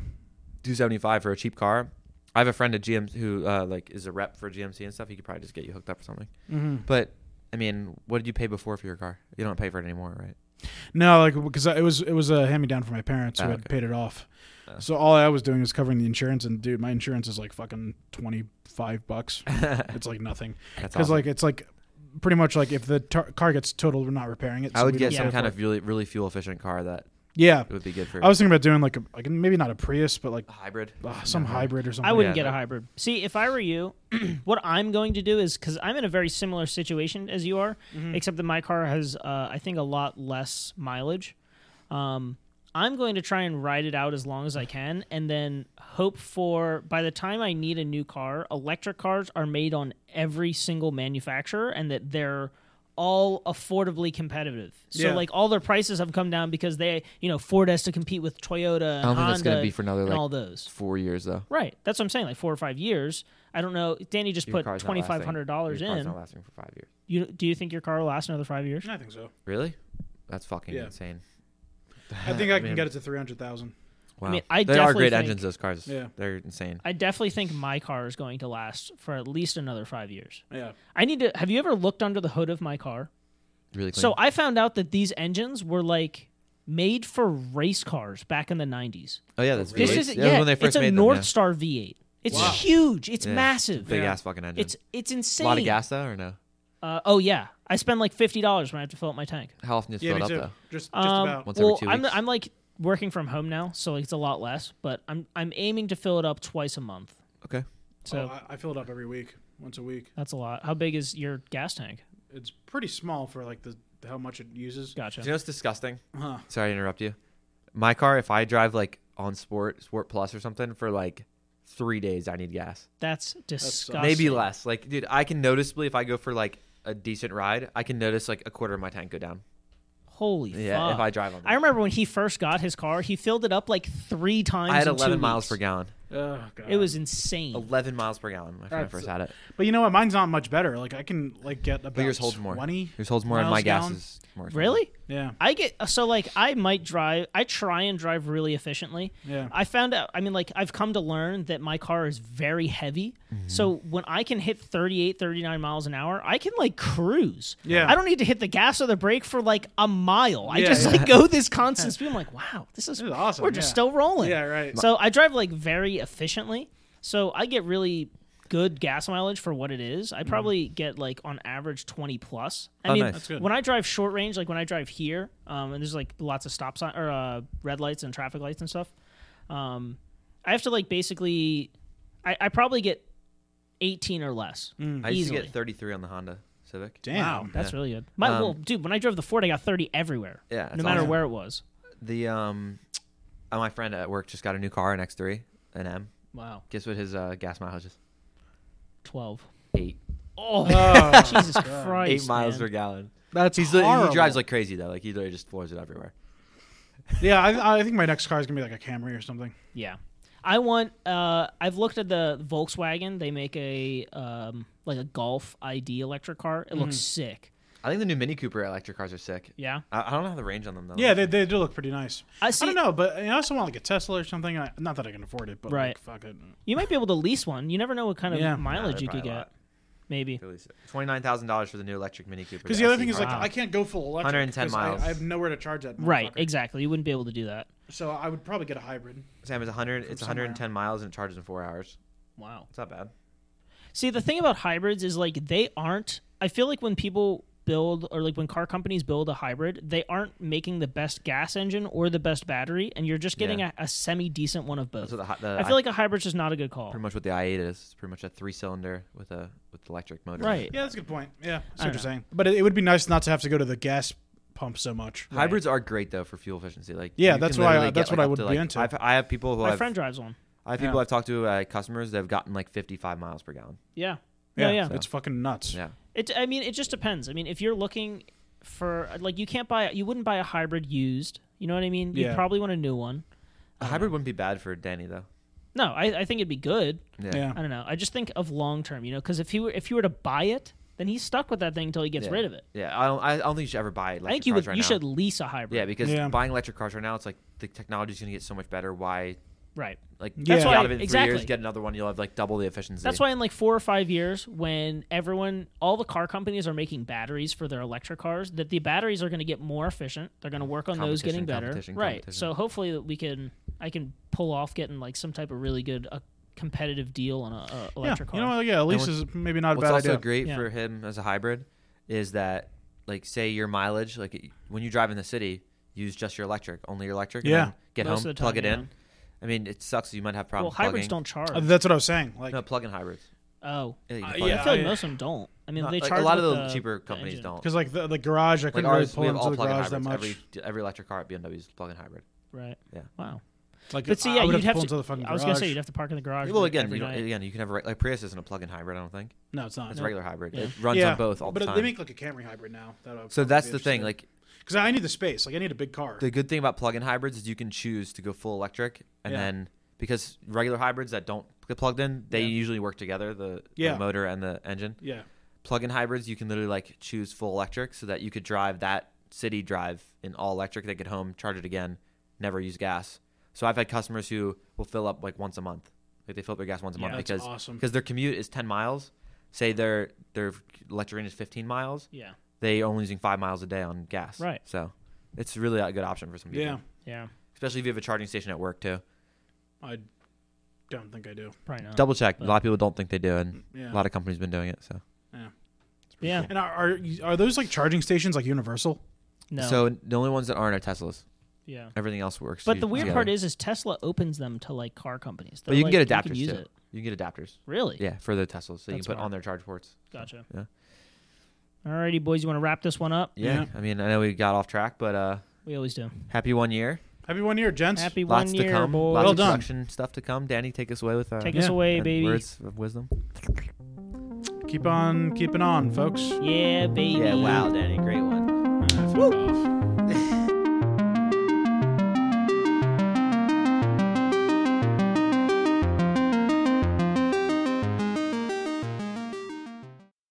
[SPEAKER 4] Two seventy five for a cheap car. I have a friend at GM who uh, like is a rep for GMC and stuff. He could probably just get you hooked up or something.
[SPEAKER 2] mm-hmm.
[SPEAKER 4] But I mean, what did you pay before for your car? You don't pay for it anymore, right?
[SPEAKER 2] No, like because it was it was a hand me down from my parents who
[SPEAKER 4] Ah,
[SPEAKER 2] had
[SPEAKER 4] okay.
[SPEAKER 2] paid it off.
[SPEAKER 4] Ah.
[SPEAKER 2] So all I was doing was covering the insurance, and dude, my insurance is like fucking twenty five bucks. it's like nothing
[SPEAKER 4] That's
[SPEAKER 2] because
[SPEAKER 4] awesome.
[SPEAKER 2] like it's like pretty much like if the tar- car gets totaled, we're not repairing it.
[SPEAKER 4] I
[SPEAKER 2] so
[SPEAKER 4] would
[SPEAKER 2] we
[SPEAKER 4] get
[SPEAKER 2] don't
[SPEAKER 4] some
[SPEAKER 2] pay
[SPEAKER 4] kind
[SPEAKER 2] for
[SPEAKER 4] of really really fuel efficient car that
[SPEAKER 2] it. yeah.
[SPEAKER 4] would be good for
[SPEAKER 2] I was thinking about doing like a like maybe not a Prius, but like
[SPEAKER 4] a hybrid.
[SPEAKER 2] uh, some hybrid or something.
[SPEAKER 1] I wouldn't
[SPEAKER 4] Yeah,
[SPEAKER 1] get a
[SPEAKER 4] no.
[SPEAKER 1] hybrid. See, if I were you, what I'm going to do is because I'm in a very similar situation as you are, except that my car has, uh, I think, a lot less mileage. Um, I'm going to try and ride it out as long as I can, and then hope for by the time I need a new car, electric cars are made on every single manufacturer, and that they're all affordably competitive. So
[SPEAKER 2] Yeah.
[SPEAKER 1] like all their prices have come down because they, you know, Ford has to compete with Toyota.
[SPEAKER 4] I don't think
[SPEAKER 1] Honda,
[SPEAKER 4] that's gonna be for another,
[SPEAKER 1] and
[SPEAKER 4] like,
[SPEAKER 1] all those.
[SPEAKER 4] Four years though.
[SPEAKER 1] Right. That's what I'm saying. Like four or five years. I don't know. Danny just
[SPEAKER 4] Your
[SPEAKER 1] put
[SPEAKER 4] car's not
[SPEAKER 1] twenty five hundred dollars
[SPEAKER 4] lasting. Your car's
[SPEAKER 1] in.
[SPEAKER 4] not lasting for five years.
[SPEAKER 1] You do you think your car will last another five years?
[SPEAKER 2] I think so.
[SPEAKER 4] Really? That's fucking
[SPEAKER 2] Yeah.
[SPEAKER 4] insane.
[SPEAKER 2] I think I, can
[SPEAKER 4] mean-
[SPEAKER 2] get it to three hundred thousand.
[SPEAKER 4] Wow.
[SPEAKER 1] mean, I
[SPEAKER 4] they are
[SPEAKER 1] definitely
[SPEAKER 4] great
[SPEAKER 1] think-
[SPEAKER 4] engines. Those cars.
[SPEAKER 2] Yeah.
[SPEAKER 4] They're insane.
[SPEAKER 1] I definitely think my car is going to last for at least another five years.
[SPEAKER 2] Yeah,
[SPEAKER 1] I need to. Have you ever looked under the hood of my car?
[SPEAKER 4] Really clean.
[SPEAKER 1] So I found out that these engines were like made for race cars back in the nineties.
[SPEAKER 4] oh yeah, that's
[SPEAKER 1] This
[SPEAKER 4] V8s.
[SPEAKER 1] is
[SPEAKER 4] That
[SPEAKER 1] yeah,
[SPEAKER 4] was when they first
[SPEAKER 1] it's a
[SPEAKER 4] made
[SPEAKER 1] North
[SPEAKER 4] them. yeah.
[SPEAKER 1] Star V eight. It's
[SPEAKER 2] Wow.
[SPEAKER 1] huge. It's
[SPEAKER 4] Yeah.
[SPEAKER 1] massive.
[SPEAKER 4] Big
[SPEAKER 2] Yeah.
[SPEAKER 4] ass fucking engine.
[SPEAKER 1] It's it's
[SPEAKER 4] a
[SPEAKER 1] insane.
[SPEAKER 4] lot of gas though, or no?
[SPEAKER 1] Uh, oh yeah, I spend like fifty dollars when I have to fill up my tank.
[SPEAKER 4] How often do you
[SPEAKER 2] yeah,
[SPEAKER 4] fill it
[SPEAKER 2] me
[SPEAKER 4] up
[SPEAKER 2] too.
[SPEAKER 4] though?
[SPEAKER 2] Just just
[SPEAKER 1] Um,
[SPEAKER 2] about.
[SPEAKER 4] Once every
[SPEAKER 1] well,
[SPEAKER 4] two
[SPEAKER 1] I'm,
[SPEAKER 4] weeks?
[SPEAKER 1] I'm like working from home now, so like, it's a lot less. But I'm I'm aiming to fill it up twice a month.
[SPEAKER 4] Okay.
[SPEAKER 1] So
[SPEAKER 2] Oh, I, I fill it up every week, once a week.
[SPEAKER 1] that's a lot. How big is your gas tank?
[SPEAKER 2] It's pretty small for like the how much it uses.
[SPEAKER 1] Gotcha.
[SPEAKER 4] Do you know what's disgusting?
[SPEAKER 2] Huh.
[SPEAKER 4] Sorry to interrupt you. My car, if I drive like on Sport, Sport Plus or something for like three days, I need gas.
[SPEAKER 1] That's
[SPEAKER 2] sucks.
[SPEAKER 1] disgusting.
[SPEAKER 4] Maybe less. Like, dude, I can noticeably if I go for like a decent ride, I can notice like a quarter of my tank go down.
[SPEAKER 1] Holy
[SPEAKER 4] Yeah,
[SPEAKER 1] fuck.
[SPEAKER 4] if I drive on.
[SPEAKER 1] I remember when he first got his car, he filled it up like three times.
[SPEAKER 4] I had
[SPEAKER 1] in two
[SPEAKER 4] 11 miles
[SPEAKER 1] weeks.
[SPEAKER 4] per gallon.
[SPEAKER 2] Oh, God.
[SPEAKER 1] It was insane.
[SPEAKER 4] 11 miles per gallon when I
[SPEAKER 2] That's-
[SPEAKER 4] first had it.
[SPEAKER 2] But you know what? Mine's not much better. Like I can like get about
[SPEAKER 4] But yours holds more.
[SPEAKER 2] twenty.
[SPEAKER 4] Yours holds more, and
[SPEAKER 2] miles
[SPEAKER 4] my gas
[SPEAKER 2] down.
[SPEAKER 4] is more. expensive.
[SPEAKER 1] Really?
[SPEAKER 2] Yeah,
[SPEAKER 1] I get uh, so like I might drive. I try and drive really efficiently.
[SPEAKER 2] Yeah.
[SPEAKER 1] I found out. I mean, like I've come to learn that my car is very heavy. So when I can hit 38, 39 miles an hour, I can like cruise.
[SPEAKER 2] Yeah.
[SPEAKER 1] I don't need to hit the gas or the brake for like a mile. I
[SPEAKER 2] Yeah,
[SPEAKER 1] just
[SPEAKER 2] yeah.
[SPEAKER 1] like go this constant speed. I'm like, wow, this is,
[SPEAKER 2] This is awesome,
[SPEAKER 1] We're just
[SPEAKER 2] yeah.
[SPEAKER 1] still rolling.
[SPEAKER 2] Yeah, right.
[SPEAKER 1] So I drive like very efficiently. So I get really good gas mileage for what it is. I probably get like on average 20 plus. I
[SPEAKER 4] Mm-hmm. Oh,
[SPEAKER 1] mean,
[SPEAKER 4] nice. That's
[SPEAKER 2] good.
[SPEAKER 1] when I drive short range, like when I drive here, um, and there's like lots of stop sign or uh, red lights and traffic lights and stuff, um, I have to like basically, I, I probably get 18 or less.
[SPEAKER 4] Mm. I used
[SPEAKER 1] easily.
[SPEAKER 4] to get 33 on the Honda Civic.
[SPEAKER 2] Damn.
[SPEAKER 1] Wow, that's really good. My
[SPEAKER 4] Um,
[SPEAKER 1] well, dude, when I drove the Ford, I got 30 everywhere.
[SPEAKER 4] Yeah, it's
[SPEAKER 1] no matter
[SPEAKER 4] awesome.
[SPEAKER 1] where it was.
[SPEAKER 4] The um, uh, my friend at work just got a new car, an X3, an M.
[SPEAKER 1] Wow,
[SPEAKER 4] Guess what his uh, gas mileage is?
[SPEAKER 1] 12.
[SPEAKER 4] Eight.
[SPEAKER 1] Oh,
[SPEAKER 2] Oh,
[SPEAKER 1] Jesus Christ!
[SPEAKER 4] Eight miles per
[SPEAKER 1] man.
[SPEAKER 4] gallon.
[SPEAKER 2] that's
[SPEAKER 4] He's li- he drives like crazy though. Like he literally just floors it everywhere.
[SPEAKER 2] Yeah, I, I think my next car is gonna be like a Camry or something.
[SPEAKER 1] Yeah, I want. Uh, I've looked at the Volkswagen. They make a um, like a Golf ID electric car. It looks
[SPEAKER 2] Mm-hmm.
[SPEAKER 1] sick.
[SPEAKER 4] I think the new Mini Cooper electric cars are sick.
[SPEAKER 1] Yeah,
[SPEAKER 4] I, I don't have the range on them though.
[SPEAKER 2] Yeah, they, they do look pretty nice.
[SPEAKER 1] I
[SPEAKER 2] I
[SPEAKER 1] see.
[SPEAKER 2] don't know, but I also want like a Tesla or something. I, not that I can afford it, but
[SPEAKER 1] Right.
[SPEAKER 2] like, fuck it.
[SPEAKER 1] You might be able to lease one. You never know what kind of
[SPEAKER 2] Yeah.
[SPEAKER 1] mileage
[SPEAKER 4] they're
[SPEAKER 1] you could
[SPEAKER 4] probably a
[SPEAKER 1] get.
[SPEAKER 4] lot.
[SPEAKER 1] Maybe.
[SPEAKER 4] Twenty nine thousand dollars for the new electric Mini Cooper.
[SPEAKER 2] Because the other thing is like
[SPEAKER 1] Wow.
[SPEAKER 2] I can't go full electric.
[SPEAKER 4] 110
[SPEAKER 2] 'cause I-
[SPEAKER 4] miles.
[SPEAKER 2] I, have nowhere to charge that.
[SPEAKER 1] Right.
[SPEAKER 2] motherfucker.
[SPEAKER 1] Exactly. You wouldn't be able to do that.
[SPEAKER 2] So I would probably get a hybrid.
[SPEAKER 4] Sam is hundred. It's one
[SPEAKER 2] somewhere.
[SPEAKER 4] hundred and ten miles and it charges in four hours.
[SPEAKER 1] Wow.
[SPEAKER 4] It's not bad.
[SPEAKER 1] See, the thing about hybrids is like they aren't. I feel like when people build or like when car companies build a hybrid, they aren't making the best gas engine or the best battery, and you're just getting
[SPEAKER 4] Yeah.
[SPEAKER 1] a, a semi decent one of both.
[SPEAKER 4] That's what the, hi- the
[SPEAKER 1] I feel like a hybrid's just not a good call.
[SPEAKER 4] pretty much what the i8 is. It's pretty much a three cylinder with a with electric motor.
[SPEAKER 1] Right.
[SPEAKER 2] Yeah, that's a good point. Yeah, that's
[SPEAKER 1] I
[SPEAKER 2] what
[SPEAKER 1] know.
[SPEAKER 2] you're saying. But it, it would be nice not to have to go to the gas pump so much.
[SPEAKER 4] Hybrids are great though for fuel efficiency. Like
[SPEAKER 2] Yeah,
[SPEAKER 4] you
[SPEAKER 2] that's
[SPEAKER 4] can
[SPEAKER 2] why I-
[SPEAKER 4] literally
[SPEAKER 2] that's
[SPEAKER 4] get,
[SPEAKER 2] what I
[SPEAKER 4] up
[SPEAKER 2] would
[SPEAKER 4] to,
[SPEAKER 2] be
[SPEAKER 4] like-
[SPEAKER 2] into.
[SPEAKER 4] I've, I have people who
[SPEAKER 1] My
[SPEAKER 4] I've,
[SPEAKER 1] friend drives one.
[SPEAKER 4] I have people
[SPEAKER 2] Yeah.
[SPEAKER 4] I've talked to uh, customers that have gotten like fifty five miles per gallon.
[SPEAKER 1] Yeah. Yeah. yeah.
[SPEAKER 2] it's fucking nuts.
[SPEAKER 4] Yeah,
[SPEAKER 1] It. I mean, it just depends. I mean, if you're looking for like, you can't buy. You wouldn't buy a hybrid used. You know what I mean? You
[SPEAKER 2] Yeah.
[SPEAKER 1] probably want a new one.
[SPEAKER 2] Uh-huh.
[SPEAKER 4] a hybrid wouldn't be bad for Danny though.
[SPEAKER 1] No, I, I think it'd be good.
[SPEAKER 4] Yeah,
[SPEAKER 2] Yeah.
[SPEAKER 1] I don't know. I just think of long term. You know, because if he were if he were to buy it, then he's stuck with that thing until he gets
[SPEAKER 4] Yeah.
[SPEAKER 1] rid of it.
[SPEAKER 4] Yeah, I don't, I don't think you should ever buy. Electric
[SPEAKER 1] I think you
[SPEAKER 4] cars
[SPEAKER 1] would.
[SPEAKER 4] Right
[SPEAKER 1] you
[SPEAKER 4] now.
[SPEAKER 1] should lease a hybrid.
[SPEAKER 4] Yeah, because
[SPEAKER 2] Yeah.
[SPEAKER 4] buying electric cars right now, it's like the technology's going to get so much better. Why,
[SPEAKER 1] Right.
[SPEAKER 4] like,
[SPEAKER 2] That's
[SPEAKER 4] get
[SPEAKER 2] why-
[SPEAKER 4] out of it in three
[SPEAKER 1] exactly.
[SPEAKER 4] years, get another one, you'll have like double the efficiency.
[SPEAKER 1] That's why in like four or five years, when everyone, all the car companies are making batteries for their electric cars, that the batteries are going to get more efficient. They're going to work on those getting
[SPEAKER 4] Competition,
[SPEAKER 1] better.
[SPEAKER 4] competition,
[SPEAKER 1] right.
[SPEAKER 4] competition.
[SPEAKER 1] So hopefully that we can, I can pull off getting like some type of really good uh, competitive deal on a, a
[SPEAKER 2] Yeah,
[SPEAKER 1] electric
[SPEAKER 2] you
[SPEAKER 1] car.
[SPEAKER 2] know, what, yeah, at least
[SPEAKER 4] what's-
[SPEAKER 2] is maybe not a
[SPEAKER 4] What's
[SPEAKER 2] bad
[SPEAKER 4] also
[SPEAKER 2] idea.
[SPEAKER 4] great
[SPEAKER 1] Yeah.
[SPEAKER 4] for him as a hybrid is that, like, say your mileage, like it- when you drive in the city, use just your electric, only your electric. and
[SPEAKER 2] Yeah.
[SPEAKER 4] then get
[SPEAKER 1] Most
[SPEAKER 4] home,
[SPEAKER 1] of the
[SPEAKER 4] plug
[SPEAKER 1] time,
[SPEAKER 4] it
[SPEAKER 1] yeah.
[SPEAKER 4] in. I mean, it sucks. You might have
[SPEAKER 1] well,
[SPEAKER 4] problems.
[SPEAKER 1] hybrids
[SPEAKER 4] plugging.
[SPEAKER 1] don't charge.
[SPEAKER 2] Uh, That's what I was saying. Like,
[SPEAKER 4] No, plug-in hybrids.
[SPEAKER 1] oh,
[SPEAKER 4] you can
[SPEAKER 2] Uh,
[SPEAKER 4] plug
[SPEAKER 2] yeah,
[SPEAKER 4] in.
[SPEAKER 1] I feel like
[SPEAKER 2] I-
[SPEAKER 1] most of them don't. I mean,
[SPEAKER 4] Not-
[SPEAKER 1] they
[SPEAKER 4] like,
[SPEAKER 1] charge
[SPEAKER 4] a lot of
[SPEAKER 1] with
[SPEAKER 4] the,
[SPEAKER 1] the
[SPEAKER 4] cheaper
[SPEAKER 1] the
[SPEAKER 4] companies
[SPEAKER 1] engine.
[SPEAKER 4] don't.
[SPEAKER 2] because like the, the garage, I
[SPEAKER 4] Like
[SPEAKER 2] couldn't
[SPEAKER 4] ours, we
[SPEAKER 2] really pull into
[SPEAKER 4] have all
[SPEAKER 2] the
[SPEAKER 4] plug-in
[SPEAKER 2] garage that
[SPEAKER 4] hybrids.
[SPEAKER 2] much.
[SPEAKER 4] Every every electric car at BMW is plug-in hybrid.
[SPEAKER 1] Right.
[SPEAKER 4] Yeah.
[SPEAKER 1] Wow.
[SPEAKER 2] like,
[SPEAKER 1] But see,
[SPEAKER 2] I
[SPEAKER 1] yeah, you'd
[SPEAKER 2] would have to
[SPEAKER 1] have
[SPEAKER 2] pull
[SPEAKER 1] to.
[SPEAKER 2] into the fucking
[SPEAKER 1] I was gonna say
[SPEAKER 2] garage.
[SPEAKER 1] you'd have to park in the garage.
[SPEAKER 4] Well,
[SPEAKER 1] like,
[SPEAKER 4] again,
[SPEAKER 1] every
[SPEAKER 4] you don't,
[SPEAKER 1] night.
[SPEAKER 4] again, you can have a, re- like Prius isn't a plug-in hybrid. I don't think
[SPEAKER 2] No, it's not.
[SPEAKER 4] it's
[SPEAKER 2] No.
[SPEAKER 4] a regular hybrid.
[SPEAKER 1] Yeah.
[SPEAKER 4] It runs
[SPEAKER 2] yeah,
[SPEAKER 4] on both all
[SPEAKER 2] but
[SPEAKER 4] the time.
[SPEAKER 2] they make like a Camry hybrid now. That I would
[SPEAKER 4] So
[SPEAKER 2] probably
[SPEAKER 4] that's
[SPEAKER 2] be
[SPEAKER 4] the thing.
[SPEAKER 2] interested in.
[SPEAKER 4] Like
[SPEAKER 2] because I need the space. Like I need a big car.
[SPEAKER 4] the good thing about plug-in hybrids is you can choose to go full electric, and
[SPEAKER 2] Yeah.
[SPEAKER 4] then because regular hybrids that don't get plugged in, they
[SPEAKER 2] Yeah.
[SPEAKER 4] usually work together, the,
[SPEAKER 2] Yeah.
[SPEAKER 4] the motor and the engine.
[SPEAKER 2] yeah,
[SPEAKER 4] Plug-in hybrids, you can literally like choose full electric, so that you could drive that city drive in all electric. They get home, charge it again, never use gas. So I've had customers who will fill up like once a month. Like they fill up their gas once a
[SPEAKER 1] Yeah.
[SPEAKER 4] month
[SPEAKER 2] That's
[SPEAKER 4] because
[SPEAKER 2] awesome.
[SPEAKER 4] because their commute is ten miles. Say their their electric range is fifteen miles.
[SPEAKER 1] yeah.
[SPEAKER 4] They only using five miles a day on gas.
[SPEAKER 1] Right.
[SPEAKER 4] So it's really a good option for some people
[SPEAKER 2] yeah.
[SPEAKER 1] Yeah.
[SPEAKER 4] especially if you have a charging station at work too.
[SPEAKER 1] Oh,
[SPEAKER 2] I don't think I do.
[SPEAKER 1] Probably not.
[SPEAKER 4] Double check.
[SPEAKER 1] but-
[SPEAKER 4] a lot of people don't think they do, and
[SPEAKER 2] Yeah.
[SPEAKER 4] a lot of companies been doing it. So,
[SPEAKER 1] yeah.
[SPEAKER 2] And are, are are those like charging stations like universal?
[SPEAKER 1] No.
[SPEAKER 4] so the only ones that aren't are Teslas.
[SPEAKER 1] yeah.
[SPEAKER 4] Everything else works.
[SPEAKER 1] But
[SPEAKER 4] to-
[SPEAKER 1] the weird
[SPEAKER 4] together.
[SPEAKER 1] part is, is Tesla opens them to like car companies.
[SPEAKER 4] but you
[SPEAKER 1] They're
[SPEAKER 4] can
[SPEAKER 1] like,
[SPEAKER 4] get adapters
[SPEAKER 1] You can use
[SPEAKER 4] too.
[SPEAKER 1] it.
[SPEAKER 4] You can get adapters.
[SPEAKER 1] Really?
[SPEAKER 4] Yeah, for the Teslas, so you
[SPEAKER 1] That's
[SPEAKER 4] can put
[SPEAKER 1] smart.
[SPEAKER 4] on their charge ports.
[SPEAKER 1] Gotcha.
[SPEAKER 4] Yeah.
[SPEAKER 1] Alrighty, boys. You want to wrap this one up?
[SPEAKER 4] Yeah.
[SPEAKER 2] Yeah.
[SPEAKER 4] I mean, I know we got off track, but uh,
[SPEAKER 1] We always do.
[SPEAKER 4] happy one year.
[SPEAKER 2] Happy one year, gents.
[SPEAKER 1] Happy
[SPEAKER 4] Lots
[SPEAKER 1] one
[SPEAKER 4] to
[SPEAKER 1] year,
[SPEAKER 4] come.
[SPEAKER 1] boys.
[SPEAKER 4] Lots
[SPEAKER 2] Well
[SPEAKER 4] of
[SPEAKER 2] done.
[SPEAKER 4] production stuff to come. Danny, take us away with uh,
[SPEAKER 1] Take
[SPEAKER 2] Yeah.
[SPEAKER 1] us away,
[SPEAKER 4] and
[SPEAKER 1] baby.
[SPEAKER 4] words of wisdom.
[SPEAKER 2] Keep on keeping on, folks.
[SPEAKER 1] Yeah, baby.
[SPEAKER 4] Yeah. Wow, Danny, great one.
[SPEAKER 2] Ah, fuck off.